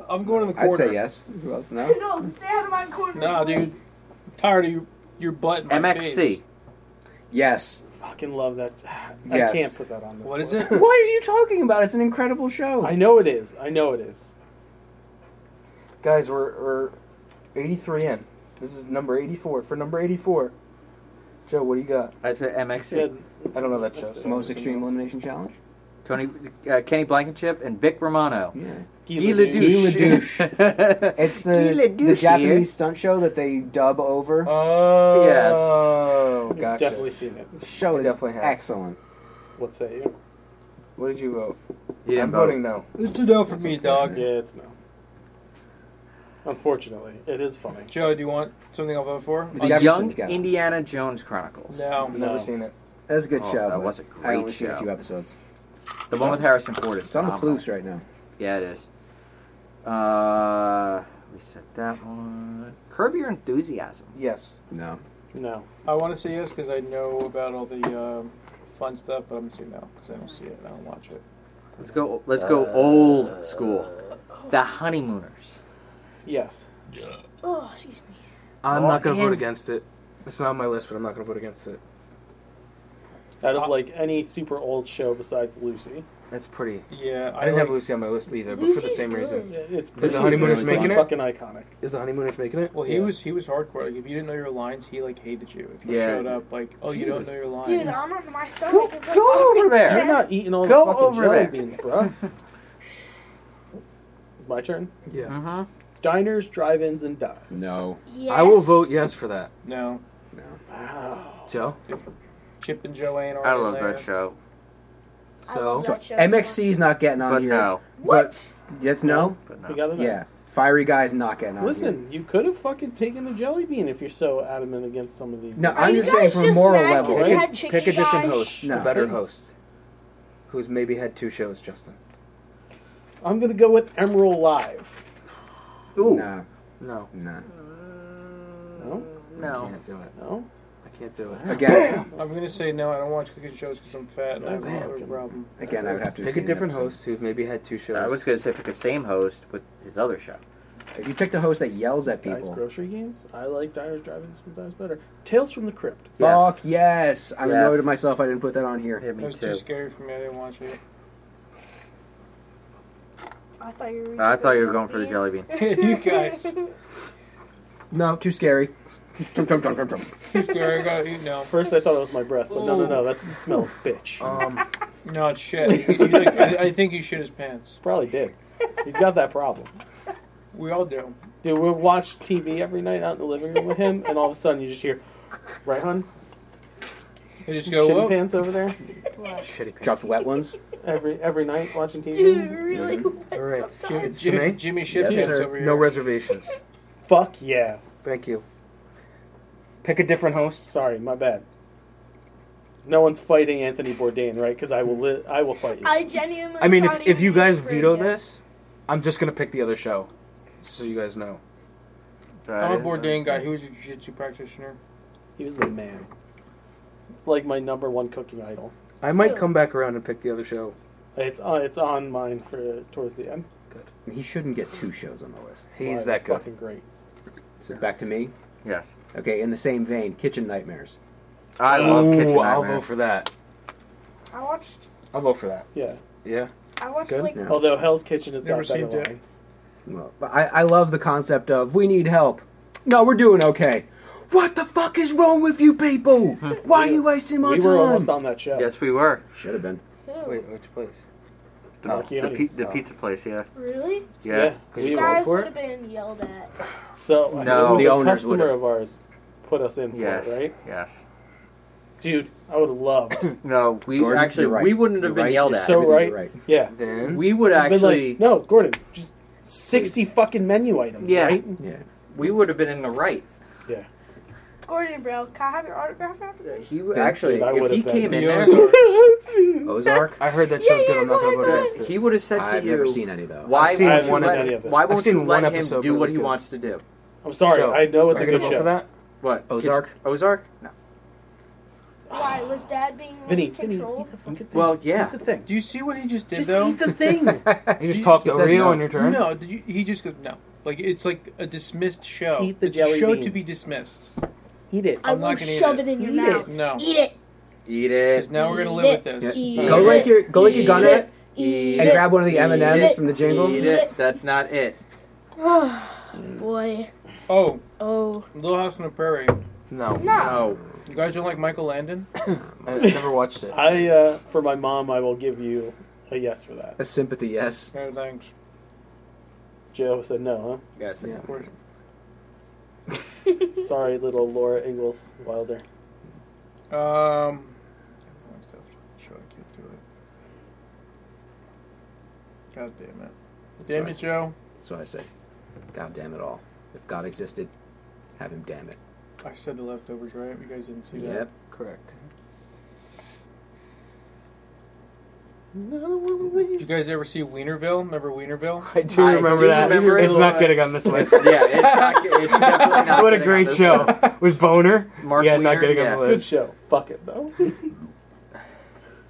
H: I'm going to the corner.
E: I'd say yes. Who else? No.
G: No, stay out of my corner.
H: Nah, dude. I'm tired of you
F: your butt in my
I: MXC.
F: face.
E: Yes.
F: Fucking love that. [SIGHS]
E: Yes.
F: I can't put that on this.
E: What is
F: list.
E: it? What are you talking about? It's an incredible show.
F: I know it is. I know it is.
K: Guys, we're, we're 83 in. This is number 84. For number 84, Joe, what do you got?
I: That's an MXC.
K: I don't know that show. so-
E: Most Extreme Elimination Challenge.
I: Tony, uh, Kenny Blankenship, and Vic Romano.
E: Yeah.
I: Guy LaDouche. [LAUGHS]
E: it's the,
I: Gila
E: the
I: Douche
E: Japanese
I: here.
E: stunt show that they dub over.
K: Oh, yes. Gotcha.
F: Definitely seen it.
E: Show
K: I
E: is
K: definitely have.
E: excellent.
F: What say you?
K: What did you vote?
I: You didn't
K: I'm
I: vote.
K: voting no.
F: It's a no for
K: me, dog.
F: Yeah, it's no. Unfortunately, it is funny.
H: Joe, do you want something I'll vote for?
I: The Young Indiana Jones Chronicles.
H: No, I've never no.
K: seen it.
E: That's a good
I: Oh,
E: show.
I: That
E: but
I: was a great
E: I only
I: show.
E: see a few episodes.
I: The one with Harrison Ford is
E: It's on the
I: phenomenal.
E: Plus right now.
I: Yeah, it is. Uh, we said that one. Curb Your Enthusiasm.
K: Yes.
E: No.
F: No.
H: I want to say yes because I know about all the um, fun stuff, but I'm going to say no because I don't see it and I don't watch it.
I: Let's go. Let's go old school. The Honeymooners.
F: Yes.
G: Oh, excuse me.
K: I'm
I: not gonna vote
K: against it. It's not on my list, but I'm not going to vote against it.
F: Out
K: Uh,
F: of like any super old show besides Lucy.
K: That's pretty.
F: Yeah,
K: I, didn't have Lucy on my list either, but for the
F: Lucy's
K: same
F: good.
K: reason.
F: Yeah, it's
K: is
F: pretty-
K: the honeymooners
F: Lucy's
K: making it?
F: fucking iconic.
K: Is the honeymooners making it?
H: Well, he
K: Yeah.
H: was he was hardcore. Like if you didn't know your lines, he like hated you. If you
K: Yeah.
H: showed up like, oh, you don't know your lines.
G: Dude, I'm on my stomach. Go, like,
I: Go over there.
F: You're
K: e-
F: not eating all the
I: Go
F: fucking
I: over
F: jelly
I: there.
F: beans, bro.
I: [LAUGHS]
F: My turn.
K: Yeah.
I: Uh-huh.
F: Diners, drive-ins, and dives.
E: No.
K: I will vote yes for that.
H: No.
F: Wow.
K: Joe?
H: Chip and Joanne are.
I: I love that show.
K: So,
E: So MXC's not getting on
I: But
E: here.
I: no.
E: What? That's no.
I: But
F: We got it.
E: Yeah. Fiery guy's not getting on here.
F: Listen, you could have fucking taken the jelly bean if you're so adamant against some of these.
E: No,
F: movies.
E: I'm just saying from a moral level.
K: Pick,
G: had
K: a-
G: chicken
K: pick a different
G: fries.
K: host,
E: No.
K: a better
E: Thanks.
K: host, who's maybe had two shows. Justin,
F: I'm gonna go with Emerald Live.
I: Ooh.
E: No.
K: No.
E: No.
F: No,
I: Mm.
K: I
I: No.
K: can't do it.
F: no.
K: I can't do it.
E: Again,
H: I'm gonna say no. I don't watch cooking shows because I'm fat and I have
K: Damn.
H: another problem.
E: again, I would have to. have
K: pick a
E: seen an
K: different
E: episode.
K: host who's maybe had two shows.
I: I was gonna say pick the same host with his other show.
E: If you picked a host that yells at
F: Guys,
E: people,
F: grocery games. I like Diners, Drive-ins, sometimes better. Tales from the Crypt.
E: fuck yes. I'm
I: Yes.
E: annoyed at myself. I didn't put that on here.
I: Yeah,
H: It
I: me
H: was too
I: too.
H: scary for me. I didn't watch
G: [LAUGHS]
H: it. [LAUGHS]
G: I thought you
K: Uh,
G: were.
I: I thought you were going for the jelly bean.
H: you guys,
E: No, too scary. Tum, tum, tum, tum, tum.
H: there I go. You know,
F: First, I thought it was my breath, but no, no, no. That's the smell of bitch.
K: Um,
H: no it's shit. You- you like- I, I think you shit his pants.
F: Probably did. He's got that problem.
H: We all do.
F: Dude, we watch TV every night out in the living room with him, and all of a sudden you just hear, right, hon?
H: You just go.
F: Shitty
H: Whoa.
F: pants over there.
K: shitty pants.
E: Dropped wet ones.
F: Every every night watching TV.
G: Dude, really?
K: All right,
H: Jimmy,
K: It's to me?
H: Jimmy, Jimmy shit
K: [LAUGHS] Yes,
H: pants
K: sir.
H: over here.
K: No reservations.
F: Fuck yeah.
K: Thank you. Pick a different host.
F: Sorry, my bad. No one's fighting Anthony Bourdain, right? Because I will li-
K: Mm-hmm.
F: I will fight you.
G: I genuinely.
K: I mean, if,
G: thought he
K: if you
G: was
K: guys
G: for
K: veto
G: yes.
K: this, I'm just gonna pick the other show, so you guys know.
H: I'm a Bourdain guy. He was a jiu-jitsu practitioner.
F: He was the man. It's like my number one cooking idol.
K: I might
G: Ew.
K: come back around and pick the other show.
F: It's on it's on mine for towards the end.
E: He shouldn't get two shows on the list.
K: He's
F: Why,
K: that good.
F: Fucking great.
E: So back to me.
I: Yes.
E: Okay, in the same vein, Kitchen Nightmares.
I: I love
K: Ooh,
I: Kitchen
K: I'll
I: Nightmare.
K: vote for that.
G: I watched.
K: I'll vote for that.
F: Yeah.
K: Yeah.
G: I watched
K: Good?
G: like.
E: Yeah.
F: Although Hell's Kitchen has
H: Never
F: got better
H: seen it.
F: lines.
E: Well, but I, I love the concept of we need help. No, we're doing okay. What the fuck is wrong with you people? Why are you wasting my
F: We
E: time?
F: were almost on that show.
I: Yes, we were.
E: Should have been.
G: Who?
K: Wait, which place?
I: The,
F: Oh.
I: the, pi- the pizza place. Yeah.
G: Really?
I: Yeah.
F: we
G: You
F: were.
G: guys
K: for
G: would
K: it?
G: have been yelled at.
F: So uh,
I: No.
F: it was
E: The
F: a
E: owners
F: customer
E: would've.
F: of ours put us in for
I: Yes.
F: it, right?
I: Yes.
F: Dude, I would have loved.
I: No, we
E: Gordon,
I: actually
E: you're right.
I: we wouldn't have
E: You're
I: been
E: right.
I: yelled
F: You're
I: at.
F: so
E: Everything
F: right.
E: you're right.
F: Yeah.
K: Then
I: we would
F: I've been
I: actually
F: like, no, Gordon, just sixty fucking menu items,
I: Yeah.
F: right?
E: Yeah.
I: we would have been in the right.
G: Gordon, bro, can I have your autograph
F: [LAUGHS]
G: after this?
I: He
E: Thank
I: actually
F: you, I
I: if
F: would've
I: he
F: been.
I: came in
H: You
I: there,
H: know,
E: Ozark.
K: I heard that
G: Yeah,
K: show's good.
G: yeah,
K: I'm
G: go
K: not gonna
G: ahead,
K: vote
G: go
K: against it.
I: he would have said to
E: I've
I: you,
E: never seen any of those.
I: "Why
K: I've seen
I: won't you
K: one
I: let,
F: episode.
I: why
K: I've
I: won't
K: seen
I: you
K: one
I: let him
K: episode, but
I: do
K: it
I: what
K: was
I: he
K: good.
I: wants to do?"
F: I'm sorry,
K: Joe,
F: I know it's
K: Are
F: a
K: you gonna
F: good
K: vote for
F: show.
K: that?
I: What
E: Ozark?
I: Kitchen- Ozark? No.
G: [LAUGHS] Why was Dad being like,
F: Vinny, Vinny,
G: controlled?
F: eat the fucking thing.
I: Well, yeah.
F: Eat the thing.
H: Do you see what he just did
F: Just
H: though?
F: eat the thing.
K: [LAUGHS]
F: [LAUGHS]
K: You just
H: He-
K: talked
E: he
K: to
E: said
K: Rio
E: no.
K: on your turn.
H: No, did you, he just goes no. Like it's like a dismissed show.
F: Eat the
H: it's
F: jelly
H: show
F: bean.
H: to be dismissed.
F: Eat it.
G: I
F: I'm
G: will
F: not gonna eat
G: shove
F: it.
G: it in your
F: Eat
G: mouth.
F: it. No.
G: Eat it.
I: Eat it.
F: Because now we're gonna
G: live
F: with
I: this.
E: Go like you're go like you're gonna and grab one of the M and M's
R: it.
E: from the jingle.
G: [SIGHS]
I: Eat it. That's not it.
R: Boy.
H: Oh.
R: Oh.
H: Little House on the Prairie.
I: No.
R: No.
H: You guys don't like Michael Landon?
I: I never watched
K: [LAUGHS]
I: it.
F: I uh, for my mom, I will give you a yes for that.
E: A [LAUGHS] sympathy yes.
H: No thanks.
F: Joe said no, huh?
I: Yes.
F: Sorry, little Laura Ingalls Wilder.
H: Um. Sure, I can't do it. God damn it. Damn it, Joe.
E: That's what I said. God damn it all. If God existed, have him damn it.
H: I said the leftovers, right? You guys didn't see that.
E: Yep, correct.
H: Did you guys ever see Wienerville? Remember Wienerville?
K: I do remember that. it's not getting on this list. what a great show with Boner.
H: Mark
K: yeah,
H: Wiener,
K: not getting
H: yeah.
K: on the list.
F: Good show. Fuck it though.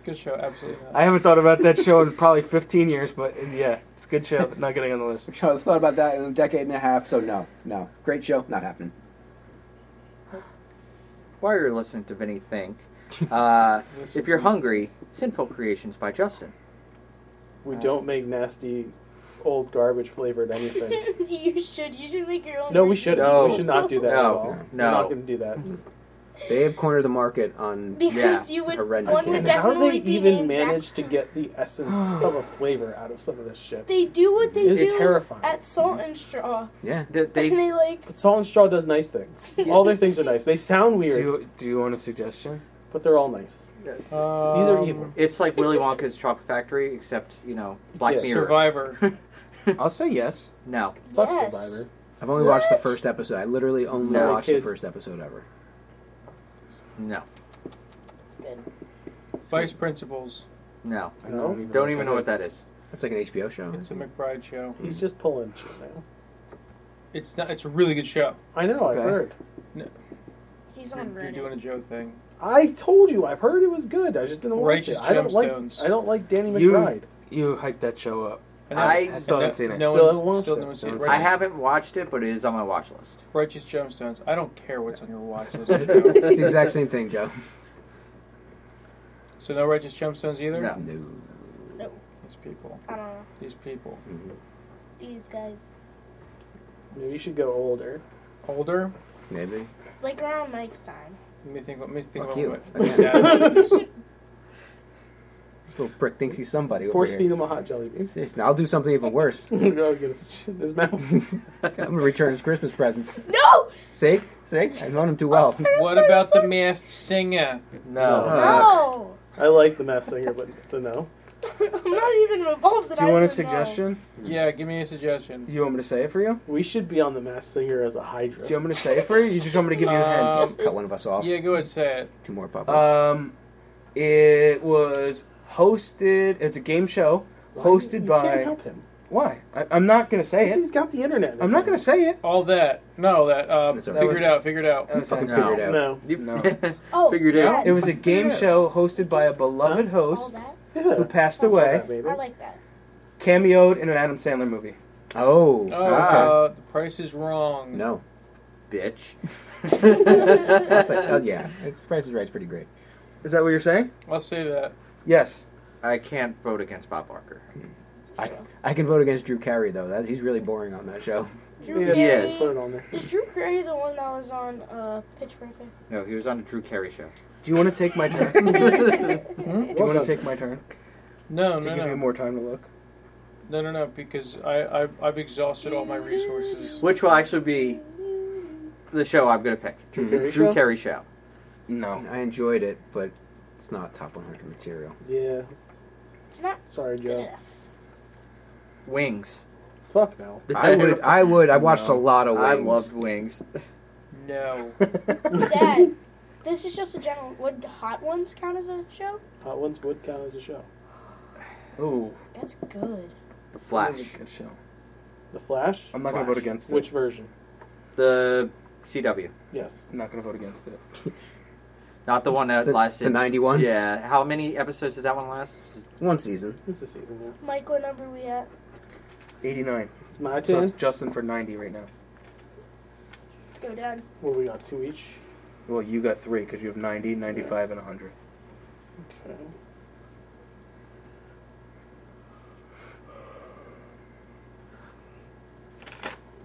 H: Good show, absolutely. Not.
K: I haven't thought about that show in probably 15 years, but yeah, it's a good show. but Not getting on the list.
E: I thought about that in a decade and a half, so no, no. Great show, not happening.
I: While you're listening to Vinny think, uh, if you're hungry, Sinful Creations by Justin.
F: We don't make nasty, old garbage flavored anything.
G: [LAUGHS] [LAUGHS] you should. You should make your own.
F: No, we should.
E: No.
F: We should not do that. at
E: No.
F: all.
E: No.
F: We're not going to do that.
E: They have cornered the market on
G: Because you would-
E: horrendous
G: one would
E: candy.
F: How do they
G: Definitely be
F: even
G: named Zach.
F: manage to get the [GASPS] essence of a flavor out of some of this shit?
G: They do what they
F: It's
G: do
F: terrifying.
G: at Salt and Straw.
E: Yeah.
G: and they like.
F: But Salt and Straw does nice things.
G: [LAUGHS]
F: All their things are nice. They sound weird. Do
K: you, do you want a suggestion?
F: But they're all nice.
H: Um,
F: These are evil.
I: It's like Willy Wonka's Chocolate Factory, except, you know, Black
F: Yeah.
I: Mirror.
H: Survivor.
K: [LAUGHS] I'll say yes.
I: No.
F: Fuck Yes. Survivor.
E: I've only watched the first episode. I literally only
I: Sorry,
E: watched
I: kids.
E: the first episode ever.
I: No.
H: Vice Principals.
I: No. Don't even know what that is.
E: That's like an HBO show.
H: It's a McBride show.
F: He's just pulling shit now.
H: It's not. It's a really good show.
F: I know. I've heard.
H: No,
G: He's
H: you're,
G: on
H: you're
G: Reddit.
H: doing a Joe thing.
F: I told you. I've heard it was good. I just didn't watch
H: Righteous
F: it. I don't like.
H: Gemstones.
F: I don't like Danny McBride.
K: You, you hyped that show up.
H: I know.
K: I still haven't seen it.
H: No
F: Still
H: one's-
F: haven't watched
H: still
F: it.
H: no one's seen it.
I: I
H: Righteous-
I: haven't watched it, but it is on my watch list.
H: Righteous Gemstones. I don't care what's on your watch
E: [LAUGHS]
H: list.
I: [LAUGHS]
E: it's the exact same thing, Joe.
H: So no Righteous Gemstones either.
I: No.
E: No.
G: No.
H: These people.
G: I don't know.
H: These people.
G: These guys,
F: Maybe you should go older.
H: Older.
E: Maybe.
G: like around Mike's time.
H: Let me think. Let me think
E: Fuck
H: about
E: you.
H: what.
E: Again.
G: [LAUGHS]
H: Yeah.
E: This little prick thinks he's somebody. over
F: Force
E: here.
F: feed him a hot jelly bean.
E: Seriously, I'll do something even worse. I'm
F: [LAUGHS] Go get his shit in his
K: [LAUGHS]
F: mouth. [LAUGHS]
E: gonna return his Christmas presents.
G: No.
E: See, see, I know him too well.
H: What about the masked singer?
I: No.
G: No,
F: I like the mass singer, but it's a no.
G: I'm not even involved. But I said no.
H: Yeah, give me a suggestion.
K: You want me to say it for you?
F: We should be on the mass singer as a hydra.
K: Do you want me to say it for you? You just want me to give you hints?
H: Um,
E: Cut one of us off.
H: Yeah, go ahead and say it.
E: Two more pop.
K: Um, it was hosted. It's a game show hosted
F: you
K: by.
F: can't help him.
K: Why? I, I'm not gonna say
F: Because
K: it.
F: he's got the internet.
K: I'm not gonna say it.
H: All that. No, that. Um,
K: all
H: figure
K: right.
H: it out. Figure it out.
K: Fucking
I: No.
K: figured out.
F: No. [LAUGHS]
K: No.
G: Oh,
I: Figured it
G: Dad.
K: It was a game show hosted by a beloved host who passed away,
G: I like that.
K: cameoed in an Adam Sandler movie.
E: Oh.
H: Oh, uh, the price is wrong.
E: No.
I: [LAUGHS] Bitch.
E: That's like, oh, yeah, it's Price is Right's pretty great.
K: Is that what you're saying?
H: I'll say that.
K: Yes.
I: I can't vote against Bob Barker.
E: I, I can vote against Drew Carey though. That he's really boring on that show.
G: Drew
I: Yeah,
G: Carey.
I: yes.
F: Put it on there.
G: Is Drew Carey the one that was on uh, Pitch Perfect?
I: No, he was on a Drew Carey show.
K: Do you want to take my turn? Do you want
H: done.
K: to take my turn?
H: No,
K: to
H: no,
K: give
H: no.
K: you more time to look.
H: No, no, no, because I, I, I've exhausted all my resources.
I: Which will actually be the show I'm going to pick. Mm-hmm.
E: Drew
F: Carey
I: Drew
F: show?
I: Carey show.
K: No.
E: I enjoyed it, but it's not top 100 material.
F: Yeah.
G: It's not
F: Sorry,
G: good
F: Joe.
G: enough.
I: Wings.
F: Fuck no.
E: I would, I would, I watched a lot of Wings.
I: I loved Wings.
H: No.
G: Dad, this is just a general. Would Hot Ones count as a show?
F: Hot Ones would count as a show.
K: [LAUGHS] Ooh,
G: That's good.
I: The
K: that
I: Flash.
K: was a good show.
F: The Flash.
K: I'm not gonna
I: Flash.
K: vote against it.
F: Which version?
I: The CW.
F: Yes.
K: I'm not gonna vote against it.
I: Not the one that
E: The-
I: lasted.
E: the 91?
I: Yeah. How many episodes did that one last?
E: One season.
F: It's a season now.
G: Mike, what number we at?
K: 89.
F: It's my
K: So
F: turn.
K: it's Justin for 90 right now.
G: Go down.
F: What we got? Two each.
K: Well, you got three because you have 90, 95, and 100.
H: Okay.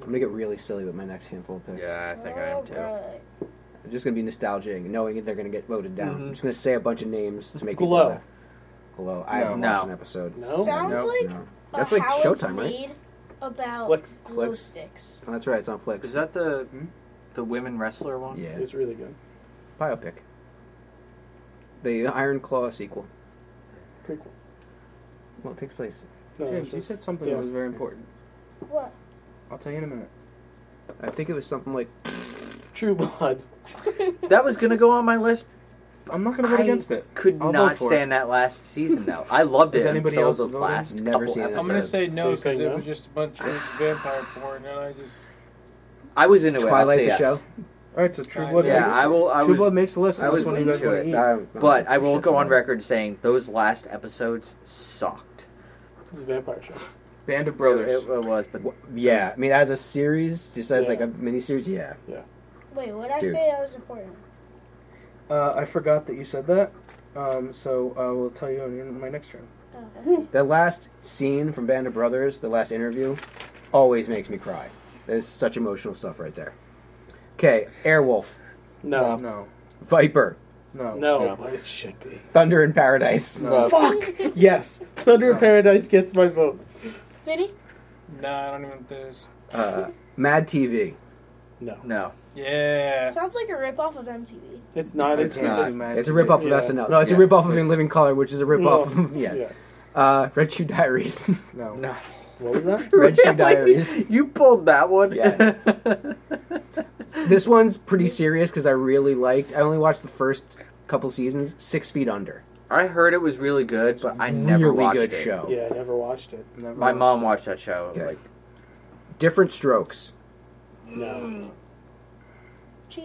E: I'm gonna get really silly with my next handful of picks.
I: Yeah, I think I am too. Alright.
E: I'm just gonna be nostalgic, knowing that they're gonna get voted down.
I: Mhm.
E: I'm just gonna say a bunch of names to make
I: Glow.
E: people laugh. Glow. I haven't
I: No.
E: watched
I: No.
E: an episode.
M: Sounds like a
E: that's like
M: Howard's
E: Showtime, right?
M: Made about
E: Flicks.
M: glow
E: Flicks.
M: sticks.
E: Oh, that's right. It's on Flix.
I: Is that the hmm? the women wrestler one?
E: Yeah.
I: It's
E: really good. Biopic. The Iron Claw sequel.
H: Prequel.
E: Well, it takes place.
K: James, you said something
E: Yeah.
K: that was very important.
M: What?
K: I'll tell you in a minute.
E: I think it was something like
K: True Blood.
I: That was gonna go on my list.
K: I'm not gonna vote
I: I
K: against it.
I: Could
K: I'll vote
I: not
K: for
I: stand that last season though. I loved
K: Is
I: it
K: anybody
I: until
K: else
I: the
K: voting?
I: last
E: Never
I: couple
E: seen it.
I: episodes.
H: I'm gonna say no
K: So you're
H: because
K: saying
H: it
K: no?
H: was just a bunch of vampire porn, and I just
I: I was into it. I'll
E: Twilight
I: say
E: the
I: yes.
E: show.
K: All right, so True
E: Fine.
K: Blood.
I: Yeah,
K: makes-
I: I will. I
K: True
I: was,
K: Blood makes the list.
I: I
K: and
I: was
K: that's one you guys
I: into
K: wanna
I: it,
K: eat.
I: but I will go on record saying those last episodes sucked.
H: it's a vampire show.
K: Band of
I: It, it was, but
E: Yeah, I mean, as a series, just as
K: Yeah.
E: like a miniseries, yeah.
K: Yeah.
M: Wait, what I
E: Dude.
M: say that was important?
K: Uh, I forgot that you said that. Um, so I will tell you in my next turn.
M: [LAUGHS] Oh.
E: The last scene from Band of Brothers, the last interview, always makes me cry. There's such emotional stuff right there. Okay, Airwolf,
K: No. No.
E: Viper,
K: No.
E: No.
H: But it should be.
E: Thunder in Paradise.
K: [LAUGHS]
H: Fuck!
F: yes, Thunder of Paradise gets my vote.
M: Vinny?
H: Nah, I don't even this.
E: Uh, Mad TV.
F: No.
I: No. Uh,
H: Yeah.
M: Sounds like a ripoff of MTV.
F: It's not.
E: It's, not.
F: Mad
E: It's a
F: TV.
E: ripoff of
F: Yeah.
E: SNL. No, it's
F: Yeah.
E: a ripoff of In Living Color, which is a ripoff
F: No.
E: of [LAUGHS] yeah.
F: Yeah.
E: Uh, Red Shoe [LAUGHS] Diaries.
K: No.
I: No.
F: What was that?
E: Red Shoe
I: Really?
E: Diaries.
I: You pulled that one.
E: Yeah. this one's pretty serious because I really liked. I only watched the first couple seasons. Six Feet Under.
I: [LAUGHS] I heard it was really good, but I never
E: really
I: watched
E: good
I: it.
E: show.
F: Yeah, I never watched it.
K: Never
I: My mom watched that show.
E: Okay.
I: Like,
E: Different Strokes.
F: No.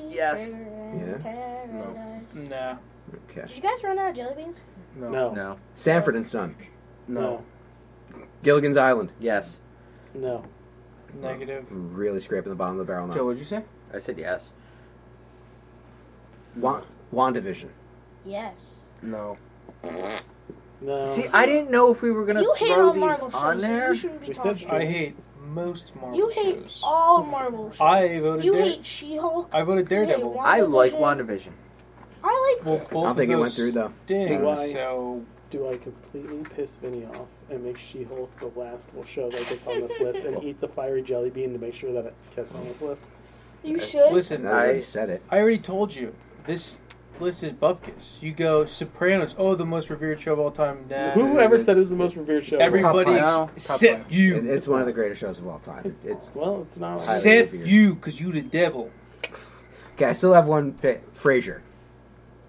I: Yes.
E: Yeah.
I: Mm.
M: Paradise.
H: Nah.
E: Okay.
M: Did you guys run out of jelly beans?
K: No.
F: No.
I: No.
E: Sanford and Son.
F: No.
E: Gilligan's Island.
I: Yes.
F: No.
H: Negative.
E: Really scraping the bottom of the barrel now.
K: Joe, what'd you say?
I: I said yes.
E: Wa- WandaVision.
M: Yes.
K: No.
F: No.
I: See, I didn't know if we were gonna
M: You hate
I: throw
M: all
I: these
M: Marvel
I: on
M: shows, so
I: there.
M: you shouldn't be We said talking.
H: I hate most Marvel
M: You hate
H: shows.
M: all Marvel shows.
H: I voted
M: You
H: Dare-
M: hate She-Hulk.
H: I voted
M: You hate
H: Daredevil.
I: I like
M: WandaVision.
I: WandaVision.
M: I like.
H: Well, both
E: I don't think
H: of
E: it went
H: those
E: through, though.
H: Did,
F: Do I-
H: so
F: Do I completely piss Vinny off and make She-Hulk the last show that gets on this list and eat the fiery jelly bean to make sure that it gets on this list?
M: You
I: uh,
M: should.
H: listen,
E: I already
H: I
E: said it.
H: I already told you this list is bupkis. You go Sopranos. Oh, the most revered show of all time. Nah.
F: Whoever said it's the most revered show?
H: Everybody
E: Top
H: ex-
E: five.
H: except you.
E: It- it's one of the greatest shows of all time.
I: [LAUGHS]
E: It- it's
F: Well, it's not.
E: Highly
H: Except
E: revered.
H: you, because you the devil.
E: okay. I still have one. pick. Frasier.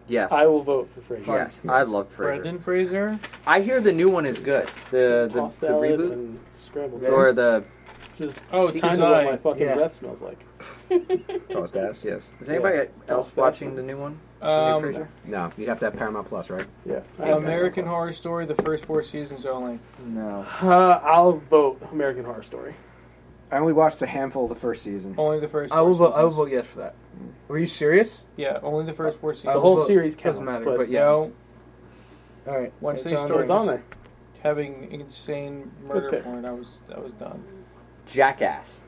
I: Yes.
F: I will vote for Frasier.
I: yes. I love Frasier.
H: Brendan Fraser.
I: I hear the new one is good. The the,
F: Toss
I: the
F: salad
I: reboot
F: and scrambled
I: or
F: eggs.
I: the
F: This is
H: Oh,
F: kind
H: Team
F: of what my
H: Eye.
F: fucking
I: Yeah.
F: breath smells like.
E: Toast ass. Yes.
I: is anybody
F: Yeah.
I: else watching the new one?
H: Um,
I: The new Frasier?
E: No, you'd have to have Paramount Plus, right?
F: Yeah.
H: American Horror Story. The first four seasons only.
I: No.
F: Uh, I'll vote American Horror Story.
E: I only watched a handful of the first
I: Oh,
E: season.
H: Only the first.
K: I will.
H: four
K: Vote, I will
H: seasons.
K: vote yes for that. Were you serious?
H: Yeah, only the first four seasons.
F: The whole
K: vote-
F: series counts,
K: doesn't matter.
F: but-
K: But, yes.
H: No,
K: All right.
H: once
K: It's
H: they
K: on-
H: started
F: It's on there.
H: having insane murder
F: pick.
H: porn, I was I was done.
I: Jackass.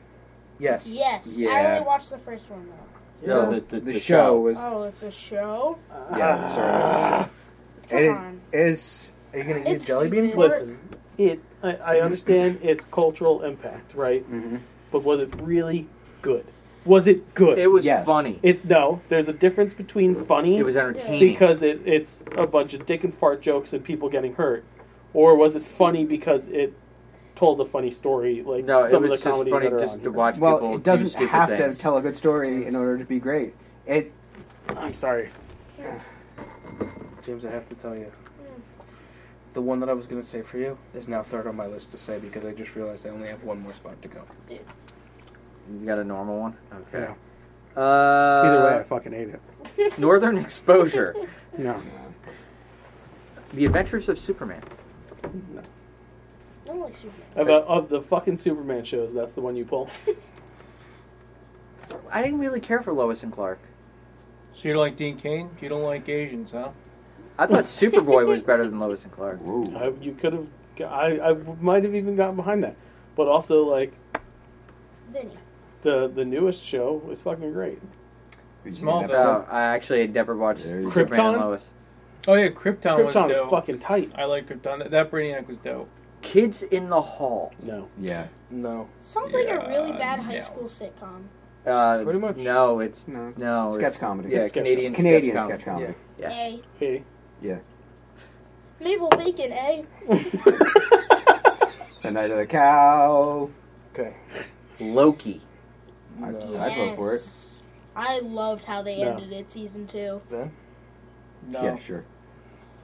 K: Yes.
M: Yes. I
I: Yeah.
M: only watched the first one though.
I: No, the,
E: The, show was
M: Oh, it's a show.
E: yeah.
I: Ah.
E: Sorry, about the show.
M: Come
E: And it-
M: on.
E: it is
K: Are you gonna eat
M: It's
K: jelly bean?
M: stupid.
F: Listen, it. I, I understand its cultural impact, right?
I: Mm-hmm.
F: But was it really good? Was it good?
I: It was
E: Yes.
I: funny.
F: It no. There's a difference between funny.
I: It was entertaining.
F: because it, it's a bunch of dick and fart jokes and people getting hurt, or was it funny because it told a funny story like
I: no, it
F: some of
I: was
F: the
I: just
F: comedies
I: funny
F: that are
I: just
F: on
I: to
F: here?
I: watch people
E: well, it
I: do
E: doesn't
I: stupid
E: have
I: things.
E: to tell a good story in order to be great. It
F: I'm sorry.
K: James, I have to tell you. Hmm. The one that I was gonna say for you is now third on my list to say because I just realized I only have one more spot to go.
I: You got a normal one? Okay.
F: Either way, I
I: Uh,
F: fucking hate it.
I: Northern [LAUGHS] Exposure.
F: No,
I: the Adventures of Superman.
F: no.
M: I don't like Superman.
F: Of, uh, of the fucking Superman shows, that's the one you pull.
I: I didn't really care for Lois and Clark.
H: So you don't like Dean Kane? You don't like Asians, huh?
E: [LAUGHS]
I: I thought Superboy was better than Lois and Clark. Uh,
F: I, you could have. I, I might have even gotten behind that, but also like
M: Vinny.
F: the the newest show was fucking great.
I: Smallville. I actually had never watched Superman
F: Krypton?
I: and Lois.
H: Oh yeah, Krypton, was
F: Krypton was
H: dope.
F: fucking tight.
H: I like Krypton. That, that Brainiac was dope.
I: Kids in the Hall.
F: No.
I: Yeah.
F: No.
M: Sounds like a really bad high
I: no.
M: school sitcom.
I: Uh,
E: Pretty much.
I: No, it's
E: No, it's
I: no
E: sketch
I: it's-
E: comedy.
I: Yeah,
E: It's sketch
I: Canadian
E: comedy. Canadian
I: sketch
E: sketch
I: comedy.
E: comedy.
I: Yeah.
M: A.
H: [LAUGHS]
F: Hey.
E: Yeah.
M: Mabel Bacon, A.
E: The Night of the Cow.
F: Okay.
I: Loki.
E: I, I'd vote for it.
M: Yes. I loved how they
E: No.
M: ended it, season two.
K: Then?
E: Yeah, sure.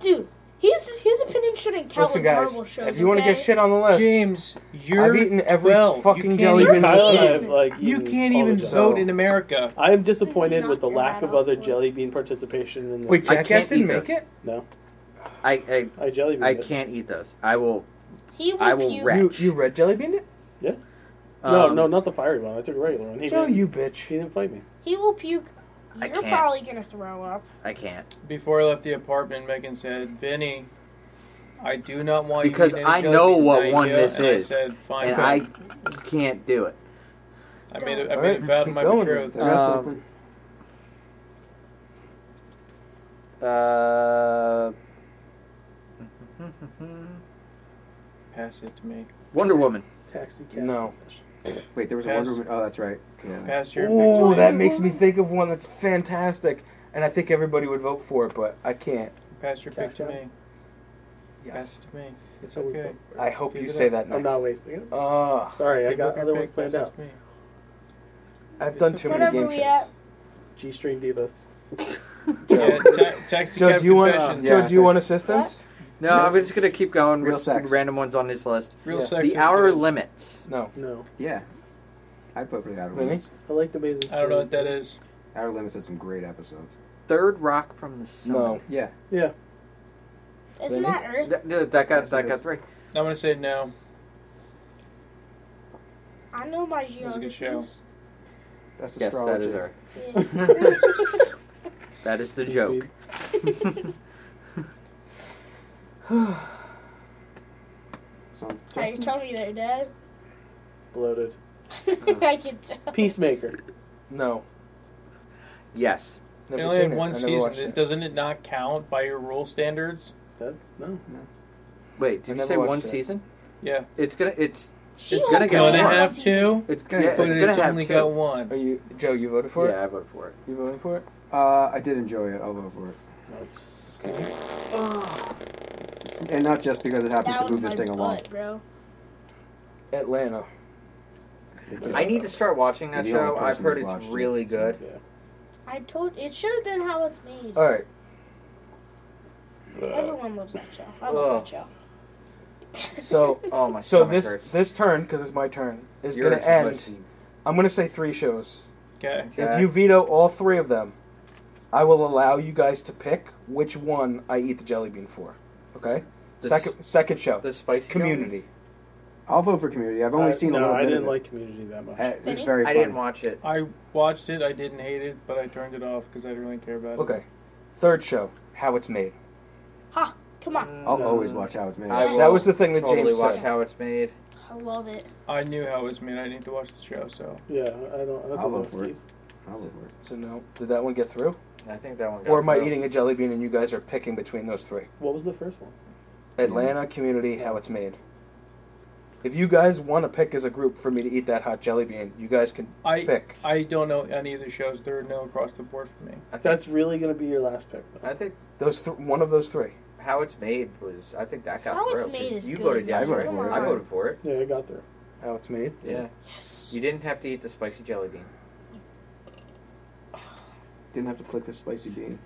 M: Dude, his his opinion shouldn't count
K: Listen,
M: with
K: guys,
M: Marvel shows.
K: if you want to get shit on the list,
H: James, you're
K: I've eaten every
H: 12. You
K: fucking
H: can't
K: jelly
H: even
K: bean
H: vote.
K: I've,
F: like,
H: You
F: eaten
H: can't
F: all
H: even
F: the jelly
H: vote
F: beans.
H: in America.
F: I am disappointed with the lack of other jelly bean participation. In the
I: Wait, I Jackass can't didn't eat make
F: make
I: those.
F: it? No.
I: I I,
F: I jelly bean
I: I
F: it.
I: can't eat those. I will.
M: He will
I: I will
M: puke.
I: retch.
K: You red jelly bean it?
F: Yeah. No,
I: Um,
F: no, not the fiery one. I took a regular one. He
K: Joe,
F: didn't,
K: you bitch.
F: he didn't fight me.
M: He will puke.
I: I
M: You're
I: can't.
M: probably gonna throw up.
I: I can't
H: Before I left the apartment, Megan said, "Vinny, I do not want
I: because
H: you." to eat
I: I
H: any jelly
I: know
H: beans
I: what
H: tonight,
I: one
H: yeah."
I: this
H: And
I: is,
H: I said, "Fine."
I: and
H: cool."
I: I can't do it.
H: I made it. I
K: All
H: made
K: right,
H: it vow to
K: keep
H: my
K: going,
H: betrothed.
K: Mr. Russell.
I: Um, Uh,
H: Pass it to me.
I: Wonder Woman.
F: Taxi cab.
K: No.
E: Wait, there was
H: Pass.
E: a Wonder Woman. Oh, that's right. Yeah.
H: Pass your
K: Oh,
H: victory.
K: that makes me think of one that's fantastic, and I think everybody would vote for it, but I can't.
H: Pass your pick to
K: Cash
H: me. Pass it to me. It's okay.
K: I hope you
H: Keep it
K: say
H: up.
K: that next.
F: I'm not wasting it.
K: Ugh.
F: Sorry, I
H: Keep
F: got
H: up your
F: other
H: pick,
F: ones planned
H: pass it
F: out.
H: to me.
K: I've done too many
M: Whatever
K: game
M: we
K: shows.
M: at.
F: G string divas.
H: Yeah, ta- taxi
K: Joe,
H: cab
K: do you want? uh,
H: confessions.
K: Joe, do you want assistance?
I: No, I'm just gonna keep going.
E: Real
I: with
E: sex.
I: Random ones on this list.
H: Real
K: Yeah.
H: sex.
I: the
H: is
I: hour
H: good.
I: limits.
K: No.
F: No.
E: Yeah. I'd vote for the Outer
K: Really?
E: Limits.
F: I like the amazing.
H: I don't know what that is.
E: Outer Limits had some great episodes.
I: Third Rock from the Sun.
K: No.
E: Yeah.
F: Yeah.
M: Isn't that Earth?
I: That, no, that got
E: Yes, it
I: that got
E: is.
I: three.
H: I'm gonna say no.
M: I know my
H: It was a good show.
M: geography.
E: That's
I: Yes, that
E: astrology.
I: is our.
M: Yeah.
I: That is the joke.
E: So,
M: How you
E: Justin,
M: tell me they're dead?
F: Bloated.
M: I can tell.
F: Peacemaker.
K: No.
I: Yes.
K: Never
H: it only
K: seen
H: had
K: it.
H: one
K: I never
H: season.
K: watched
H: It-
K: it.
H: Doesn't it not count by your rule standards?
F: That, no.
I: Wait,
K: I
I: did you
K: never
I: say
K: watched
I: one
K: it.
I: season?
H: Yeah.
I: It's gonna. It's
M: She
I: it's gonna
M: won't
I: get
M: go
H: Gonna
M: on
I: more.
H: have
M: season.
H: two.
I: It's
H: Yeah, but
I: gonna.
H: it's,
I: it's gonna have
H: only
I: two.
H: got one.
K: Are you, Joe? You voted for
I: Yeah,
K: it.
I: I voted for it.
K: You voting for it?
E: Uh, I did enjoy it. I'll vote for it. And not just because it happens
M: That
E: to
M: was
E: move
M: my
E: this thing
M: butt,
E: along.
M: bro.
K: Atlanta.
I: I need to start watching that
E: You're the only
I: show. I've
E: person
I: heard
E: who
I: it's
E: watched it,
I: really
E: so-
I: good.
M: I told it should have been how it's made.
K: All
M: [LAUGHS]
K: right.
M: Everyone loves that show. I
I: Ugh.
M: love that show.
K: So,
I: Oh my.
K: so
I: stomach
K: this
I: hurts.
K: this turn because it's my turn is
I: Yours
K: gonna end.
I: must be-
K: I'm gonna say three shows.
H: Okay.
K: If
I: Okay.
K: you veto all three of them, I will allow you guys to pick which one I eat the jelly bean for. Okay.
I: The
K: second second show.
I: The spicy
K: Community.
E: I'll vote for Community. I've only
F: Uh,
E: seen a
F: no,
E: little
F: I
E: bit
F: didn't
E: of it.
F: like Community that much.
E: Uh, it was
M: Vinny?
E: very
I: I
E: funny.
I: didn't watch it.
H: I watched it. I didn't hate it, but I turned it off because I didn't really care about it.
K: Okay. Third show. How it's made.
M: Ha! Come on.
E: I'll always watch how it's made.
I: I
M: Yes.
I: will
K: That was the thing that
I: totally
K: James
I: watch
K: said.
I: how it's made.
M: I love it.
H: I knew how it was made. I need to watch the show. So
F: Yeah, I don't. That's
E: I'll
F: a
E: vote
F: lot
E: for it.
F: of
E: I'll vote for it.
K: So no. Did that one get through?
I: I think that one. Got
K: Or am I
I: through.
K: eating a jelly bean and you guys are picking between those three?
F: What was the first one?
K: Atlanta community, how it's made. If you guys want to pick as a group for me to eat that hot jelly bean, you guys can
H: I
K: pick.
H: I don't know any of the shows. There are no across the board for me.
I: I think,
F: That's really gonna be your last pick. Though.
I: I think
K: Those th- one of those three.
I: how it's made was. I think that got
M: How It's
I: through.
M: Made is
I: you
M: good.
I: voted yes,
E: I voted
I: right?
E: for it.
I: I voted for it.
F: Yeah, I got there.
K: How it's made.
I: Yeah.
M: Yes.
I: You didn't have to eat the spicy jelly bean.
E: Didn't have to flick the spicy bean.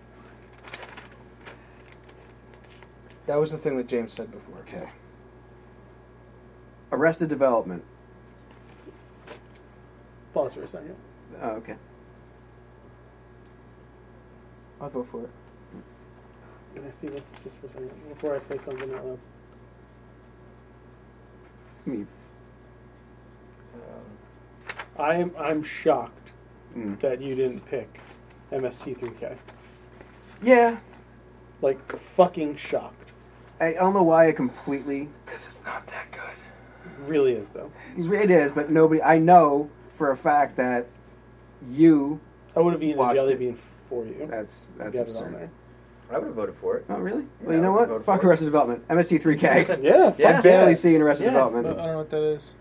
K: That was the thing that James said before.
E: Okay. Arrested Development.
F: Pause for a second.
E: Oh, okay.
K: I'll vote for it.
F: Can I see that just for a second before I say something out loud?
E: Me.
I: Um,
F: I am. I'm shocked
E: Mm.
F: that you didn't pick MST3K.
E: Yeah.
F: Like fucking shocked.
E: I don't know why I completely.
F: Because it's not that good. Really is though.
E: It is, but nobody. I know for a fact that you.
F: I would have eaten a
E: watched
F: jelly
E: it.
F: bean for you.
E: That's that's
F: You got it on
E: absurd.
F: there.
I: I would have voted for it.
E: Oh really?
I: Yeah,
E: well, you know
I: I
E: what?
I: voted
E: Fuck
I: for it.
E: Arrested Development.
I: [LAUGHS]
E: MST3K.
F: Yeah,
I: yeah.
E: I barely
I: Yeah.
E: see in Arrested
I: Yeah.
E: Development.
H: I don't know what that is.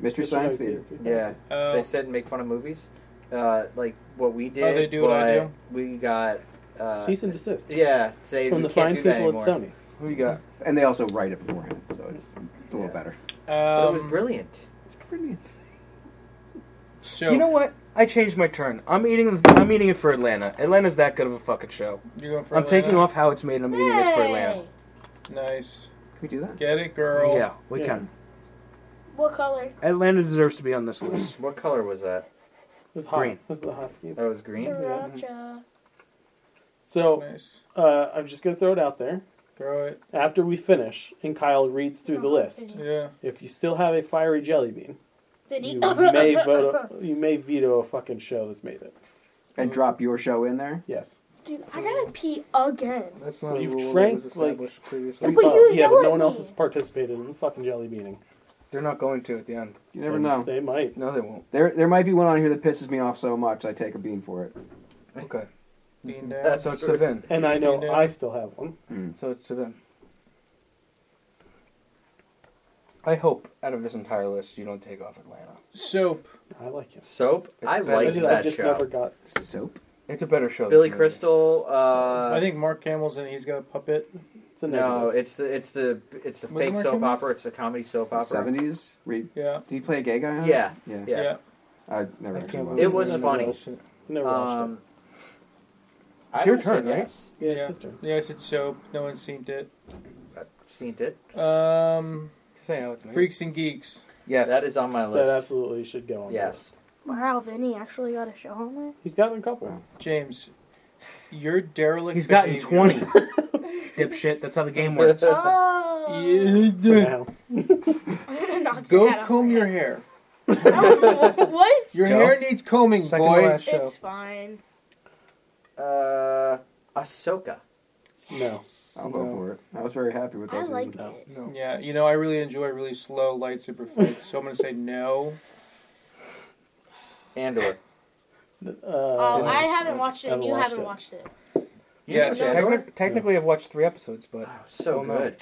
E: Mystery
I: Mr.
E: Science
I: Science
E: Theater.
I: Yeah,
H: Oh.
I: they said make fun of movies, uh, like what we did.
H: they do what I
I: but
H: do?
I: We got uh,
F: Cease and desist.
I: Yeah, say
F: From
I: we
F: the
I: can't
F: fine
I: do that
F: people at
I: anymore.
F: Sony.
E: Who you got? And they also write it beforehand, so it's it's a little better.
I: But it was
H: Um,
I: brilliant.
K: It's brilliant.
H: So
K: you know what? I changed my turn. I'm eating. I'm eating it for Atlanta. Atlanta's that good of a fucking show.
H: You're going for
K: I'm
H: Atlanta?
K: taking off how it's made. and I'm eating this for Atlanta.
H: Nice.
E: Can we do that?
H: Get it, girl.
K: Yeah,
F: we
K: Yeah. can.
G: What color?
F: Atlanta deserves to be on this list.
I: What color was that?
F: It was hot.
I: Green. Oh.
F: It was the hot skis.
I: That was green.
M: Mm-hmm.
G: Sriracha.
F: So uh, I'm just gonna throw it out there.
H: Oh, Throw it.
F: After we finish and Kyle reads through the list,
H: Yeah.
F: if you still have a fiery jelly bean,
G: Then [LAUGHS]
F: you
G: eat-
F: may vote. You may veto a fucking show that's made it.
E: And drop your show in there.
F: Yes.
G: Dude, I gotta pee again.
K: That's
F: Well, you've
K: rule that
F: drank,
K: was
F: like,
K: established
F: Three
G: But you
F: bottles. yeah,
G: yell
F: but no
G: at
F: one else
G: me.
F: has participated in the fucking jelly beaning.
K: They're not going to at the end.
E: You never
F: They-
E: know.
F: They might.
K: No,
E: [LAUGHS]
K: they won't.
E: There there might be one on here that pisses me off so much I take a bean for it.
K: Okay.
H: Bean down.
K: That's so it's Savin.
F: And I know
H: You do.
F: I still have one.
K: So it's Savin. I hope out of this entire list you don't take off Atlanta.
H: Soap.
F: I like it.
I: Soap. I
K: better
I: liked
K: than- I
I: that
K: just
I: show.
F: never got.
E: Soap.
K: It's a better show.
I: Billy
K: than
I: Crystal. Uh,
H: I think Mark Camel's in it. He's got a puppet.
F: It's a
I: no,
F: negative.
I: it's the it's the it's the
H: Was it
I: fake
H: Mark
I: soap
H: Hamill?
I: opera. It's a comedy soap opera.
E: Seventies? Read
H: Yeah.
E: Did you play a gay guy? on it?
I: Yeah,
E: Yeah.
I: yeah.
E: I never
K: I
E: actually
K: can't
E: watched
I: It was
K: Never
I: funny.
K: watched it.
F: Never watched
I: Um,
K: It's
I: I
K: your
I: would've
K: turn,
I: said
K: right?
I: yes.
F: Yeah, it's
H: yeah.
F: his turn.
H: Yeah, I said soap. No one's seen it.
I: I've seen it.
H: Um,
K: Say how it's made.
H: Freaks and Geeks.
K: Yes.
I: That is on my
F: That
I: list.
F: absolutely should go on. there.
I: Yes.
G: Wow, Vinny actually got a show on there?
F: He's gotten a couple.
H: James, your derelict.
K: He's gotten
H: behavior- [LAUGHS]
K: twenty. Dipshit. That's how the game works.
G: Oh. [LAUGHS]
H: You
F: For
H: do-
F: now.
G: Knock that
H: Go
G: out.
H: comb your hair.
G: What?
H: Your
K: Joe?
H: hair needs combing,
K: Second
H: boy.
K: to last show.
G: It's fine.
I: Uh, Ahsoka.
F: No.
E: I'll go for it. I was very happy with that
G: I
E: season.
G: liked
F: No.
G: it.
K: No.
H: Yeah, you know I really enjoy really slow light super fights, so I'm gonna say no.
I: Andor.
F: Uh,
G: Oh, I haven't watched it, and
F: Haven't
G: you
F: watched
G: haven't
F: it.
G: watched it.
H: Yes.
I: Yeah.
K: Technic- technically, I've watched three episodes, but
I: Oh, So
K: no.
I: good.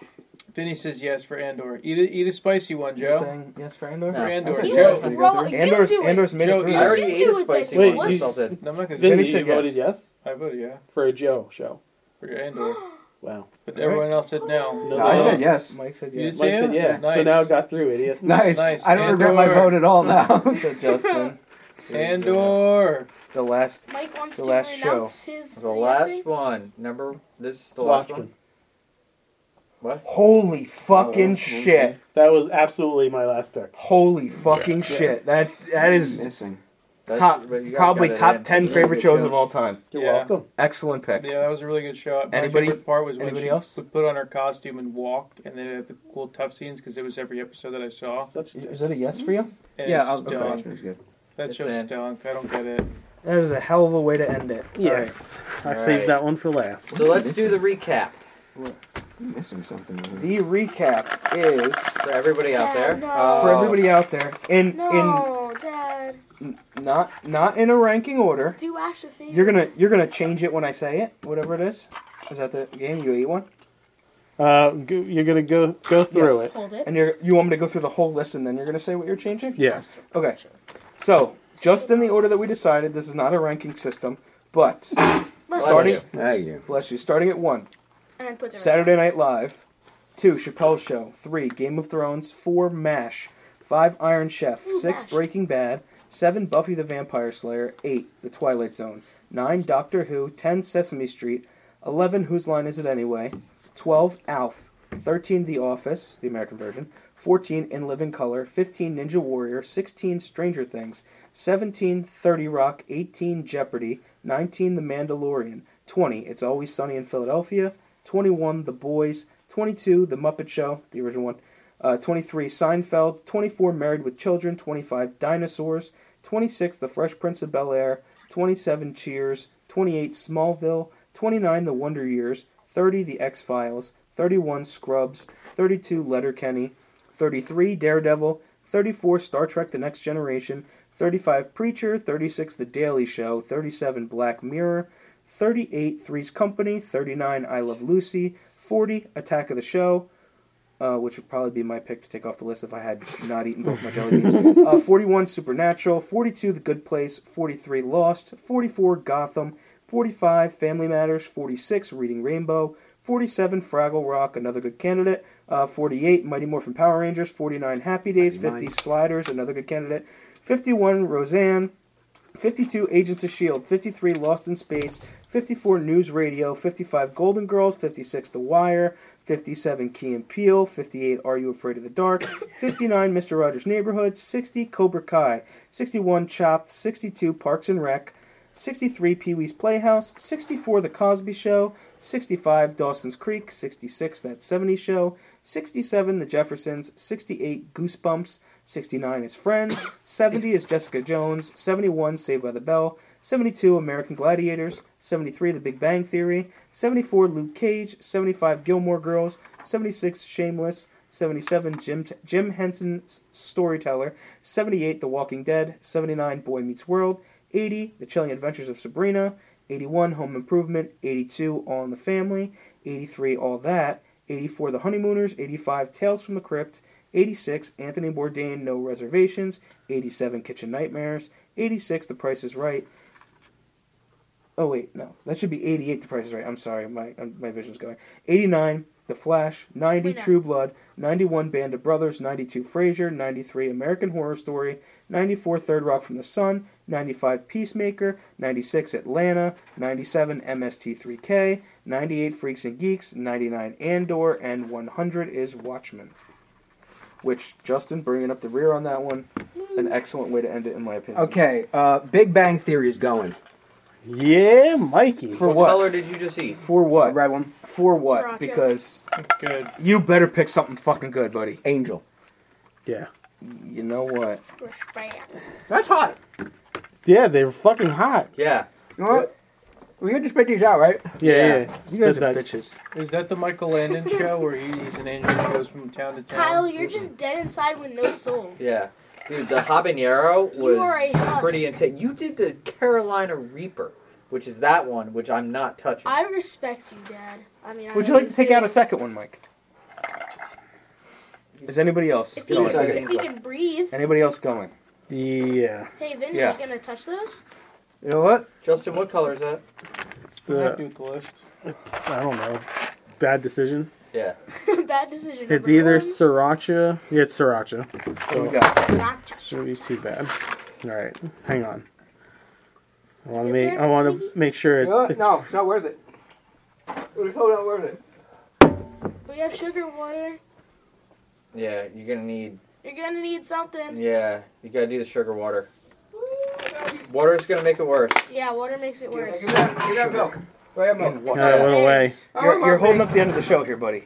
H: Vinny says yes for Andor. Eat a, eat a spicy one,
K: You're
H: Joe.
K: saying yes for Andor.
I: No.
H: For Andor,
K: I said
G: You
H: Joe.
K: yes.
G: were throwing. You
K: Andor's,
G: do it.
K: Andor's made
H: Joe,
K: it through.
H: eat
I: I already
G: You
I: ate
G: do
I: a
G: it,
I: spicy
F: Wait,
I: one.
F: you-
I: myself then.
H: No, I'm not gonna.
F: Vinny,
K: Vinny
F: you
K: said yes.
F: voted yes
H: I voted yeah
F: for a Joe show.
H: for Andor,
F: Wow.
H: but everyone else said no.
F: No,
E: No, I said yes.
K: Mike said
H: You did
K: yes.
F: Mike
H: Yeah,
K: [LAUGHS]
F: said yeah. So
H: nice.
F: now it got through, idiot.
E: Nice.
H: Nice.
E: I don't regret my
H: Andor.
E: vote at all
I: [LAUGHS]
E: now.
K: So Justin, is, uh,
H: Andor.
K: the last.
G: Mike wants
K: The
G: to
K: last
G: renounce his.
I: The
G: legacy?
I: last one. Number. This is the last
F: Watchmen.
I: one. What?
K: Holy fucking shit!
F: That was absolutely my last pick.
K: Holy fucking shit! That that is
E: Missing.
I: That's-
K: top
I: but you guys
K: probably
I: got it
K: top
I: in.
K: ten
I: It's a really
K: favorite
I: good
K: shows
I: show.
K: of all time.
F: You're
H: Yeah.
F: welcome.
K: Excellent pick.
H: Yeah, that was a really good show. My
K: Anybody-
H: favorite part was when
K: anybody
H: she
K: else?
H: would put on her costume and walk, and then had the cool tough scenes because it was every episode that I saw.
F: Such a dick.
K: Is that a yes for you?
H: And
E: Yeah,
H: it
E: I'll
H: stunk.
E: go watch it. It's good.
H: That
I: It's
H: show
I: in.
H: stunk. I don't get it.
K: That is a hell of a way to end it.
F: Yes. I
I: All
F: saved
I: right.
F: that one for last.
I: So let's do the recap
E: I'm missing something. over here.
K: The recap is
I: for everybody out there.
G: No.
K: for everybody out there Uh, in
G: No, Dad.
K: in not not in a ranking order.
G: Do Ash a favor.
K: You're gonna you're gonna change it when I say it. Whatever it is. Is that the game? You eat one,
F: Uh, go, you're gonna go go through
K: Yes.
F: it.
G: hold it.
K: and you're you want me to go through the whole list, and then you're gonna say what you're changing.
F: Yeah.
K: Okay. So just in the order that we decided, this is not a ranking system, but
E: [LAUGHS]
G: Let's
K: starting
E: Thank you.
K: bless you, starting at one,
G: And puts it right.
K: Saturday Night Live, two, Chappelle Show, three, Game of Thrones, four, MASH, five, Iron Chef,
G: Ooh,
K: six,
G: MASH.
K: Breaking Bad, seven, Buffy the Vampire Slayer, eight, The Twilight Zone, nine, Doctor Who, ten, Sesame Street, eleven, Whose Line Is It Anyway, twelve, Alf, thirteen, The Office, the American version, fourteen, In Living Color, fifteen, Ninja Warrior, sixteen, Stranger Things, 17, 30 Rock, 18, Jeopardy, 19, The Mandalorian, 20, It's Always Sunny in Philadelphia, 21, The Boys, 22, The Muppet Show, the original one, uh, 23, Seinfeld, 24, Married with Children, 25, Dinosaurs, 26, The Fresh Prince of Bel Air, 27, Cheers, 28 Smallville, 29 The Wonder Years, 30 The X Files, 31 Scrubs, 32 Letterkenny, 33 Daredevil, 34 Star Trek The Next Generation, 35 Preacher, 36 The Daily Show, 37 Black Mirror, 38 Three's Company, 39 I Love Lucy, 40 Attack of the Show, uh, which would probably be my pick to take off the list if I had not eaten both my jelly beans. Uh, 41 Supernatural, 42 The Good Place, 43 Lost, 44 Gotham, 45 Family Matters, 46 Reading Rainbow, 47 Fraggle Rock, another good candidate, uh, 48 Mighty Morphin Power Rangers, 49 Happy Days, 50 Sliders, another good candidate, 51 Roseanne, 52 Agents of S.H.I.E.L.D., 53 Lost in Space, 54 News Radio, 55 Golden Girls, 56 The Wire, 57 Key and Peele, 58 Are You Afraid of the Dark, 59 Mr. Rogers' Neighborhood, 60 Cobra Kai, 61 Chopped, 62 Parks and Rec, 63 Pee Wee's Playhouse, 64 The Cosby Show, 65 Dawson's Creek, 66 That 70 Show, 67 The Jeffersons, 68 Goosebumps, 69 is Friends, 70 is Jessica Jones, 71 Saved by the Bell, 72 American Gladiators, 73 The Big Bang Theory, 74 Luke Cage, 75 Gilmore Girls, 76 Shameless, 77 Jim, Jim Henson's Storyteller, 78 The Walking Dead, 79 Boy Meets World, 80 The Chilling Adventures of Sabrina, 81 Home Improvement, 82 All in the Family, 83 All That, 84 The Honeymooners, 85 Tales from the Crypt, 86 Anthony Bourdain No Reservations, 87 Kitchen Nightmares, 86 The Price is Right. Oh wait, no. That should be 88 The Price is Right. I'm sorry. My um, my vision's going. 89 The Flash, 90 True Blood, 91 Band of Brothers, 92 Frasier, 93 American Horror Story, 94 Third Rock from the Sun, 95 Peacemaker, 96 Atlanta, 97 MST3K, 98 Freaks and Geeks, 99 Andor, and 100 is Watchmen. Which Justin bringing up the rear on that one, an excellent way to end it in my opinion.
E: Okay, uh, Big Bang Theory is going.
K: Yeah, Mikey. For
I: what,
K: what?
I: color did you just eat?
K: For what?
E: red one.
K: For what?
I: Sriracha.
K: Because
P: good.
K: You better pick something fucking good, buddy.
E: Angel.
K: Yeah. You know what?
E: That's hot.
F: Yeah, they're fucking hot.
I: Yeah.
E: You know what? We can just spit these out, right?
F: Yeah, yeah. yeah.
K: You guys are bitches.
H: Is that the Michael Landon show where he, he's an angel who goes from town to town?
G: Kyle,
K: um,
G: you're just dead inside with no soul.
I: Yeah. Dude, the habanero
G: You are a
I: was
G: husk.
I: pretty intense. You did the Carolina Reaper, which is that one, which I'm not touching.
G: I respect you, Dad. I mean, I
K: Would you like to take out a second one, Mike? Is anybody else?
G: If he,
K: going?
G: can, if he can breathe.
K: Anybody else going?
F: uh,
K: Yeah.
G: Hey, Vin,
K: Yeah.
G: are you gonna touch those? [LAUGHS]
K: You know what?
I: Justin, what color is that?
F: It's
H: I'm
F: the,
H: happy with the list.
F: it's I don't know. Bad decision.
I: Yeah.
G: Bad decision.
F: It's
G: number
F: either
G: one.
F: sriracha. Yeah, it's sriracha.
G: we
F: So, shouldn't be too bad. All right, hang on. I want to make I want to make sure
E: You know what?
F: it's, it's
E: no, it's not worth it. It's totally not worth it.
G: We have sugar water.
I: Yeah, you're gonna need.
G: You're gonna need something.
I: Yeah, you gotta do the sugar water. Water's gonna make it worse.
G: Yeah, water makes it worse.
E: Give that milk. Oh, Where am I?
F: No, it went away.
K: You're, you're holding up the end of the show here, buddy.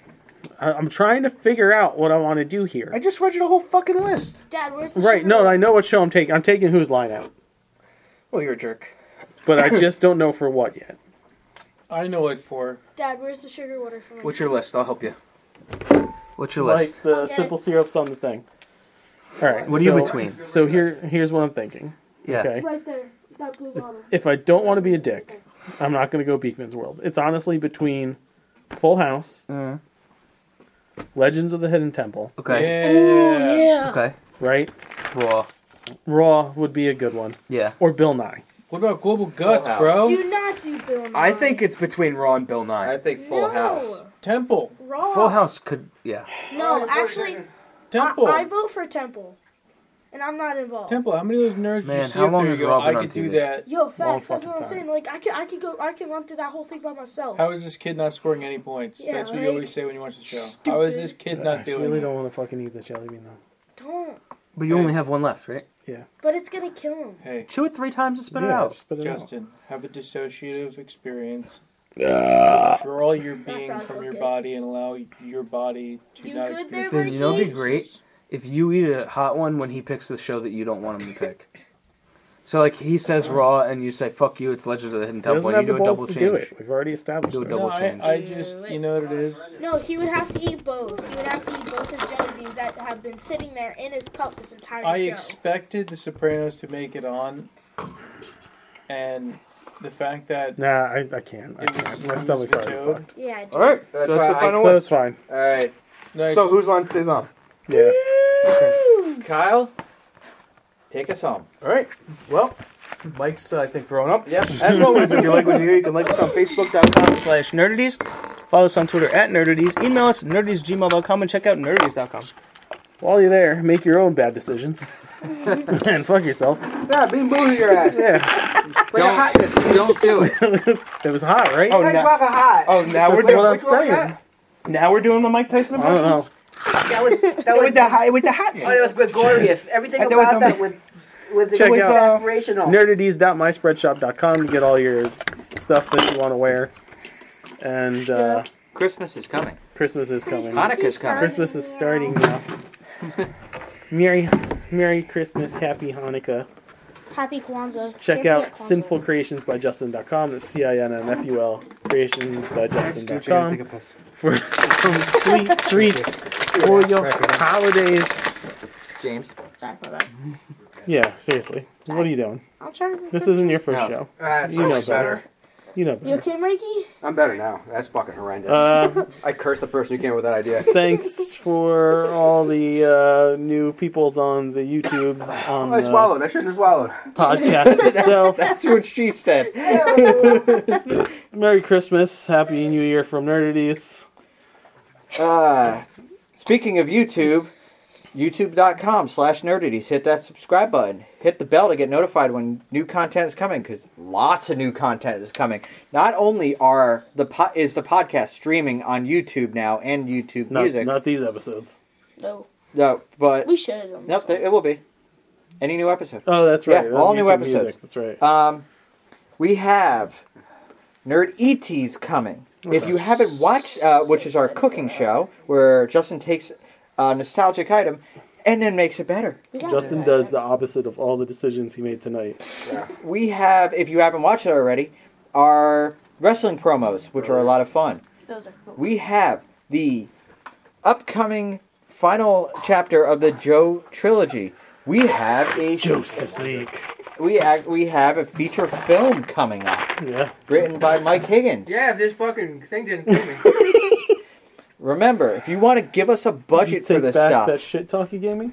F: I- I'm trying to figure out what I want to do here.
K: I just read you the whole fucking list.
G: Dad, where's the
F: Right? No, I know what show I'm taking. I'm taking Who's Line Out,
K: Well, you're a jerk.
F: but I just don't know for what yet.
H: I know it for.
G: Dad, where's the sugar water from?
K: What's your list? I'll help you. What's your
F: Like
K: list?
F: the simple syrups on the thing. All right.
K: What are you
F: so-
K: between?
F: So here, here's what I'm thinking.
K: Yeah.
F: Okay.
G: Right there, that blue bottle.
F: If I don't want to be a dick, I'm not going to go Beekman's World. It's honestly between Full House,
J: Mm-hmm.
F: Legends of the Hidden Temple.
J: Okay.
F: Oh,
G: yeah.
J: Okay.
F: Right.
J: Raw.
F: Raw would be a good one.
J: Yeah.
F: Or Bill Nye.
H: What about Global Guts,
F: House.
H: bro?
G: Do not do Bill Nye.
K: I think it's between Raw and Bill Nye.
I: I think Full
G: No. House.
H: Temple.
G: Raw.
K: Full House could, yeah.
G: No, actually,
H: Temple.
G: I vote for Temple, and I'm not involved.
H: Temple. How many of those nerds did you
J: Man,
H: see
J: how
H: up
J: long
H: there? You
J: has
H: go,
J: Rob
H: I
J: been on
H: could do
J: TV?
H: that.
G: Yo, facts.
H: Long
G: That's what I'm
H: fucking
G: saying. Like, I could, I could go, I could run through that whole thing by myself.
H: How is this kid not scoring any points?
G: Yeah,
H: That's what you
G: like-
H: always say when you watch the show. How is this kid not doing?
F: I really
H: it?
F: don't want to fucking eat the jelly bean though.
G: Don't.
J: But you only have one left, right?
F: Yeah.
G: But it's gonna kill him.
H: Hey,
J: Chew it three times and spit it
F: Yeah,
J: out.
F: spit it out.
H: Justin, have a dissociative experience.
J: Ah.
H: Draw your being from your body and allow your body to
G: You
H: not
G: good
H: experience.
J: Then you know
K: [LAUGHS]
J: what'd be great if you eat a hot one when he picks the show that you don't want him to pick. So like he says Raw, and you say fuck you. It's Legend of the Hidden
F: He
J: Temple.
F: doesn't
J: and
F: have
J: You
F: the
J: do a
F: balls
J: double
F: to
J: change.
F: do it. We've already established.
J: Do a
F: this.
J: double
H: I,
J: change.
H: I just, you know what it is?
M: No, he would have to eat both. He would have to eat both of jelly beans that have been sitting there in his cup this entire
H: I
M: show.
H: expected The Sopranos to make it on, and the fact that
F: Nah, I, I can't. I
H: It was-
F: can't.
H: it
F: My
H: was
F: stomach's already
H: vetoed.
F: fucked.
H: Yeah, I did.
F: All right,
H: That's
F: that's,
H: why
F: the
H: I-
F: final
H: so
F: one.
H: it's
F: fine.
E: All right.
J: So whose line stays on?
F: Yeah.
I: Kyle, take us home.
J: All right. Well, Mike's uh, I think thrown up.
I: Yep.
K: As always, if you like what you hear, you can like us on facebook.com slash nerdities. Follow us on Twitter at nerdities. Email us at nerdities@gmail.com and check out nerdities.com.
F: While you're there, make your own bad decisions. and fuck yourself.
E: Yeah, bean boozy your [LAUGHS] ass.
F: Yeah.
I: Don't, don't do it.
F: it was hot, right?
E: Oh, no. hot.
F: Oh, now we're
E: That's
F: doing-
E: what
F: I'm saying. Now we're doing the Mike Tyson
E: I don't know.
F: impressions.
S: That was that
K: With
S: was
K: the hot, with the hotness.
S: Oh, that was
E: [LAUGHS]
S: gregarious. Everything
K: That was
S: about
K: um,
S: that was with the
F: Check
S: with
F: out
S: aspirational.
F: nerdities.myspreadshop.com to get all your stuff that you want to wear. And uh,
I: Christmas is coming.
F: Christmas is coming.
I: Hanukkah's coming.
F: Christmas is
M: [LAUGHS]
F: starting now. Merry, Merry Christmas, Happy Hanukkah.
M: Happy Kwanzaa.
F: Check
M: Happy
F: out
M: Kwanzaa.
F: Sinful Creations by Justin.com. That's C I N N F U L Creations by
K: Scooch, I gotta
F: Justin.com
K: take a piss.
F: for some
K: [LAUGHS]
F: sweet treats for your holidays.
I: James.
M: Sorry for that.
F: Yeah, seriously. What are you doing?
M: I'm trying to-
F: This isn't your
E: No.
F: first show.
E: Ah, it's
F: you know
E: much
F: better.
E: better.
F: You know
M: You
F: better.
M: okay, Mikey?
E: I'm better now. That's fucking horrendous.
F: Uh,
E: I cursed the person who came up with that
I: [LAUGHS]
E: idea.
F: Thanks for all the uh, new peoples on the YouTubes. On
E: I
F: the-
E: swallowed. I shouldn't have swallowed.
I: [LAUGHS]
F: podcast
E: [LAUGHS]
F: itself.
E: That's what she said.
F: Merry Christmas, Happy New Year from Nerdities.
I: Uh, speaking of YouTube, youtube.com slash nerdities. Hit that subscribe button. Hit the bell to get notified when new content is coming because lots of new content is coming. Not only are the po- is the podcast streaming on YouTube now and YouTube
F: Not,
I: Music.
F: not these episodes.
M: No.
I: No, but
M: We should have done
I: nope, it will be. Any new episode.
F: Oh, that's right.
I: Yeah, all
F: on
I: new
F: YouTube
I: episodes.
F: Music, That's right.
I: Um, we have Nerd ET's coming.
F: What's
I: if you
F: up?
I: haven't watched, uh, which is our cooking show, where Justin takes a nostalgic item and then makes it better.
F: Justin does the opposite of all the decisions he made tonight.
I: We have, if you haven't watched it already, our wrestling promos, which are a lot of fun.
M: Those are cool.
I: We have the upcoming final chapter of the Joe trilogy. We have a
F: Justice League.
I: We act, we have a feature film coming up.
F: Yeah.
I: Written by Mike Higgins.
S: Yeah, if this fucking thing didn't kill me.
I: Remember, if you want to give us a budget for
F: Take
I: this
F: back
I: stuff,
F: that shit talk you gave me.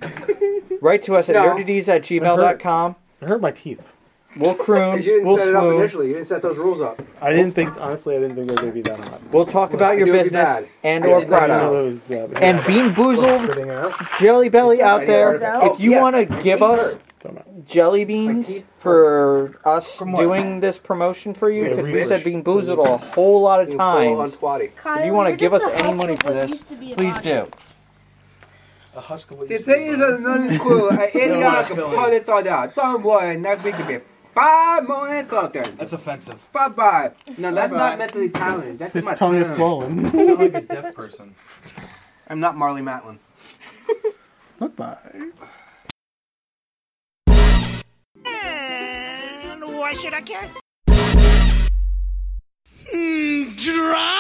I: write to us at
E: No.
I: nerdities at gmail.com.
F: It hurt my teeth.
E: [LAUGHS]
I: We'll
E: [LAUGHS]
I: croon.
E: 'Cause you didn't
I: we'll
E: set it up
I: swoon.
E: initially. You didn't set those rules up.
F: I didn't think, honestly, I didn't think they were going to be that hot.
I: We'll talk
E: I
I: about your
E: knew it'd be
I: business
E: bad.
I: and
E: I
I: or
E: did not know
F: it
I: product.
F: was bad.
I: And Bean
E: Spitting it
I: Boozled,
E: out.
I: Jelly Belly out
E: I
I: there,
E: didn't know that.
I: if you
E: Oh, yeah.
I: want to
E: My
I: give
E: teeth
I: us
E: hurt.
I: jelly beans for us
E: on.
I: doing this promotion for you,
E: Yeah,
I: because we
E: reach.
I: said Bean Boozled a whole lot of
E: You full on
I: times.
E: twatty.
I: If you want to give us any money for this, please do.
K: A husk of what
S: The thing is that none cool.
E: [LAUGHS]
S: I idiot put it all down. Don't worry, next week will be five more insulters. That's offensive. Bye bye. No, that's
K: Bye-bye.
S: not mentally talented. That's
F: His
S: my
F: tongue is
S: turn.
F: swollen.
K: Sound like a deaf person.
S: I'm not Marley Matlin.
A: And why should I care? Hmm, dry